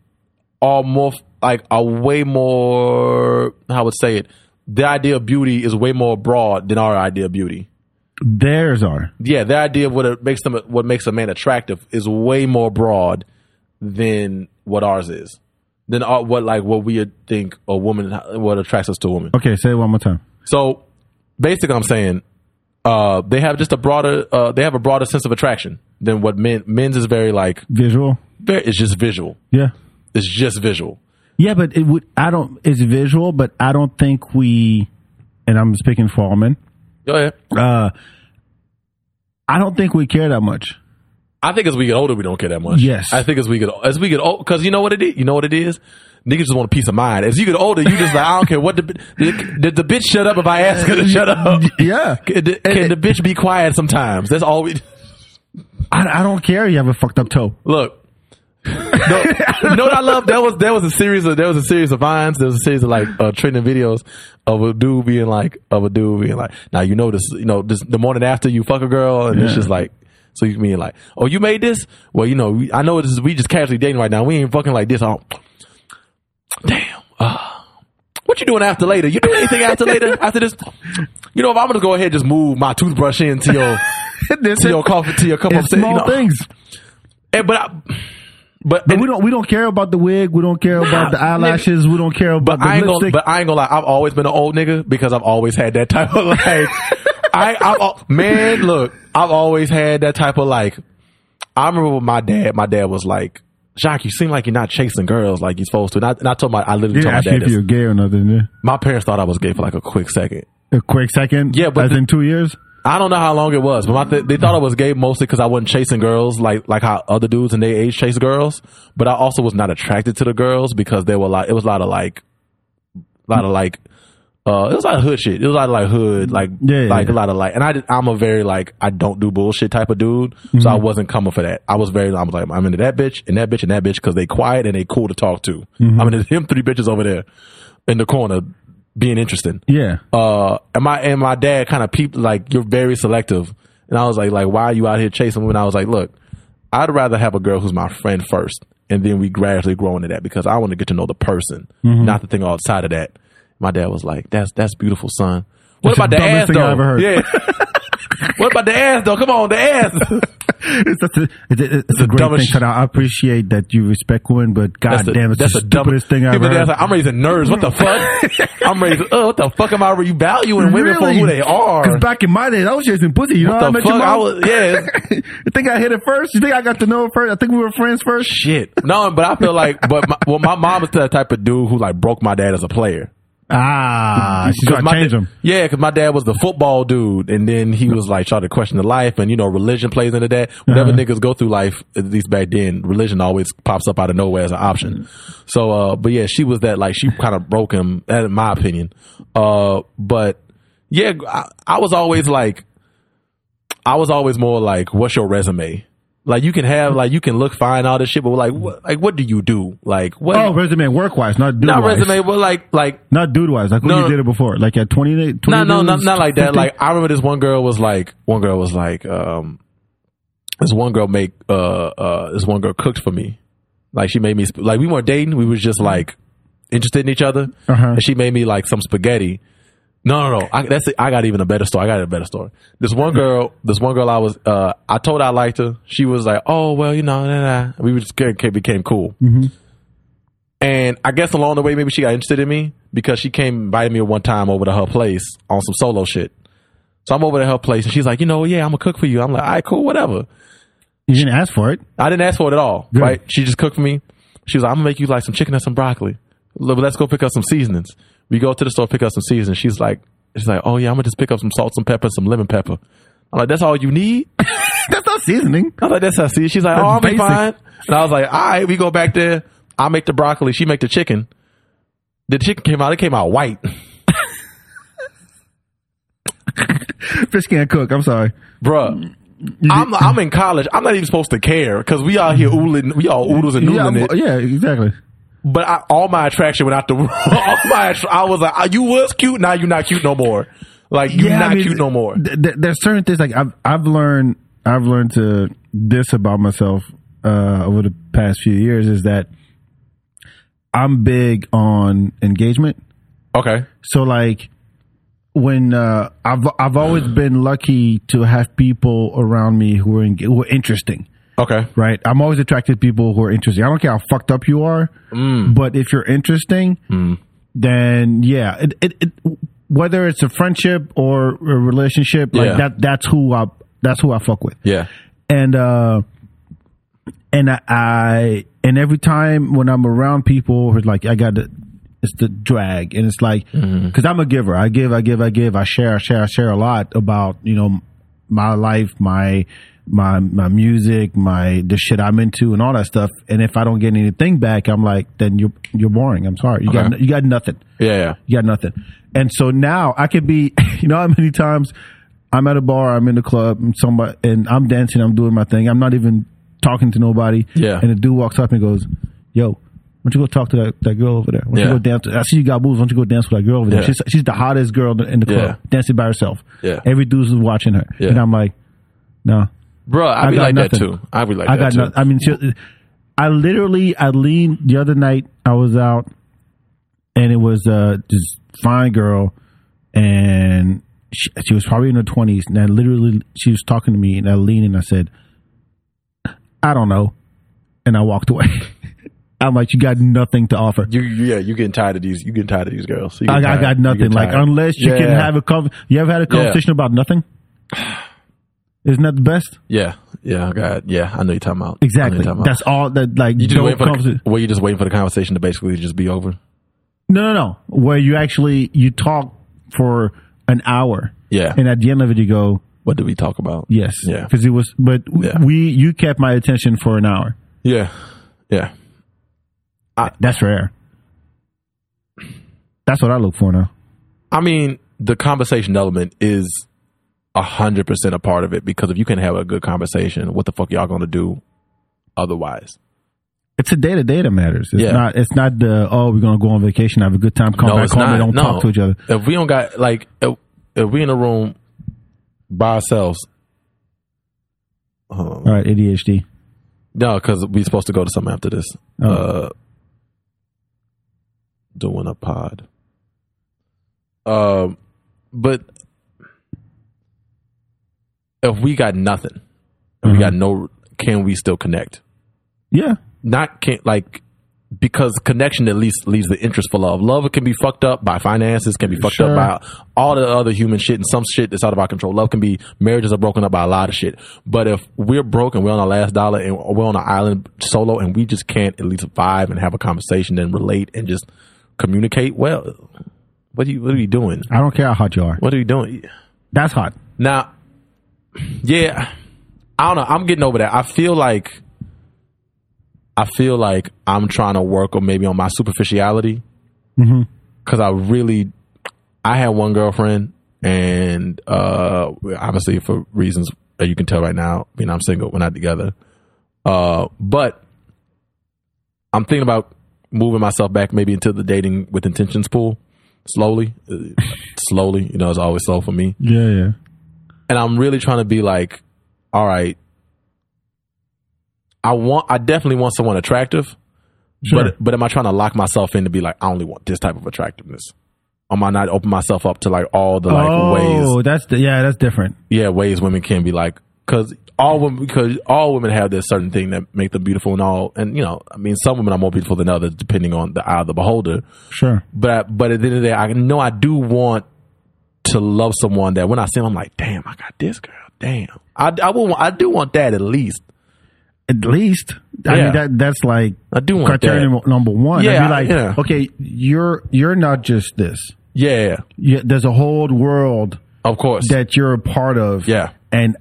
Speaker 4: are more like are way more how would say it. Their idea of beauty is way more broad than our idea of beauty.
Speaker 3: Theirs are.
Speaker 4: Yeah, their idea of what it makes them what makes a man attractive is way more broad than what ours is. Than our, what like what we think a woman what attracts us to a woman.
Speaker 3: Okay, say it one more time.
Speaker 4: So basically, I'm saying uh, they have just a broader uh, they have a broader sense of attraction than what men men's is very like
Speaker 3: Visual.
Speaker 4: very, it's just visual.
Speaker 3: Yeah.
Speaker 4: It's just visual.
Speaker 3: Yeah, but it would. I don't. It's visual, but I don't think we. And I'm speaking for all men.
Speaker 4: Go ahead.
Speaker 3: Uh, I don't think we care that much.
Speaker 4: I think as we get older, we don't care that much.
Speaker 3: Yes.
Speaker 4: I think as we get as we get old, because you know what it is. You know what it is. Niggas just want a peace of mind. As you get older, you just like I don't care what the bi- did, did the bitch shut up if I ask her to shut up.
Speaker 3: Yeah.
Speaker 4: Can, the- can the bitch be quiet sometimes? That's all we
Speaker 3: I, I don't care. if You have a fucked up toe.
Speaker 4: look. no, you know what I love? That was that was a series of there was a series of vines. There was a series of like uh, trending videos of a dude being like of a dude being like, now you know this, you know this the morning after you fuck a girl, and it's
Speaker 3: Yeah.
Speaker 4: just like. So you mean like, oh, you made this? Well, you know, we, I know this is, we just casually dating right now. We ain't fucking like this. Oh, damn. ah. what you doing after later? You doing anything after later? After this, you know, if I'm gonna go ahead and just move my toothbrush into your
Speaker 3: This
Speaker 4: to your coffee to your cup
Speaker 3: it's
Speaker 4: upstairs, you
Speaker 3: small
Speaker 4: know.
Speaker 3: things.
Speaker 4: And, Eh, but I, but,
Speaker 3: But we don't. We don't care about the wig. We don't care about the
Speaker 4: nigga.
Speaker 3: eyelashes. we don't care about
Speaker 4: But
Speaker 3: the
Speaker 4: I ain't gonna.
Speaker 3: lipstick.
Speaker 4: But I ain't gonna lie. I've always been an old nigga because I've always had that type of like. I, I've al- man, look, I've always had that type of like. I remember with my dad. My dad was like, "Jacques, you seem like you're not chasing girls like you're supposed to." And I, and I told my, I literally
Speaker 3: you didn't
Speaker 4: told my
Speaker 3: ask me
Speaker 4: dad
Speaker 3: if
Speaker 4: this.
Speaker 3: you're gay or nothing. Yeah.
Speaker 4: My parents thought I was gay for like a quick second.
Speaker 3: A quick second.
Speaker 4: Yeah, but
Speaker 3: as
Speaker 4: the-
Speaker 3: in two years.
Speaker 4: I don't know how long it was, but my th- they thought I was gay mostly because I wasn't chasing girls like like how other dudes in their age chase girls. But I also was not attracted to the girls because they were like it was a lot of like, a lot of like, uh, it was a lot of hood shit. It was a lot of like hood, like
Speaker 3: Yeah, yeah,
Speaker 4: like
Speaker 3: yeah.
Speaker 4: a lot of like. And I did, I'm a very like I don't do bullshit type of dude, so I
Speaker 3: Mm-hmm.
Speaker 4: wasn't coming for that. I was very I was like I'm into that bitch and that bitch and that bitch because they quiet and they cool to talk to.
Speaker 3: Mm-hmm.
Speaker 4: I'm into them three bitches over there in the corner being interesting
Speaker 3: Yeah.
Speaker 4: uh and my and my dad kind of peeped like you're very selective and i was like like why are you out here chasing women i was like look i'd rather have a girl who's my friend first and then we gradually grow into that because i want to get to know the person
Speaker 3: Mm-hmm.
Speaker 4: not the thing outside of that my dad was like that's that's beautiful son what
Speaker 3: That's
Speaker 4: about
Speaker 3: the
Speaker 4: the,
Speaker 3: dumbest
Speaker 4: ass
Speaker 3: thing
Speaker 4: though
Speaker 3: I ever heard.
Speaker 4: yeah what about the ass though come on the ass
Speaker 3: It's, that's a, it's, a- it's a great
Speaker 4: dumbest
Speaker 3: thing. Cut out. I appreciate that you respect women, but god
Speaker 4: That's the-
Speaker 3: damn, it's the
Speaker 4: dumb-
Speaker 3: stupidest thing I
Speaker 4: People
Speaker 3: ever
Speaker 4: that's
Speaker 3: heard.
Speaker 4: Like, I'm raising nerds. What the fuck? I'm raising. Oh, what the fuck am I? You valuing women for who they
Speaker 3: 'Cause
Speaker 4: are?
Speaker 3: back in my days, I was chasing pussy. You know
Speaker 4: What
Speaker 3: how I
Speaker 4: the
Speaker 3: met your
Speaker 4: fuck?
Speaker 3: mom?
Speaker 4: I was. Yeah.
Speaker 3: you think I hit it first? You think I got to know it first? I think we were friends first.
Speaker 4: Shit. No, but I feel like, but my, well, my mom is the type of dude who like broke my dad as a player.
Speaker 3: Ah, she's trying
Speaker 4: 'Cause
Speaker 3: to
Speaker 4: my
Speaker 3: change
Speaker 4: da-
Speaker 3: him.
Speaker 4: Yeah, because my dad was the football dude, and then he was like trying to question the life, and you know, religion plays into that. Whatever
Speaker 3: Uh-huh.
Speaker 4: niggas go through life, at least back then, religion always pops up out of nowhere as an option. So, uh, but yeah, she was that like she kind of broke him, that in my opinion. Uh, but yeah, I, I was always like, I was always more like, what's your resume? Like you can have like you can look fine all this shit, but like what like what do you do? Like what?
Speaker 3: Oh, resume work wise, not dude
Speaker 4: not
Speaker 3: wise.
Speaker 4: resume, but like like
Speaker 3: Not dude wise. Like when
Speaker 4: No,
Speaker 3: you
Speaker 4: no.
Speaker 3: did it before, like at 20, 20
Speaker 4: no, no, not, not like that.
Speaker 3: 50?
Speaker 4: Like I remember this one girl was like, one girl was like, um, this one girl make, uh, uh, this one girl cooked for me. Like she made me, sp- like we weren't dating. We was just like interested in each other.
Speaker 3: Uh-huh.
Speaker 4: And she made me like some spaghetti. No, no, no. I, that's it. I got even a better story. I got a better story. This one girl, this one girl I was, uh, I told her I liked her. She was like, oh, well, you know, nah, nah. we were just became became cool. And I guess along the way, maybe she got interested in me because she came and invited me one time over to her place on some solo shit. So I'm over to her place and she's like, you know, yeah, I'm gonna cook for you. I'm like, all right, cool, whatever.
Speaker 3: you didn't ask for it.
Speaker 4: I didn't ask for it at all, right?
Speaker 3: Good.
Speaker 4: She just cooked for me. She was like, I'm gonna make you like some chicken and some broccoli. Look, Let's go pick up some seasonings. We go to the store, pick up some seasonings. She's like, she's like, oh yeah, I'm gonna just pick up some salt, some pepper, some lemon pepper. I'm like, that's all you need?
Speaker 3: That's not seasoning.
Speaker 4: I was like, that's how see. She's like, oh, I'll be
Speaker 3: Basic.
Speaker 4: fine. And I was like, all right, we go back there. I make the broccoli. She make the chicken. The chicken came out. It came out white,
Speaker 3: Fish can't cook. I'm sorry.
Speaker 4: bruh. I'm I'm in college. I'm not even supposed to care because we out here oodling. We all oodles and
Speaker 3: Yeah,
Speaker 4: noodling
Speaker 3: I'm-
Speaker 4: it.
Speaker 3: yeah, exactly.
Speaker 4: But I, all my attraction went out the. all my attr- I was like, "Ah, you was cute. Now you not cute no more. Like you
Speaker 3: yeah,
Speaker 4: not
Speaker 3: I mean,
Speaker 4: cute no more.
Speaker 3: th- th- there's certain things like I've I've learned I've learned to this about myself uh, over the past few years is that I'm big on engagement.
Speaker 4: Okay.
Speaker 3: So like when uh, I've I've always been lucky to have people around me who are enga- who are interesting.
Speaker 4: Okay.
Speaker 3: Right, I'm always attracted to people who are interesting. I don't care how fucked up you are, but if you're interesting, then yeah, it, it, it, whether it's a friendship or a relationship, like
Speaker 4: Yeah.
Speaker 3: that, that's who I that's who I fuck with
Speaker 4: Yeah.
Speaker 3: and uh and I, I and every time when I'm around people who's like I got the it's the drag and it's like because I'm a giver I give I give I give I share I share I share a lot about you know my life my my my music my the shit I'm into and all that stuff and if I don't get anything back I'm like then you're you're boring I'm sorry you got
Speaker 4: Okay.
Speaker 3: you got nothing
Speaker 4: Yeah. yeah.
Speaker 3: you got nothing. And so now I could be, you know, how many times I'm at a bar, I'm in the club, and somebody, and I'm dancing, I'm doing my thing, I'm not even talking to nobody.
Speaker 4: Yeah.
Speaker 3: And the dude walks up and goes, "Yo, why don't you go talk to that, that girl over there? Why don't
Speaker 4: Yeah.
Speaker 3: you go dance? I see you got moves. Why don't you go dance with that girl over there?
Speaker 4: Yeah.
Speaker 3: She's she's the hottest girl in the club,
Speaker 4: Yeah.
Speaker 3: dancing by herself.
Speaker 4: Yeah.
Speaker 3: Every dude's watching her,
Speaker 4: Yeah.
Speaker 3: and I'm like, no,
Speaker 4: Bruh, I'd
Speaker 3: I
Speaker 4: be
Speaker 3: got
Speaker 4: like that
Speaker 3: nothing.
Speaker 4: too. I'd be like
Speaker 3: I
Speaker 4: that
Speaker 3: got
Speaker 4: too.
Speaker 3: no, I mean, she- I literally, I leaned the other night. I was out, and it was uh, this fine girl, and she, she was probably in her twenties. And I literally, she was talking to me, and I leaned and I said, "I don't know," and I walked away. I'm like, "You got nothing to offer."
Speaker 4: You, you- yeah, you getting tired of these? You getting tired of these girls? You
Speaker 3: I,
Speaker 4: getting
Speaker 3: I
Speaker 4: tired.
Speaker 3: got
Speaker 4: You
Speaker 3: nothing.
Speaker 4: getting
Speaker 3: Like
Speaker 4: tired.
Speaker 3: unless you can
Speaker 4: Yeah.
Speaker 3: have a con- you ever had a conversation about nothing? Isn't that the best?
Speaker 4: Yeah, yeah, God, yeah. I know you're talking about I know
Speaker 3: Exactly.
Speaker 4: you're talking about.
Speaker 3: That's all that like
Speaker 4: you just
Speaker 3: no
Speaker 4: waiting for
Speaker 3: conversa-
Speaker 4: the, well, you just waiting for the conversation to basically just be over.
Speaker 3: No, no, no. Where you actually you talk for an hour.
Speaker 4: Yeah.
Speaker 3: And at the end of it, you go
Speaker 4: What did we talk about?
Speaker 3: yes.
Speaker 4: Yeah.
Speaker 3: Because it was, but w
Speaker 4: Yeah.
Speaker 3: we you kept my attention for an hour.
Speaker 4: Yeah, yeah.
Speaker 3: That's rare. That's what I look for now.
Speaker 4: I mean, the conversation element is a hundred percent a part of it because if you can have a good conversation, what the fuck y'all gonna do otherwise?
Speaker 3: It's a day to day that matters. It's
Speaker 4: Yeah.
Speaker 3: not. It's not the oh we're gonna go on vacation, have a good time, come back
Speaker 4: it's
Speaker 3: home, we don't
Speaker 4: No.
Speaker 3: talk to each other.
Speaker 4: If we don't got like if, if we in a room by ourselves, hold on.
Speaker 3: All right, ADHD.
Speaker 4: No, because we're supposed to go to something after this.
Speaker 3: Oh.
Speaker 4: Uh, doing a pod. Um, but if we got nothing, if we
Speaker 3: Mm-hmm.
Speaker 4: got no, can we still connect?
Speaker 3: Yeah.
Speaker 4: Not can like because connection at least leaves the interest for love. Love can be fucked up by finances, can be fucked
Speaker 3: Sure.
Speaker 4: up by all the other human shit and some shit that's out of our control. Love can be marriages are broken up by a lot of shit. But if we're broke and we're on our last dollar and we're on an island solo and we just can't at least vibe and have a conversation and relate and just communicate, well, what are you what are you doing?
Speaker 3: I don't care how hot you are.
Speaker 4: What are you doing?
Speaker 3: That's hot.
Speaker 4: Now, yeah, I don't know. I'm getting over that. I feel like, I feel like I'm trying to work or maybe on my superficiality because I really, I had one girlfriend and uh, obviously for reasons that you can tell right now, you know, I'm single. We're not together. Uh, but I'm thinking about moving myself back maybe into the dating with intentions pool slowly, uh, slowly. You know, it's always slow for me
Speaker 3: Yeah, yeah.
Speaker 4: and I'm really trying to be like, all right, I want, I definitely want someone attractive,
Speaker 3: Sure.
Speaker 4: but but am I trying to lock myself in to be like, I only want this type of attractiveness? Am I not open myself up to like all the like
Speaker 3: oh,
Speaker 4: ways?
Speaker 3: that's the, yeah, that's different.
Speaker 4: Yeah, ways women can be like, because all women, because all women have this certain thing that make them beautiful and all, and you know, I mean, some women are more beautiful than others depending on the eye of the beholder
Speaker 3: Sure.
Speaker 4: but but at the end of the day, I know I do want to love someone that when I see them, I'm like, damn, I got this girl. Damn, I I, will, I do want that at least.
Speaker 3: At least, I
Speaker 4: Yeah.
Speaker 3: mean that that's like
Speaker 4: I do want
Speaker 3: criterion
Speaker 4: that.
Speaker 3: number one.
Speaker 4: Yeah,
Speaker 3: I'd be like,
Speaker 4: yeah.
Speaker 3: okay, you're you're not just this.
Speaker 4: Yeah,
Speaker 3: You, there's a whole world
Speaker 4: of course.
Speaker 3: that you're a part of.
Speaker 4: Yeah.
Speaker 3: and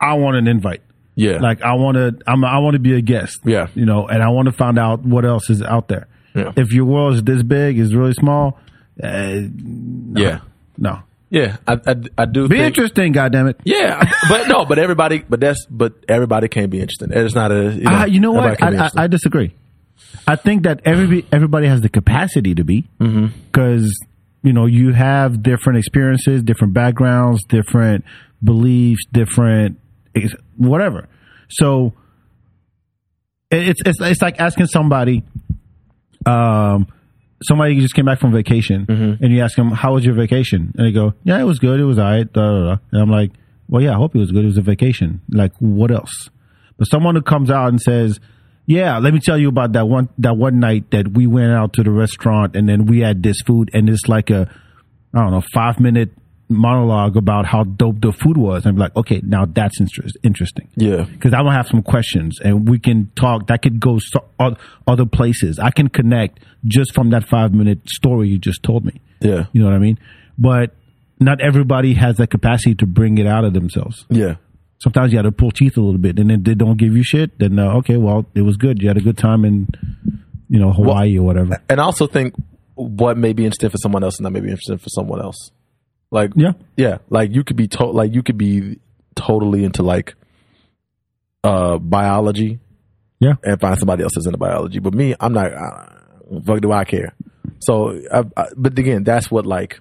Speaker 3: I want an invite.
Speaker 4: yeah,
Speaker 3: Like I want to, I'm, I want to be a guest.
Speaker 4: Yeah.
Speaker 3: you know, and I want to find out what else is out there.
Speaker 4: Yeah.
Speaker 3: If your world is this big, is really small, uh,
Speaker 4: yeah,
Speaker 3: no.
Speaker 4: yeah. I I, I do
Speaker 3: Be
Speaker 4: think-
Speaker 3: interesting, goddamn it.
Speaker 4: Yeah, but no, but everybody, but that's but everybody can't be interesting. It's not a you know,
Speaker 3: Uh, you know
Speaker 4: everybody
Speaker 3: what?
Speaker 4: can't be
Speaker 3: I, I,
Speaker 4: interesting.
Speaker 3: I disagree. I think that every everybody has the capacity to be
Speaker 4: Mm-hmm.
Speaker 3: because you know you have different experiences, different backgrounds, different beliefs, different ex- whatever. So it- it's it's it's like asking somebody, um, somebody who just came back from vacation,
Speaker 4: Mm-hmm.
Speaker 3: and you ask them how was your vacation, and they go, yeah, it was good, it was alright, da da da, and I'm like, well, yeah, I hope it was good, it was a vacation. Like, what else? But someone who comes out and says, "Yeah, let me tell you about that one that one night that we went out to the restaurant and then we had this food and it's like a I don't know five minute monologue about how dope the food was." I'm like, okay, now that's interest, interesting
Speaker 4: yeah,
Speaker 3: because I'm gonna have some questions and we can talk. That could go so, o- other places. I can connect just from that five minute story you just told me.
Speaker 4: Yeah.
Speaker 3: you know what I mean. But not everybody has that capacity to bring it out of themselves
Speaker 4: yeah,
Speaker 3: sometimes you had to pull teeth a little bit, and then they don't give you shit. Then uh, okay, well, it was good. You had a good time in, you know, Hawaii or whatever.
Speaker 4: and I also think what may be interesting for someone else and not may be interesting for someone else. Like
Speaker 3: Yeah.
Speaker 4: yeah, like you could be to- like you could be totally into like uh biology
Speaker 3: Yeah,
Speaker 4: and find somebody else that's into biology. But me, I'm not. Uh, fuck, do I care? So, I, I, but again, that's what like,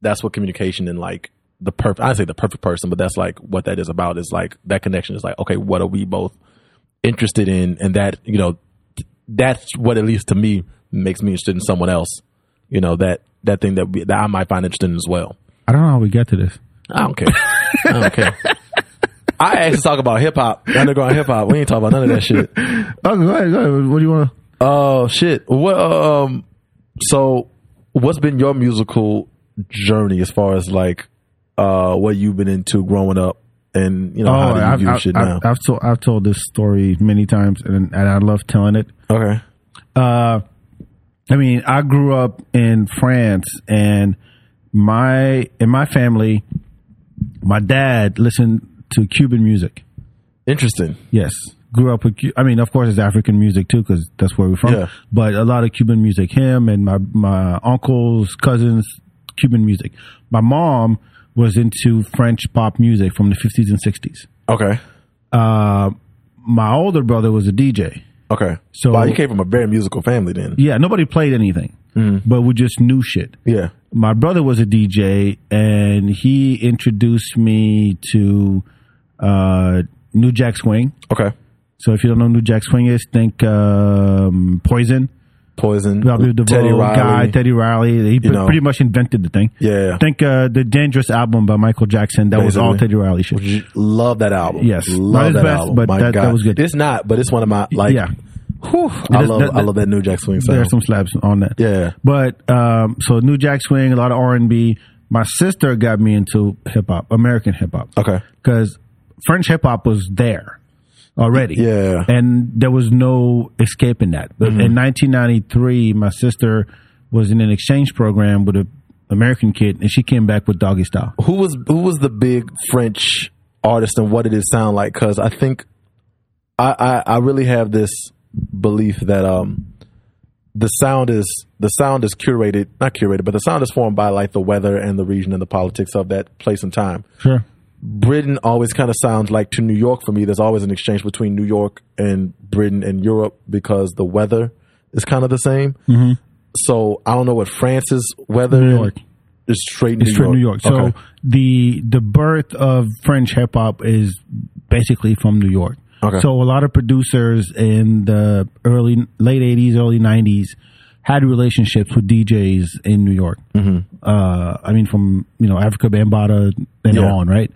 Speaker 4: that's what communication and like the perfect. I say the perfect person, but that's like what that is about. Is like that connection is like okay, what are we both interested in? And that you know, that's what at least to me makes me interested in someone else. You know that that thing that we, that I might find interesting as well.
Speaker 3: I don't know how we got to this.
Speaker 4: I don't care. I don't care. I asked to talk about hip hop, underground hip hop. We ain't talking about none of that shit.
Speaker 3: Oh, go ahead, go ahead. What do you want? to...
Speaker 4: Oh shit. Well, um, so what's been your musical journey as far as like uh what you've been into growing up, and you know how do you
Speaker 3: Oh, I've,
Speaker 4: view
Speaker 3: I've,
Speaker 4: shit now?
Speaker 3: I've, I've told I've told this story many times, and and I love telling it.
Speaker 4: okay.
Speaker 3: Uh, I mean, I grew up in France, and my in my family, my dad listened to Cuban music.
Speaker 4: Interesting.
Speaker 3: Yes. Grew up with, Cu- I mean, of course, it's African music too, because that's where we're from.
Speaker 4: Yeah.
Speaker 3: But a lot of Cuban music. Him and my my uncles, cousins, Cuban music. My mom was into French pop music from the fifties and sixties.
Speaker 4: Okay.
Speaker 3: Uh, my older brother was a DJ.
Speaker 4: Okay.
Speaker 3: So-
Speaker 4: wow, you came from a very musical family then.
Speaker 3: Yeah, nobody played anything, but we just knew shit.
Speaker 4: Yeah.
Speaker 3: my brother was a DJ, and he introduced me to uh, New Jack Swing.
Speaker 4: Okay.
Speaker 3: So if you don't know who New Jack Swing is, think um, Poison,
Speaker 4: Poison.
Speaker 3: Bobby
Speaker 4: Teddy
Speaker 3: DeVoe
Speaker 4: Riley.
Speaker 3: guy, Teddy Riley. He pre-
Speaker 4: know.
Speaker 3: pretty much invented the thing.
Speaker 4: Yeah.
Speaker 3: Think uh, the Dangerous album by Michael Jackson. That was all
Speaker 4: Basically.
Speaker 3: Teddy Riley shit.
Speaker 4: J- Love that album.
Speaker 3: Yes. Not
Speaker 4: Love
Speaker 3: his
Speaker 4: that
Speaker 3: best,
Speaker 4: album.
Speaker 3: but
Speaker 4: My
Speaker 3: that- that
Speaker 4: God.
Speaker 3: was good.
Speaker 4: It's not, but it's one of my like.
Speaker 3: Yeah.
Speaker 4: Whew, I
Speaker 3: is-
Speaker 4: love
Speaker 3: that-
Speaker 4: I love that new Jack Swing
Speaker 3: There
Speaker 4: sound.
Speaker 3: are some slaps on that.
Speaker 4: Yeah.
Speaker 3: But um, so New Jack Swing, a lot of R and B. My sister got me into hip hop, American hip hop.
Speaker 4: Okay.
Speaker 3: because French hip hop was there already.
Speaker 4: Yeah.
Speaker 3: And there was no escaping that. But in 1993, my sister was in an exchange program with an American kid, and she came back with Doggy Style.
Speaker 4: who was who was the big French artist and what did it sound like? Because I think I, I I really have this belief that um the sound is the sound is curated, not curated, but the sound is formed by like the weather and the region and the politics of that place and time.
Speaker 3: Sure.
Speaker 4: Britain always kind of sounds like to New York for me. There's always an exchange between New York and Britain and Europe because the weather is kind of the same. So I don't know what France's weather
Speaker 3: Mm-hmm. New York.
Speaker 4: is straight New
Speaker 3: It's from New York. So
Speaker 4: Okay.
Speaker 3: the the birth of French hip hop is basically from New York.
Speaker 4: Okay.
Speaker 3: So a lot of producers in the early late eighties, early nineties had relationships with DJs in New York.
Speaker 4: Mm-hmm.
Speaker 3: Uh, I mean, from you know Africa Bambata and
Speaker 4: Yeah.
Speaker 3: on, right?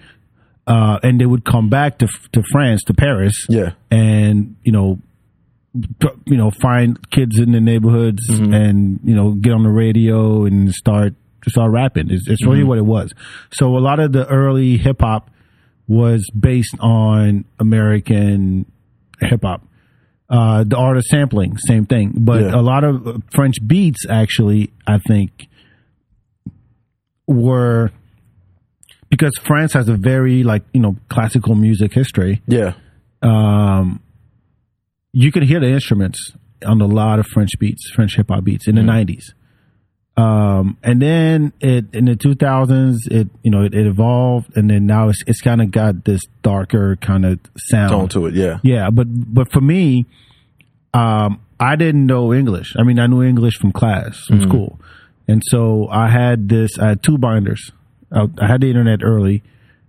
Speaker 3: Uh, and they would come back to to France, to Paris,
Speaker 4: Yeah.
Speaker 3: and you know pr- you know, find kids in the neighborhoods and you know, get on the radio and start start rapping. It's, it's really what it was. So a lot of the early hip hop was based on American hip hop. Uh, the art of sampling, same thing. But
Speaker 4: Yeah.
Speaker 3: a lot of uh, French beats, actually, I think, were because France has a very like you know classical music history
Speaker 4: yeah.
Speaker 3: you could hear the instruments on a lot of French beats, French hip hop beats in the nineties. Um, and then it in the two thousands, it you know it, it evolved, and then now it's it's kind of got this darker kind of sound
Speaker 4: Tone to it. Yeah.
Speaker 3: yeah, but but for me, um, I didn't know English. I mean, I knew English from class,
Speaker 4: Mm.
Speaker 3: from school, and so I had this. I had two binders. I, I had the internet early,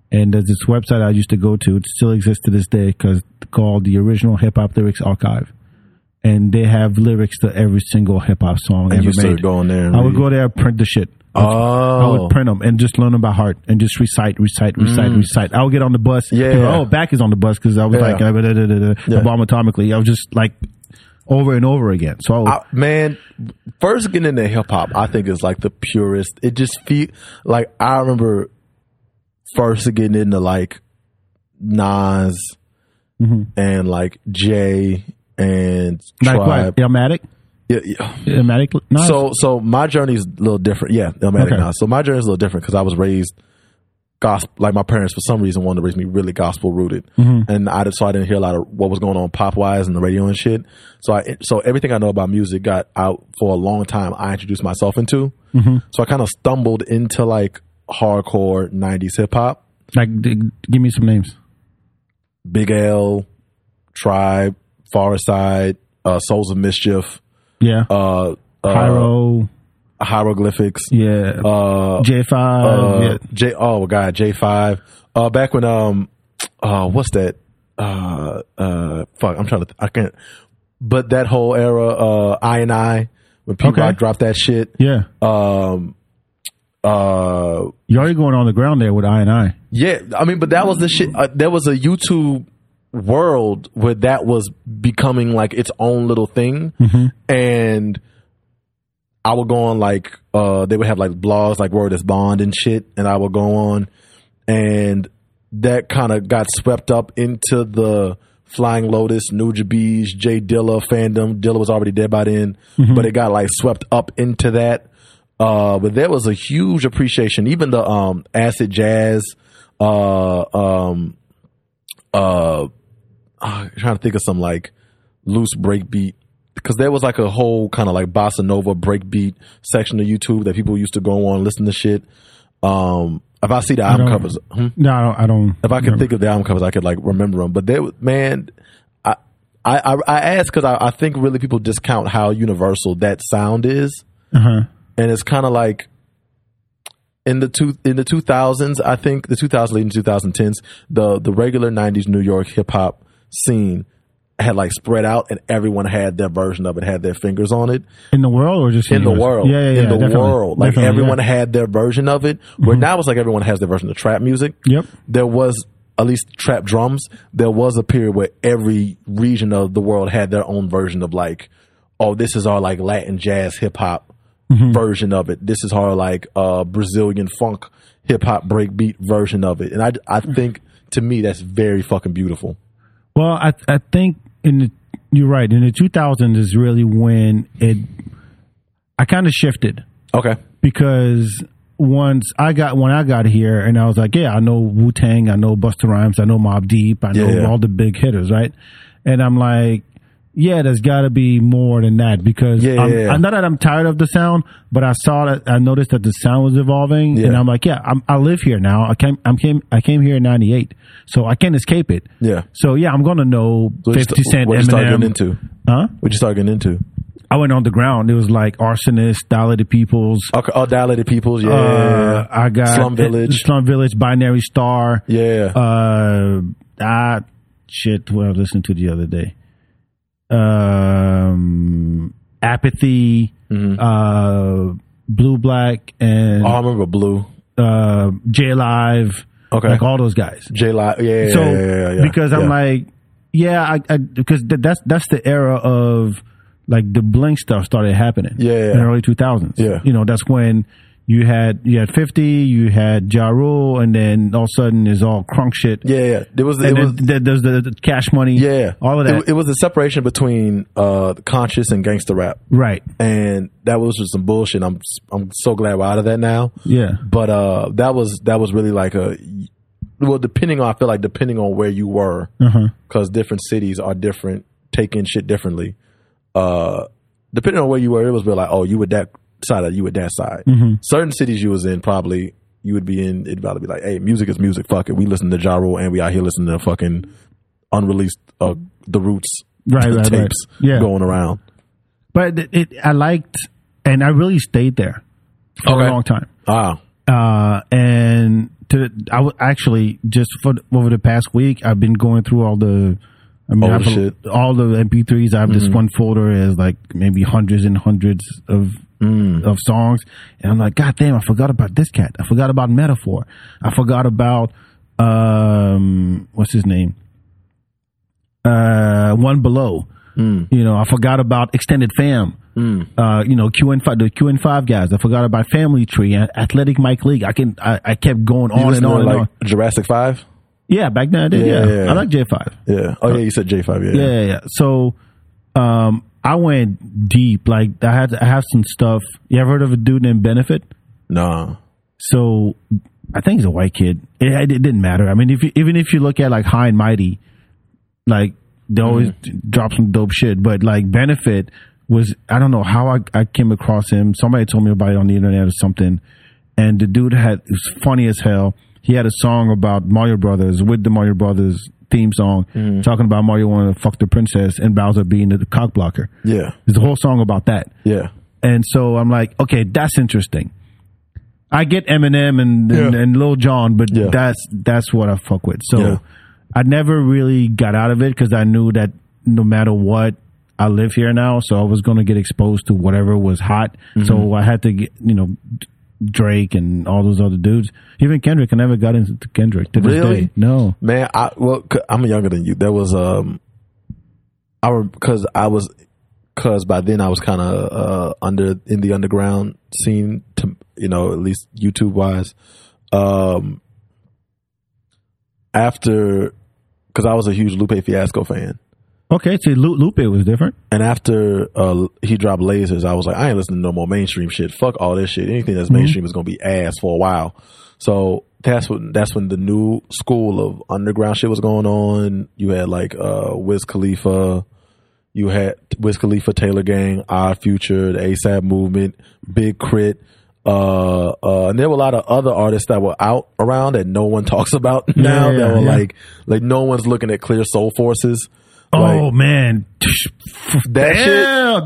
Speaker 3: and there's this website I used to go to. It still exists to this day because called the Original Hip Hop Lyrics Archive, and they have lyrics to every single hip hop song
Speaker 4: And
Speaker 3: ever
Speaker 4: you started
Speaker 3: made.
Speaker 4: going there. and
Speaker 3: I would
Speaker 4: reading.
Speaker 3: go there, print the shit. I
Speaker 4: Oh. Mm.
Speaker 3: would print them and just learn them by heart and just recite, recite, recite, recite. I would get on the bus.
Speaker 4: Yeah.
Speaker 3: They go, Oh, back is on the bus because I was
Speaker 4: Yeah.
Speaker 3: like, uh, da, da, da, da, bomb atomically. I was just like over and over again. So I would,
Speaker 4: I, man, first getting into hip hop, I think is like the purest. It just feel like I remember first getting into like Nas
Speaker 3: Mm-hmm.
Speaker 4: and like Jay and
Speaker 3: like
Speaker 4: Tribe.
Speaker 3: what? Illmatic?
Speaker 4: Yeah, yeah.
Speaker 3: Illmatic? No.
Speaker 4: So so my journey is a little different. Yeah, Illmatic
Speaker 3: Okay.
Speaker 4: Nas. So my journey is a little different because I was raised gospel. Like my parents, for some reason, wanted to raise me really gospel rooted,
Speaker 3: Mm-hmm.
Speaker 4: and I just, so I didn't hear a lot of what was going on pop wise and the radio and shit. So I so everything I know about music got out for a long time. I introduced myself into.
Speaker 3: Mm-hmm.
Speaker 4: So I kind of stumbled into like hardcore '90s hip hop.
Speaker 3: like, d- give me some names.
Speaker 4: Big L, Tribe, Farside, uh, Souls of Mischief,
Speaker 3: Yeah.
Speaker 4: uh, uh,
Speaker 3: Pyro.
Speaker 4: hieroglyphics.
Speaker 3: Yeah.
Speaker 4: Uh,
Speaker 3: J5.
Speaker 4: uh,
Speaker 3: yeah.
Speaker 4: J oh god J five. Uh, back when um, uh, what's that? Uh, uh, fuck, I'm trying to. Th- I can't. But that whole era, uh, I and I, when P Rock
Speaker 3: Okay.
Speaker 4: dropped that shit.
Speaker 3: Yeah.
Speaker 4: Um, uh,
Speaker 3: You're already going on the ground there with I and I.
Speaker 4: yeah. I mean, but that was the shit. Uh, there was a YouTube world where that was becoming like its own little thing,
Speaker 3: Mm-hmm.
Speaker 4: and I would go on like uh they would have like blogs like Word is Bond and shit, and I would go on, and that kind of got swept up into the Flying Lotus, New Jabees, Jay Dilla fandom. Dilla was already dead by then, but it got like swept up into that. Uh, but there was a huge appreciation, even the um acid jazz, uh, um, uh, I'm trying to think of some like loose breakbeat because there was like a whole kind of like bossa nova breakbeat section of YouTube that people used to go on listen to shit. Um, if I see the album
Speaker 3: don't-
Speaker 4: covers, hmm?
Speaker 3: No, I don't. I don't
Speaker 4: if I could
Speaker 3: remember.
Speaker 4: think of the album covers, I could like remember them. But they, was- man, I I I, I ask because I, I think really people discount how universal that sound is,
Speaker 3: Uh-huh.
Speaker 4: and it's kind of like in the two in the two thousands. I think the two thousands, late two thousand tens, the the regular nineties New York hip hop scene had like spread out, and everyone had their version of it, had their fingers on it
Speaker 3: In the world or just
Speaker 4: in the
Speaker 3: yours?
Speaker 4: world.
Speaker 3: Yeah, yeah, yeah.
Speaker 4: in the
Speaker 3: definitely.
Speaker 4: world. Like
Speaker 3: Definitely,
Speaker 4: everyone
Speaker 3: yeah. Mm-hmm.
Speaker 4: had their version of it. Where now it's like everyone has their version of trap music.
Speaker 3: Yep.
Speaker 4: There was at least trap drums. There was a period where every region of the world had their own version of like, oh, this is our like Latin jazz hip hop
Speaker 3: Mm-hmm.
Speaker 4: version of it. This is our like uh, Brazilian funk hip hop breakbeat version of it. And I I think to me that's very fucking beautiful.
Speaker 3: Well, I I think in the you're right. In the 2000s is really when it I kind of shifted
Speaker 4: Okay.
Speaker 3: because once I got when I got here and I was like, yeah, I know Wu Tang, I know Busta Rhymes, I know Mob Deep, I know
Speaker 4: Yeah.
Speaker 3: all the big hitters, right? And I'm like, yeah, there's got to be more than that because
Speaker 4: Yeah,
Speaker 3: I'm,
Speaker 4: yeah, yeah.
Speaker 3: I'm- not that I'm tired of the sound, but I saw that I noticed that the sound was evolving, and
Speaker 4: Yeah.
Speaker 3: I'm like, yeah, I'm, I live here now. I came, I'm came, I came here in '98, so I can't escape it.
Speaker 4: Yeah.
Speaker 3: So yeah, I'm gonna know
Speaker 4: What you sta-
Speaker 3: Fifty Cent,
Speaker 4: what you start
Speaker 3: Eminem.
Speaker 4: getting into?
Speaker 3: Huh?
Speaker 4: What you start getting into?
Speaker 3: I went on the ground. It was like arsonist, dilated peoples.
Speaker 4: Okay, all dilated peoples. Yeah,
Speaker 3: Uh, I got
Speaker 4: Slum Village.
Speaker 3: Slum Village, Binary Star.
Speaker 4: yeah.
Speaker 3: Uh, I shit. What I was listening to the other day. Um, apathy.
Speaker 4: Mm-hmm.
Speaker 3: Uh, blue black and
Speaker 4: oh, I remember Blue.
Speaker 3: uh, J Live.
Speaker 4: Okay.
Speaker 3: like all those guys.
Speaker 4: J Live. Yeah,
Speaker 3: so
Speaker 4: yeah, yeah, yeah, yeah.
Speaker 3: because I'm
Speaker 4: Yeah.
Speaker 3: like, yeah, I, I because th- that's that's the era of like the blink stuff started happening.
Speaker 4: Yeah, yeah.
Speaker 3: in the early 2000s.
Speaker 4: Yeah.
Speaker 3: you know that's when you had you had 50, you had Ja Rule, and then all of a sudden it's all crunk shit.
Speaker 4: yeah, yeah. There was it
Speaker 3: And
Speaker 4: was
Speaker 3: then th- there's the, the cash money,
Speaker 4: yeah,
Speaker 3: all of
Speaker 4: It-
Speaker 3: that,
Speaker 4: It, was a separation between uh, conscious and gangster rap,
Speaker 3: right?
Speaker 4: and that was just some bullshit. I'm I'm so glad we're out of that now.
Speaker 3: Yeah,
Speaker 4: but uh that was that was really like a well depending on i feel like depending on where you were
Speaker 3: Mm-hmm.
Speaker 4: because different cities are different taking shit differently uh depending on where you were it was really like oh you were that side or you were that side
Speaker 3: Mm-hmm.
Speaker 4: certain cities you was in probably you would be in it'd probably be like hey music is music fuck it we listen to Ja Rule and we out here listening to fucking unreleased uh the roots
Speaker 3: Right, right, right.
Speaker 4: tapes
Speaker 3: Yeah.
Speaker 4: going around
Speaker 3: but it, it I liked, and I really stayed there for
Speaker 4: Okay.
Speaker 3: a long time.
Speaker 4: ah
Speaker 3: uh, and to I w- actually just for over the past week I've been going through all the I mean
Speaker 4: All the
Speaker 3: I've-
Speaker 4: shit. Mm-hmm.
Speaker 3: all the MP3s. I have this one folder as like maybe hundreds and hundreds of
Speaker 4: Mm.
Speaker 3: of songs, and I'm like, God damn, I forgot about this cat. I forgot about metaphor. I forgot about um what's his name uh, One Below.
Speaker 4: Hmm.
Speaker 3: You know, I forgot about Extended Fam. Uh, you know, QN five the QN five guys. I forgot about Family Tree and Athletic Mike League. I can I, I kept going
Speaker 4: you
Speaker 3: on and on
Speaker 4: listening to
Speaker 3: and
Speaker 4: like
Speaker 3: on.
Speaker 4: Jurassic Five
Speaker 3: Yeah, back then I did.
Speaker 4: Yeah,
Speaker 3: Yeah,
Speaker 4: yeah, yeah.
Speaker 3: I like J five.
Speaker 4: yeah oh yeah you said J Five
Speaker 3: Yeah, yeah, yeah. So, um, I went deep. Like I had I have some stuff. You ever heard of a dude named Benefit?
Speaker 4: nah
Speaker 3: So I think he's a white kid. It, it didn't matter. I mean, if you, even if you look at like High and Mighty, like they always drop some dope shit. But like Benefit was, I don't know how I, I came across him. Somebody told me about it on the internet or something. And the dude had it was funny as hell. He had a song about Mario Brothers with the Mario Brothers theme song, talking about Mario wanting to fuck the princess and Bowser being the cock blocker.
Speaker 4: yeah
Speaker 3: There's a whole song about that.
Speaker 4: yeah
Speaker 3: And so I'm like, okay, that's interesting. I get Eminem and and,
Speaker 4: Yeah.
Speaker 3: and Lil Jon, but
Speaker 4: Yeah.
Speaker 3: that's that's what I fuck with. So
Speaker 4: Yeah.
Speaker 3: I never really got out of it because I knew that no matter what, I live here now, so I was gonna get exposed to whatever was hot.
Speaker 4: Mm-hmm.
Speaker 3: So I had to get you know Drake and all those other dudes, even Kendrick. I never got into Kendrick to this
Speaker 4: Really?
Speaker 3: day. No,
Speaker 4: Man, I well, i I'm younger than you. There was um, I because I was because by then I was kind of uh under in the underground scene to you know at least YouTube wise. Um, after because I was a huge Lupe Fiasco fan,
Speaker 3: okay. See, Lu- Lupe was different.
Speaker 4: and after uh he dropped Lasers, I was like, I ain't listening to no more mainstream shit. Fuck all this shit. Anything
Speaker 3: Mm-hmm.
Speaker 4: that's mainstream is gonna be ass for a while. So that's when that's when the new school of underground shit was going on. You had like uh Wiz Khalifa, you had Wiz Khalifa, Taylor Gang, Odd Future, the ASAP Movement, Big Crit. Uh, uh, and there were a lot of other artists that were out around that no one talks about now.
Speaker 3: yeah,
Speaker 4: that were
Speaker 3: yeah.
Speaker 4: like, like no one's looking at Clear Soul Forces.
Speaker 3: oh man, that
Speaker 4: That shit-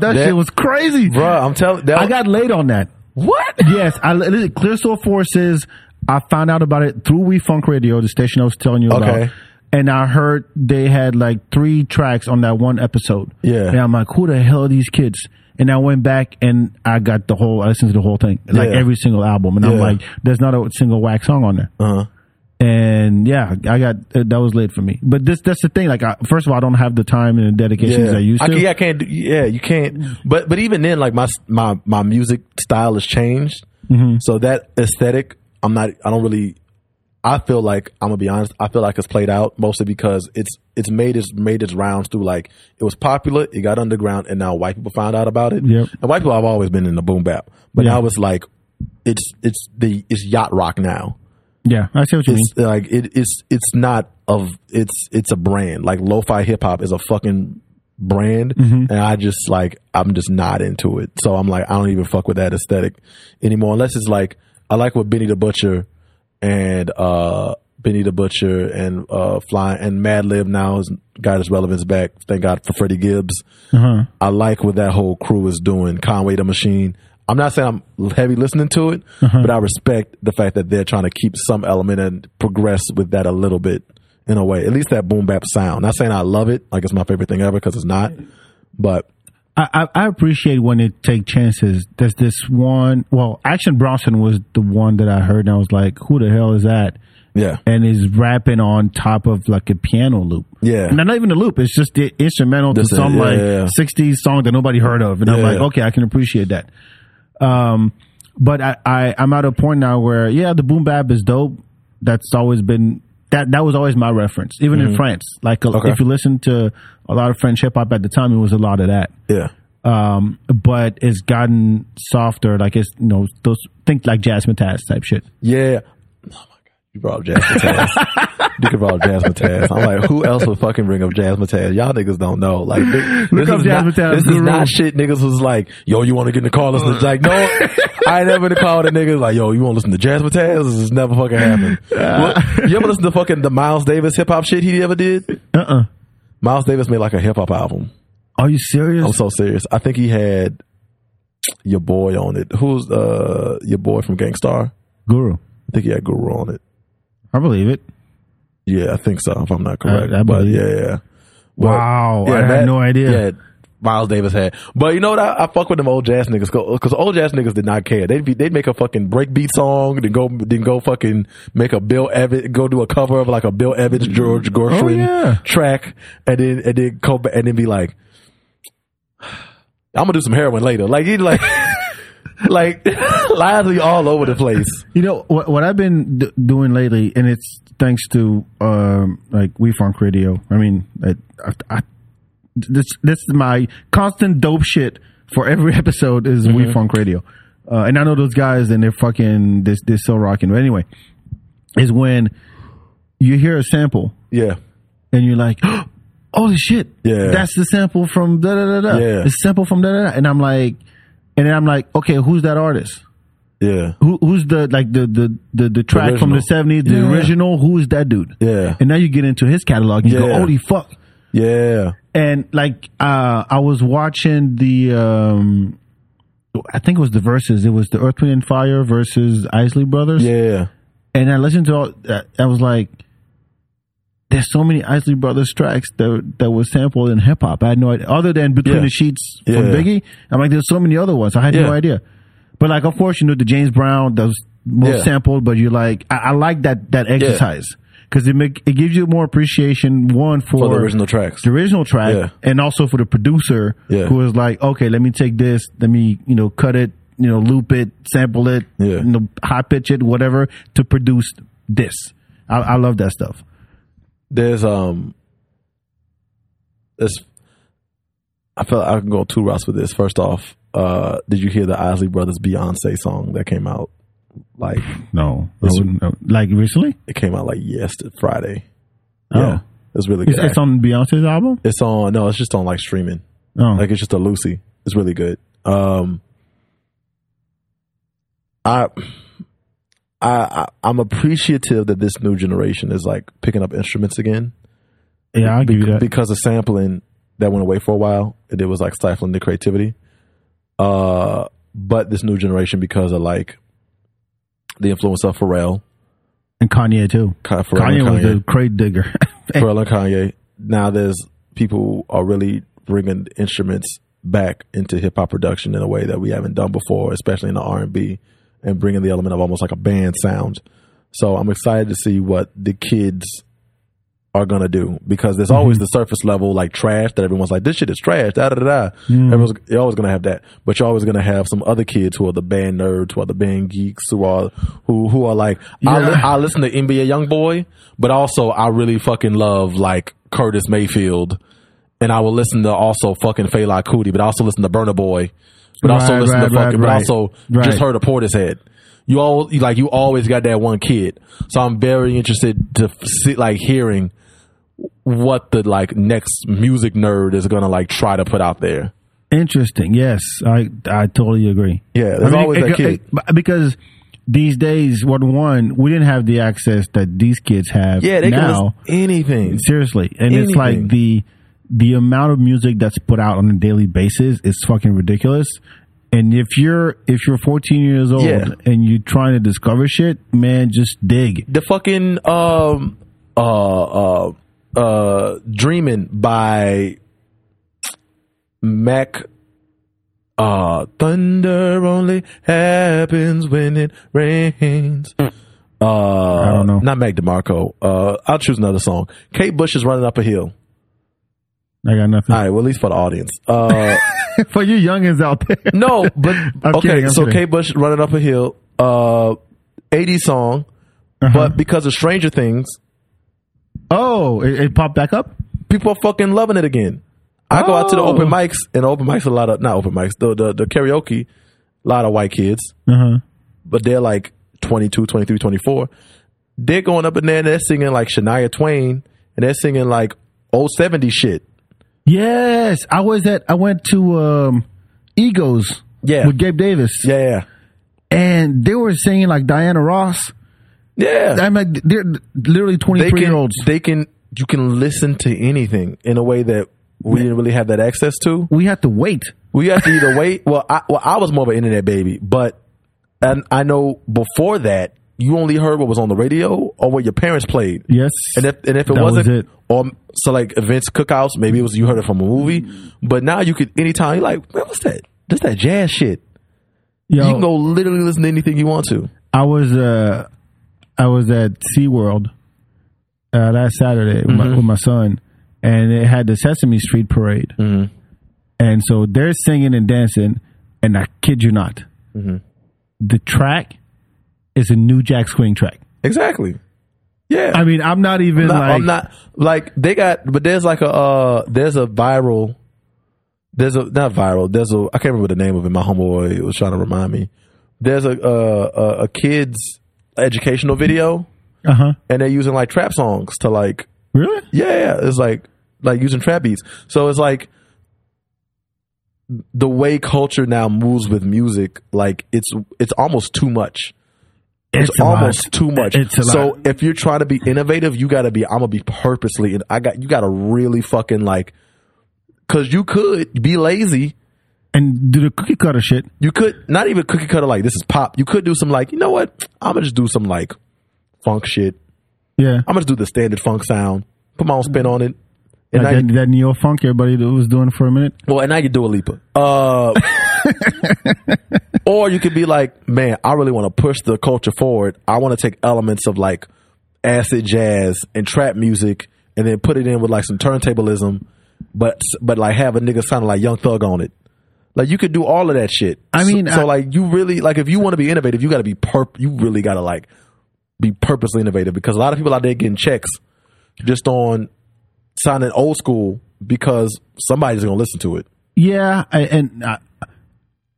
Speaker 3: that,
Speaker 4: that-
Speaker 3: shit was crazy,
Speaker 4: Bruh, I'm telling. that-
Speaker 3: I got laid on that. What? Yes, I literally- Clear Soul Forces. I found out about it through We Funk Radio, the station I was telling you about.
Speaker 4: Okay.
Speaker 3: And I heard they had like three tracks on that one episode.
Speaker 4: Yeah.
Speaker 3: And I'm like, who the hell are these kids? And I went back and I got the whole, I listened to the whole thing, like
Speaker 4: Yeah.
Speaker 3: every single album. And I'm
Speaker 4: Yeah.
Speaker 3: like, there's not a single whack song on there.
Speaker 4: Uh-huh.
Speaker 3: And yeah, I got, that was late for me. But this, that's the thing. Like, I, first of all, I don't have the time and the dedication as I used to.
Speaker 4: ca- yeah, I can't. Do, yeah, you can't. But but even then, like my s- my my music style has changed.
Speaker 3: Mm-hmm.
Speaker 4: So that aesthetic, I'm not. I don't really. I feel like I'm gonna be honest. I feel like it's played out mostly because it's it's made its made its rounds through like it was popular, it got underground, and now white people found out about it.
Speaker 3: Yep.
Speaker 4: And white people have always been in the boom bap, but
Speaker 3: Yeah.
Speaker 4: now it's like it's it's the it's yacht rock now.
Speaker 3: yeah, I see what you mean.
Speaker 4: It's like it, it's it's not of it's it's a brand. Like lo-fi hip hop is a fucking brand,
Speaker 3: Mm-hmm.
Speaker 4: and I just like I'm just not into it. So I'm like I don't even fuck with that aesthetic anymore, unless it's like I like what Benny the Butcher and uh Benny the Butcher and uh Fly and Madlib now has got his relevance back. Thank God for Freddie Gibbs.
Speaker 3: Uh-huh.
Speaker 4: I like what that whole crew is doing. Conway the Machine. I'm not saying I'm heavy listening to it, but I respect the fact that they're trying to keep some element and progress with that a little bit in a way. At least that boom bap sound. Not saying I love it, like it's my favorite thing ever because it's not. But
Speaker 3: I, I I appreciate when they take chances. There's this one. Well, Action Bronson was the one that I heard, and I was like, "Who the hell is that?"
Speaker 4: yeah,
Speaker 3: And is rapping on top of like a piano loop.
Speaker 4: Yeah.
Speaker 3: and not even the loop. It's just the instrumental
Speaker 4: Just
Speaker 3: to
Speaker 4: a-
Speaker 3: some
Speaker 4: yeah,
Speaker 3: like
Speaker 4: yeah, yeah.
Speaker 3: '60s song that nobody heard of, and I'm
Speaker 4: Yeah.
Speaker 3: like, okay, I can appreciate that. Um, but I, I I'm at a point now where yeah, the boom bap is dope. That's always been that that was always my reference, even in France. Like uh,
Speaker 4: Mm-hmm. Okay.
Speaker 3: if you listen to a lot of French hip hop at the time, it was a lot of that
Speaker 4: yeah,
Speaker 3: um, but it's gotten softer. Like it's you know those think like Jasmine Taz type shit.
Speaker 4: yeah. Oh my god, you brought up Jasmine Taz. you could brought up Jasmine Taz. I'm like, who else would fucking bring up Jasmine Taz? Y'all niggas don't know. Like, thi-
Speaker 3: Look
Speaker 4: this
Speaker 3: up
Speaker 4: is
Speaker 3: Jasmine
Speaker 4: not,
Speaker 3: Taz,
Speaker 4: This is
Speaker 3: Guru.
Speaker 4: not shit. Niggas was like, yo, you want to get in the car? Listen to like, no, I ain't never in the car with a nigga like, yo, you want to listen to Jasmine Taz? This has never fucking happened.
Speaker 3: Uh.
Speaker 4: What- you ever listen to fucking the Miles Davis hip hop shit he ever did?
Speaker 3: Uh uh
Speaker 4: Miles Davis made like a hip hop album.
Speaker 3: Are you serious?
Speaker 4: I'm so serious. I think he had your boy on it. Who's uh your boy from Gangstar?
Speaker 3: Guru,
Speaker 4: I think he had Guru on it.
Speaker 3: I believe it.
Speaker 4: Yeah, I think so. If I'm not correct,
Speaker 3: I
Speaker 4: but
Speaker 3: believe
Speaker 4: yeah,
Speaker 3: it.
Speaker 4: yeah.
Speaker 3: Wow, I had no idea.
Speaker 4: Yeah, Miles Davis had. But you know what? I, I fuck with them old jazz niggas because old jazz niggas did not care. They'd be, they'd make a fucking breakbeat song, then go then go fucking make a Bill Evans go do a cover of like a Bill Evans George Gershwin
Speaker 3: Oh, yeah.
Speaker 4: track, and then and then go back and then be like, I'm gonna do some heroin later. Like he like like lively all over the place.
Speaker 3: You know what? What I've been d- doing lately, and it's thanks to um, like We Funk Radio. I mean, I, I, I, this this is my constant dope shit for every episode is We Funk Radio, uh, and I know those guys and they're fucking this they're so rocking. But anyway, is when you hear a sample
Speaker 4: Yeah,
Speaker 3: and you're like, holy shit,
Speaker 4: Yeah.
Speaker 3: that's the sample from da da da da.
Speaker 4: Yeah.
Speaker 3: It's sample from da da da. And I'm like, and then I'm like, okay, who's that artist?
Speaker 4: yeah,
Speaker 3: Who, who's the like the the the, the track from the
Speaker 4: original.
Speaker 3: seventies, the
Speaker 4: Yeah.
Speaker 3: original? Who is that dude?
Speaker 4: Yeah.
Speaker 3: And now you get into his catalog, and you go,
Speaker 4: Yeah.
Speaker 3: holy fuck!
Speaker 4: yeah.
Speaker 3: And like, uh, I was watching the, um I think it was the verses. It was the Earth, Wind, and Fire versus Isley Brothers.
Speaker 4: Yeah.
Speaker 3: and I listened to all. uh, I was like, "There's so many Isley Brothers tracks that that was sampled in hip hop. I had no idea. Other than Between
Speaker 4: Yeah.
Speaker 3: the Sheets
Speaker 4: Yeah.
Speaker 3: from Biggie, I'm like, there's so many other ones. I had no
Speaker 4: Yeah.
Speaker 3: idea. But like, of course, you know the James Brown that was most
Speaker 4: Yeah.
Speaker 3: sampled. But you're like, I, I like that that exercise because it make it gives you more appreciation one for,
Speaker 4: the original tracks.
Speaker 3: the original track,
Speaker 4: Yeah.
Speaker 3: and also for the producer
Speaker 4: Yeah.
Speaker 3: who was like, okay, let me take this, let me you know cut it, you know loop it, sample it,
Speaker 4: Yeah.
Speaker 3: you know high pitch it, whatever to produce this. I, I love that stuff.
Speaker 4: there's um this I feel like I can go two routes with this. First off, uh did you hear the Isley Brothers Beyonce song that came out like
Speaker 3: No, I wouldn't, know. like recently,
Speaker 4: it came out like yesterday Friday.
Speaker 3: Oh.
Speaker 4: Yeah. It's really good.
Speaker 3: it's, it's on Beyonce's album.
Speaker 4: It's on no, it's just on like streaming.
Speaker 3: Oh,
Speaker 4: Like it's just a Lucy. It's really good. Um I I, I I'm appreciative that this new generation is like picking up instruments again.
Speaker 3: yeah, I'll give you that.
Speaker 4: because of sampling that went away for a while and it was like stifling the creativity uh but this new generation because of like the influence of pharrell
Speaker 3: and Kanye too.
Speaker 4: Ka- pharrell,
Speaker 3: Kanye,
Speaker 4: and
Speaker 3: was
Speaker 4: kanye,
Speaker 3: the crate digger.
Speaker 4: pharrell and kanye now there's people are really bringing instruments back into hip-hop production in a way that we haven't done before especially in the r&b and bringing the element of almost like a band sound so i'm excited to see what the kids are gonna do because there's always the surface level like trash that everyone's like this shit is trash da da da da. Everyone's you're always gonna have that, but you're always gonna have some other kids who are the band nerds, who are the band geeks, who are who who are like I, li- I listen to NBA YoungBoy, but also I really fucking love like Curtis Mayfield, and I will listen to also fucking Fela Kuti, but I also listen to Burna Boy, but also
Speaker 3: Right,
Speaker 4: listen
Speaker 3: right,
Speaker 4: to
Speaker 3: right,
Speaker 4: fucking,
Speaker 3: right.
Speaker 4: but also
Speaker 3: Right.
Speaker 4: just heard a Portishead. You all like you always got that one kid, so I'm very interested to see like hearing what the like next music nerd is gonna like try to put out there.
Speaker 3: Interesting. Yes, I I totally agree.
Speaker 4: Yeah, there's
Speaker 3: I
Speaker 4: always that kid.
Speaker 3: b- because these days, what one we didn't have the access that these kids have.
Speaker 4: Yeah, they can
Speaker 3: now
Speaker 4: listen to anything.
Speaker 3: seriously, and it's like
Speaker 4: Anything.
Speaker 3: the the amount of music that's put out on a daily basis is fucking ridiculous. And if you're if you're 14 years old
Speaker 4: Yeah.
Speaker 3: and you're trying to discover shit, man, just dig.
Speaker 4: The fucking um uh uh uh dreaming by Mac uh thunder only happens when it rains. Uh,
Speaker 3: Hmm. I don't know.
Speaker 4: Not Mac DeMarco. Uh, I'll choose another song. Kate Bush is running up a hill.
Speaker 3: I got nothing
Speaker 4: All right, well, at least for the audience. Uh,
Speaker 3: for you youngins out there.
Speaker 4: No, but
Speaker 3: I'm
Speaker 4: okay.
Speaker 3: kidding, I'm
Speaker 4: so
Speaker 3: kidding.
Speaker 4: K Bush running up a hill, uh, 80 song,
Speaker 3: Uh-huh.
Speaker 4: but because of Stranger Things,
Speaker 3: Oh, it, it popped back up.
Speaker 4: people are fucking loving it again. I go out to the
Speaker 3: Oh.
Speaker 4: open mics, and the open mics a lot of not open mics, the the, the karaoke, a lot of white kids,
Speaker 3: Uh-huh.
Speaker 4: but they're like 22, 23, 24. They're going up in there and they're singing like Shania Twain, and they're singing like old 70 shit.
Speaker 3: Yes, I was at. I went to um, Egos.
Speaker 4: Yeah.
Speaker 3: with Gabe Davis.
Speaker 4: Yeah,
Speaker 3: and they were singing like Diana Ross.
Speaker 4: yeah.
Speaker 3: I'm like, they're literally 23
Speaker 4: they can,
Speaker 3: year olds.
Speaker 4: they can, you can listen to anything in a way that we didn't really have that access to.
Speaker 3: We had to wait.
Speaker 4: We have to either wait. Well, I well I was more of an internet baby, but and I know before that you only heard what was on the radio or what your parents played.
Speaker 3: Yes,
Speaker 4: And if and if it
Speaker 3: That was
Speaker 4: wasn't,
Speaker 3: it.
Speaker 4: or so like events, cookouts, maybe it was you heard it from a movie.
Speaker 3: Mm.
Speaker 4: But now you could anytime you're like, man, what's that? That's that jazz shit.
Speaker 3: Yo,
Speaker 4: You can go literally listen to anything you want to.
Speaker 3: I was uh, I was at SeaWorld uh, last Saturday with,
Speaker 4: Mm-hmm.
Speaker 3: my, with my son, and it had the Sesame Street parade,
Speaker 4: Mm-hmm.
Speaker 3: and so they're singing and dancing, and I kid you not,
Speaker 4: Mm-hmm.
Speaker 3: the track is a New Jack Swing track.
Speaker 4: Exactly. Yeah.
Speaker 3: I mean, I'm not even
Speaker 4: not-
Speaker 3: like
Speaker 4: I'm not like they got, but there's like a uh, there's a viral, there's a not viral, there's a I can't remember the name of it. My homeboy was trying to remind me. There's a uh, a, a kids educational video,
Speaker 3: uh huh.
Speaker 4: and they're using like trap songs to like
Speaker 3: Really?
Speaker 4: yeah, it's like like using trap beats. So it's like the way culture now moves with music, like it's it's almost too much it's,
Speaker 3: a lot.
Speaker 4: almost too much.
Speaker 3: It's a lot.
Speaker 4: so if you're trying to be innovative, you got to be. I'm gonna be purposely. And I got you got to really fucking like, because you could be lazy.
Speaker 3: and do the cookie cutter shit.
Speaker 4: You could not even cookie cutter like this is pop. You could do some like you know what? I'm gonna just do some like funk shit.
Speaker 3: Yeah,
Speaker 4: I'm gonna just do the standard funk sound. Put my own spin on it. And I
Speaker 3: like that, that neo funk everybody that was doing for a minute.
Speaker 4: Well, and now you do a leaper. Uh, or you could be like, man, I really want to push the culture forward. I want to take elements of like acid jazz and trap music, and then put it in with like some turntablism, but but like have a nigga sounding like Young Thug on it. Like you could do all of that shit.
Speaker 3: I mean,
Speaker 4: so, so,
Speaker 3: I-
Speaker 4: like you really like if you want to be innovative, you got to be perp. You really got to like be purposely innovative because a lot of people out there getting checks just on sounding old school because somebody's gonna listen to it.
Speaker 3: Yeah, I, and I,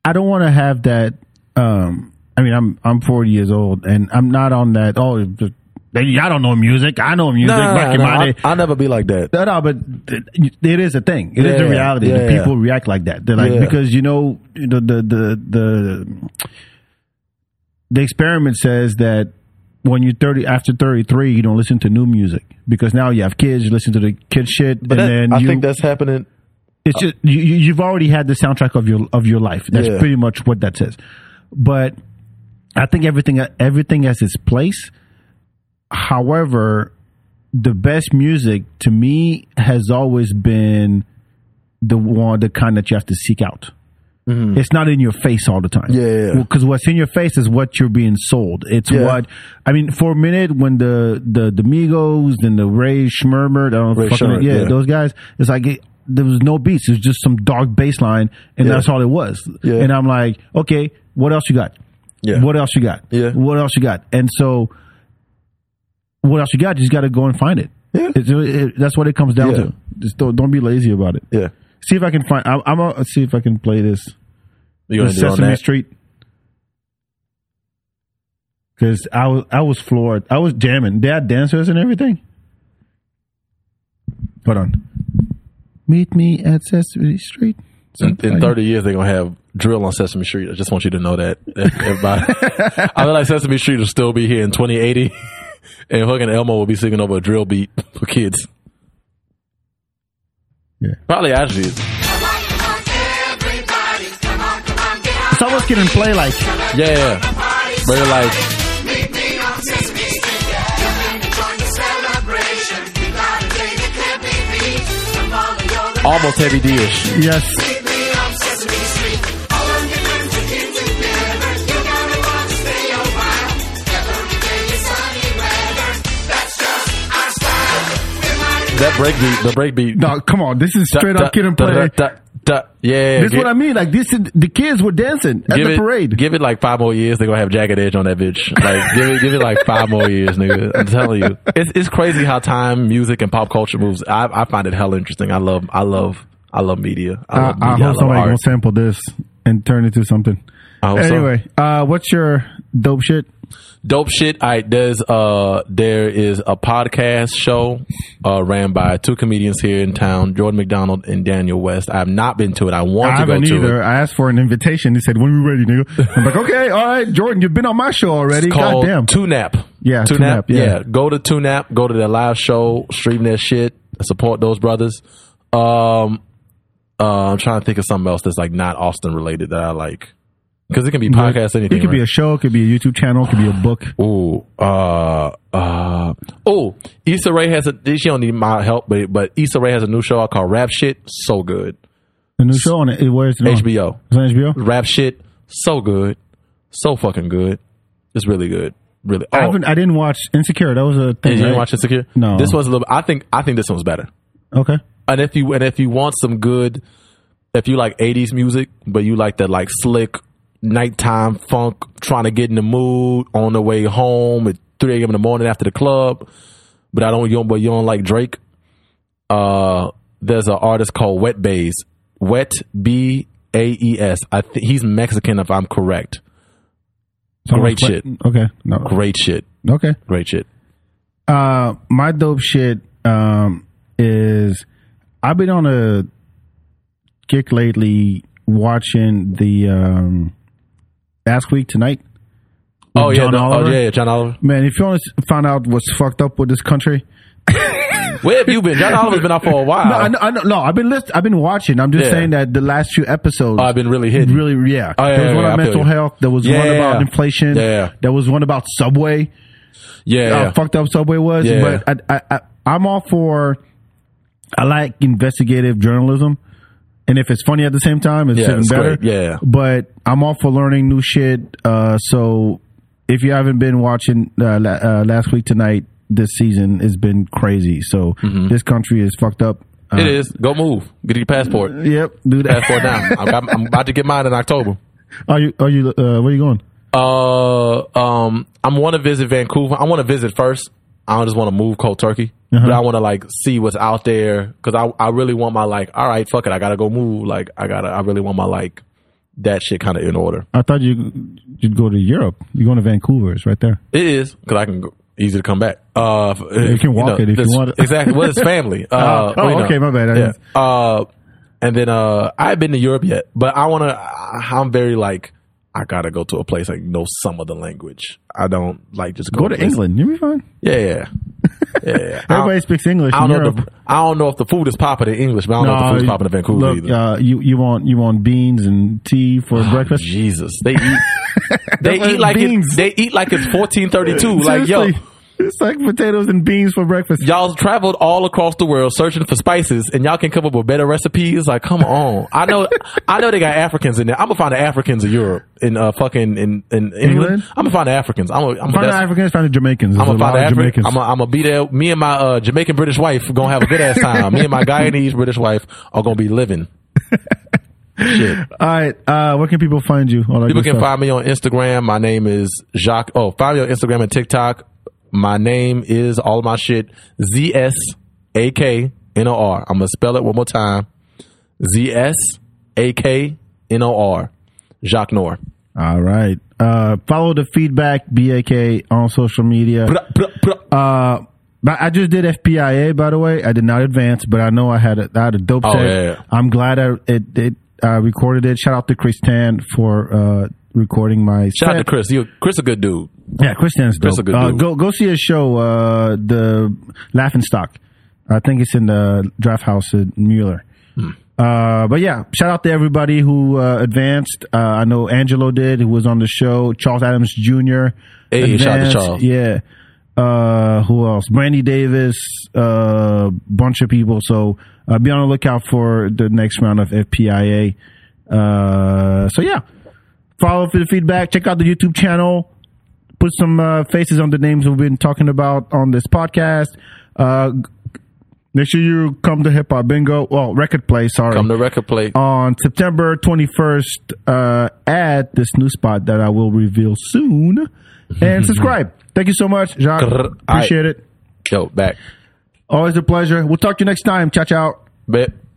Speaker 3: I don't want to have that. Um, I mean, I'm I'm 40 years old, and I'm not on that. Oh, just, I don't know music. I know music back in my
Speaker 4: I,
Speaker 3: day.
Speaker 4: I'll never be like that.
Speaker 3: No, no, but th- it is a thing. It is the
Speaker 4: Yeah,
Speaker 3: reality.
Speaker 4: yeah,
Speaker 3: The
Speaker 4: yeah.
Speaker 3: people react like that. They're like
Speaker 4: Yeah.
Speaker 3: because you know the the the the the experiment says that when you're 30 after 33 you don't listen to new music because now you have kids you listen to the kid shit
Speaker 4: But that-
Speaker 3: and then
Speaker 4: I
Speaker 3: you
Speaker 4: think that's happening.
Speaker 3: it's just you, you- you've already had the soundtrack of your of your life. That's
Speaker 4: Yeah.
Speaker 3: pretty much what that says. But I think everything everything has its place. However, the best music to me has always been the one the kind that you have to seek out. It's not in your face all the time.
Speaker 4: Mm-hmm. Yeah, yeah, yeah.
Speaker 3: Because what's in your face is what you're being sold. It's
Speaker 4: Yeah.
Speaker 3: what I mean. For a minute, when the the, the Migos and the Ray Schmurmer, I don't know,
Speaker 4: Ray
Speaker 3: fucking,
Speaker 4: Schmurmer,
Speaker 3: yeah,
Speaker 4: yeah.
Speaker 3: those guys. It's like it, there was no beats. It was just some dark bass line, and
Speaker 4: Yeah.
Speaker 3: that's all it was.
Speaker 4: Yeah.
Speaker 3: And I'm like, okay, what else you got?
Speaker 4: Yeah.
Speaker 3: What else you got?
Speaker 4: Yeah.
Speaker 3: What else you got? And so, what else you got? You just got to go and find it.
Speaker 4: Yeah.
Speaker 3: It's- it- that's what it comes down
Speaker 4: Yeah.
Speaker 3: to. Just don't, don't be lazy about it.
Speaker 4: Yeah,
Speaker 3: See if I can find. I'm, I'm gonna see if I can play this.
Speaker 4: you
Speaker 3: The Sesame Street. Because I was I was floored. I was jamming. They had dancers and everything. Hold on. Meet me at Sesame Street.
Speaker 4: In, in 30 years, they're going to have drill on Sesame Street. I just want you to know that. Everybody. I feel like Sesame Street will still be here in 2080, and fucking Elmo will be singing over a drill beat for kids.
Speaker 3: Yeah.
Speaker 4: Probably actually is.
Speaker 3: It's almost getting play like
Speaker 4: Yeah, yeah. But they're like, almost heavy D-ish.
Speaker 3: yes.
Speaker 4: That break beat, the break beat.
Speaker 3: No, come on. This is straight
Speaker 4: Da-
Speaker 3: up kid and
Speaker 4: da-
Speaker 3: play.
Speaker 4: da- da- da- Yeah,
Speaker 3: This is
Speaker 4: gi-
Speaker 3: what I mean. Like this, is, the kids were dancing at
Speaker 4: give
Speaker 3: the
Speaker 4: it,
Speaker 3: parade.
Speaker 4: Give it like five more years, they're gonna have jagged edge on that bitch. Like give it, give it like five more years, nigga. I'm telling you, it's it's crazy how time, music, and pop culture moves. I I find it hella interesting. I love, I love, I love media. I
Speaker 3: I,
Speaker 4: love
Speaker 3: I
Speaker 4: media. I
Speaker 3: hope
Speaker 4: love
Speaker 3: somebody gonna
Speaker 4: art.
Speaker 3: sample this and turn it to something.
Speaker 4: I hope so.
Speaker 3: Anyway, uh, what's your dope shit?
Speaker 4: dope shit. I there's uh there is a podcast show uh ran by two comedians here in town, Jordan McDonald and Daniel West. I have not been to it. I want
Speaker 3: I
Speaker 4: to go
Speaker 3: haven't
Speaker 4: to
Speaker 3: either.
Speaker 4: it.
Speaker 3: I asked for an invitation. They said, "When we ready, nigga." I'm like, "Okay, all right, Jordan, you've been on my show already.
Speaker 4: It's called
Speaker 3: Goddamn."
Speaker 4: Tunap.
Speaker 3: Yeah,
Speaker 4: Tunap.
Speaker 3: Tunap, yeah.
Speaker 4: yeah. go to Tunap. Go to their live show. Stream their shit. Support those brothers. Um, uh, I'm trying to think of something else that's like not Austin related that I like because it can be podcast anything.
Speaker 3: It could be
Speaker 4: right?
Speaker 3: a show. It could be a YouTube channel. It could be a book.
Speaker 4: Ooh, uh, uh, oh, Issa Rae has a, she don't need my help, but, but Issa Rae has a new show I call Rap Shit, so good.
Speaker 3: A new show on it. Where is it? on?
Speaker 4: HBO.
Speaker 3: It's on HBO.
Speaker 4: Rap Shit, so good. So fucking good. It's really good. Really.
Speaker 3: I
Speaker 4: Oh,
Speaker 3: haven't. I didn't watch Insecure. That was a thing.
Speaker 4: did you
Speaker 3: right?
Speaker 4: watch Insecure?
Speaker 3: No.
Speaker 4: This one's a little, I think, I think this one's better.
Speaker 3: Okay.
Speaker 4: And if you, and if you want some good, if you like 80s music, but you like that like slick nighttime funk, trying to get in the mood on the way home at 3 a.m. in the morning after the club, but I don't, you don't, but you don't like Drake, uh, there's an artist called Wet Bays. Wet B A E S. I th- he's Mexican if I'm correct.
Speaker 3: Someone's
Speaker 4: Great shit.
Speaker 3: Okay. No.
Speaker 4: Great shit.
Speaker 3: Okay.
Speaker 4: Great shit.
Speaker 3: Uh, my dope shit um, is I've been on a kick lately watching the um, Ask Week tonight. with
Speaker 4: Oh yeah,
Speaker 3: John
Speaker 4: no, oh
Speaker 3: Oliver.
Speaker 4: yeah, yeah, John Oliver.
Speaker 3: Man, if you want to find out what's fucked up with this country,
Speaker 4: Where have you been? John Oliver's been out for a while.
Speaker 3: no, I know, I know, no, I've been list, I've been watching. I'm just
Speaker 4: Oh. Yeah.
Speaker 3: saying that the last few episodes,
Speaker 4: Oh, I've been really hitting.
Speaker 3: really, yeah.
Speaker 4: Oh, yeah,
Speaker 3: there was
Speaker 4: yeah,
Speaker 3: one
Speaker 4: yeah,
Speaker 3: about
Speaker 4: I feel
Speaker 3: mental
Speaker 4: you.
Speaker 3: health. There was one
Speaker 4: Yeah.
Speaker 3: about inflation.
Speaker 4: Yeah.
Speaker 3: There was one about Subway.
Speaker 4: yeah,
Speaker 3: How fucked up Subway was.
Speaker 4: Yeah.
Speaker 3: But I, I, I, I'm all for. I like investigative journalism, and if it's funny at the same time, it's
Speaker 4: Yeah,
Speaker 3: even
Speaker 4: it's
Speaker 3: better.
Speaker 4: great. Yeah.
Speaker 3: But I'm all for learning new shit. Uh, so if you haven't been watching uh, la- uh, last week tonight, this season has been crazy. So this country is fucked up. Uh,
Speaker 4: Mm-hmm. it is. Go move. Get your passport.
Speaker 3: Yep, do that.
Speaker 4: Passport now. I'm, I'm, I'm about to get mine in October.
Speaker 3: Are you? Are you? Uh, where you going?
Speaker 4: Uh, um, I want to visit Vancouver. I want to visit first. I don't just want to move cold turkey, but I want to like see what's out there because I I really want my like. All right, fuck it. I gotta go move. Like I gotta. I really want my like that shit kind of in order.
Speaker 3: I thought you you'd go to Europe. You're going to Vancouver. It's right there.
Speaker 4: It is because I can go, easy to come back. Uh,
Speaker 3: You can walk it if you
Speaker 4: this-
Speaker 3: want it.
Speaker 4: Exactly. Well, it's family. Uh,
Speaker 3: oh,
Speaker 4: well, you know.
Speaker 3: okay, my bad. I
Speaker 4: Yeah.
Speaker 3: just-
Speaker 4: Uh, and then uh, I haven't been to Europe yet, but I want to. I'm very like I gotta go to a place like know some of the language. I don't like just go,
Speaker 3: Go
Speaker 4: a
Speaker 3: to
Speaker 4: place-
Speaker 3: England. You'll be fine.
Speaker 4: Yeah, yeah, yeah. yeah. Oh, I
Speaker 3: Everybody
Speaker 4: don't-
Speaker 3: speaks English.
Speaker 4: I
Speaker 3: in
Speaker 4: don't know.
Speaker 3: Europe.
Speaker 4: If the, I don't know if the food is popular in English, but I don't know if the food is popular in Vancouver
Speaker 3: look,
Speaker 4: either.
Speaker 3: Uh, you you want you want beans and tea for breakfast?
Speaker 4: Jesus, they eat. they
Speaker 3: That's
Speaker 4: eat like it,
Speaker 3: beans.
Speaker 4: they eat like it's 1432. Like yo,
Speaker 3: Seriously. it's like potatoes and beans for breakfast.
Speaker 4: y'all traveled all across the world searching for spices and y'all can come up with better recipes like come on i know i know they got africans in there i'm gonna find the africans in europe in uh fucking in in england,
Speaker 3: England?
Speaker 4: i'm gonna find the africans i'm gonna i'm
Speaker 3: Find the
Speaker 4: gonna
Speaker 3: Africans, find the Jamaicans. There's
Speaker 4: I'm
Speaker 3: a
Speaker 4: gonna
Speaker 3: lot
Speaker 4: find the
Speaker 3: of
Speaker 4: African.
Speaker 3: Jamaicans.
Speaker 4: I'm gonna, I'm gonna be there. Me and my uh, Jamaican British wife gonna have a good ass time. Me and my Guyanese British wife are gonna be living. Shit.
Speaker 3: All right, uh, where can people find you? All that
Speaker 4: People
Speaker 3: good
Speaker 4: can
Speaker 3: stuff.
Speaker 4: find me on Instagram. My name is Jacques. Oh, find me on Instagram and TikTok. My name is all of my shit Z S A K N O R. I'm gonna spell it one more time. Z S A K N O R. Jacques Noir.
Speaker 3: All right, uh, follow the feedback BAK on social media.
Speaker 4: Bruh, bruh, bruh.
Speaker 3: Uh, But I just did FPIA, by the way. I did not advance, but I know I had a, I had a dope
Speaker 4: Oh,
Speaker 3: set.
Speaker 4: yeah, yeah.
Speaker 3: I'm glad I it, it I recorded it. Shout out to Chris Tan for uh, recording my
Speaker 4: Shout out to
Speaker 3: set.
Speaker 4: Chris. You, Chris, a good dude.
Speaker 3: Yeah, Chris Tan's dope.
Speaker 4: Chris a good
Speaker 3: uh,
Speaker 4: dude.
Speaker 3: Go go see his show, uh, the Laughing Stock. I think it's in the Draft House at Mueller.
Speaker 4: Hmm.
Speaker 3: Uh, but yeah, shout out to everybody who uh, advanced. Uh, I know Angelo did, who was on the show. Charles Adams Jr.
Speaker 4: Hey, shout out to
Speaker 3: advanced.
Speaker 4: Charles.
Speaker 3: Yeah. Uh, who else? Brandy Davis, a uh, bunch of people. So uh, be on the lookout for the next round of FPIA. Uh, so yeah, follow for the feedback. Check out the YouTube channel put some uh, faces on the names we've been talking about on this podcast. Uh, g- make sure you come to Hip Hop Bingo, well, Record Play, sorry,
Speaker 4: Come to record play.
Speaker 3: on September 21st uh, at this new spot that I will reveal soon. And subscribe. Thank you so much, Jacques.
Speaker 4: Grr,
Speaker 3: Appreciate it.
Speaker 4: Yo, back.
Speaker 3: Always a pleasure. We'll talk to you next time. Ciao, ciao.
Speaker 4: Bet.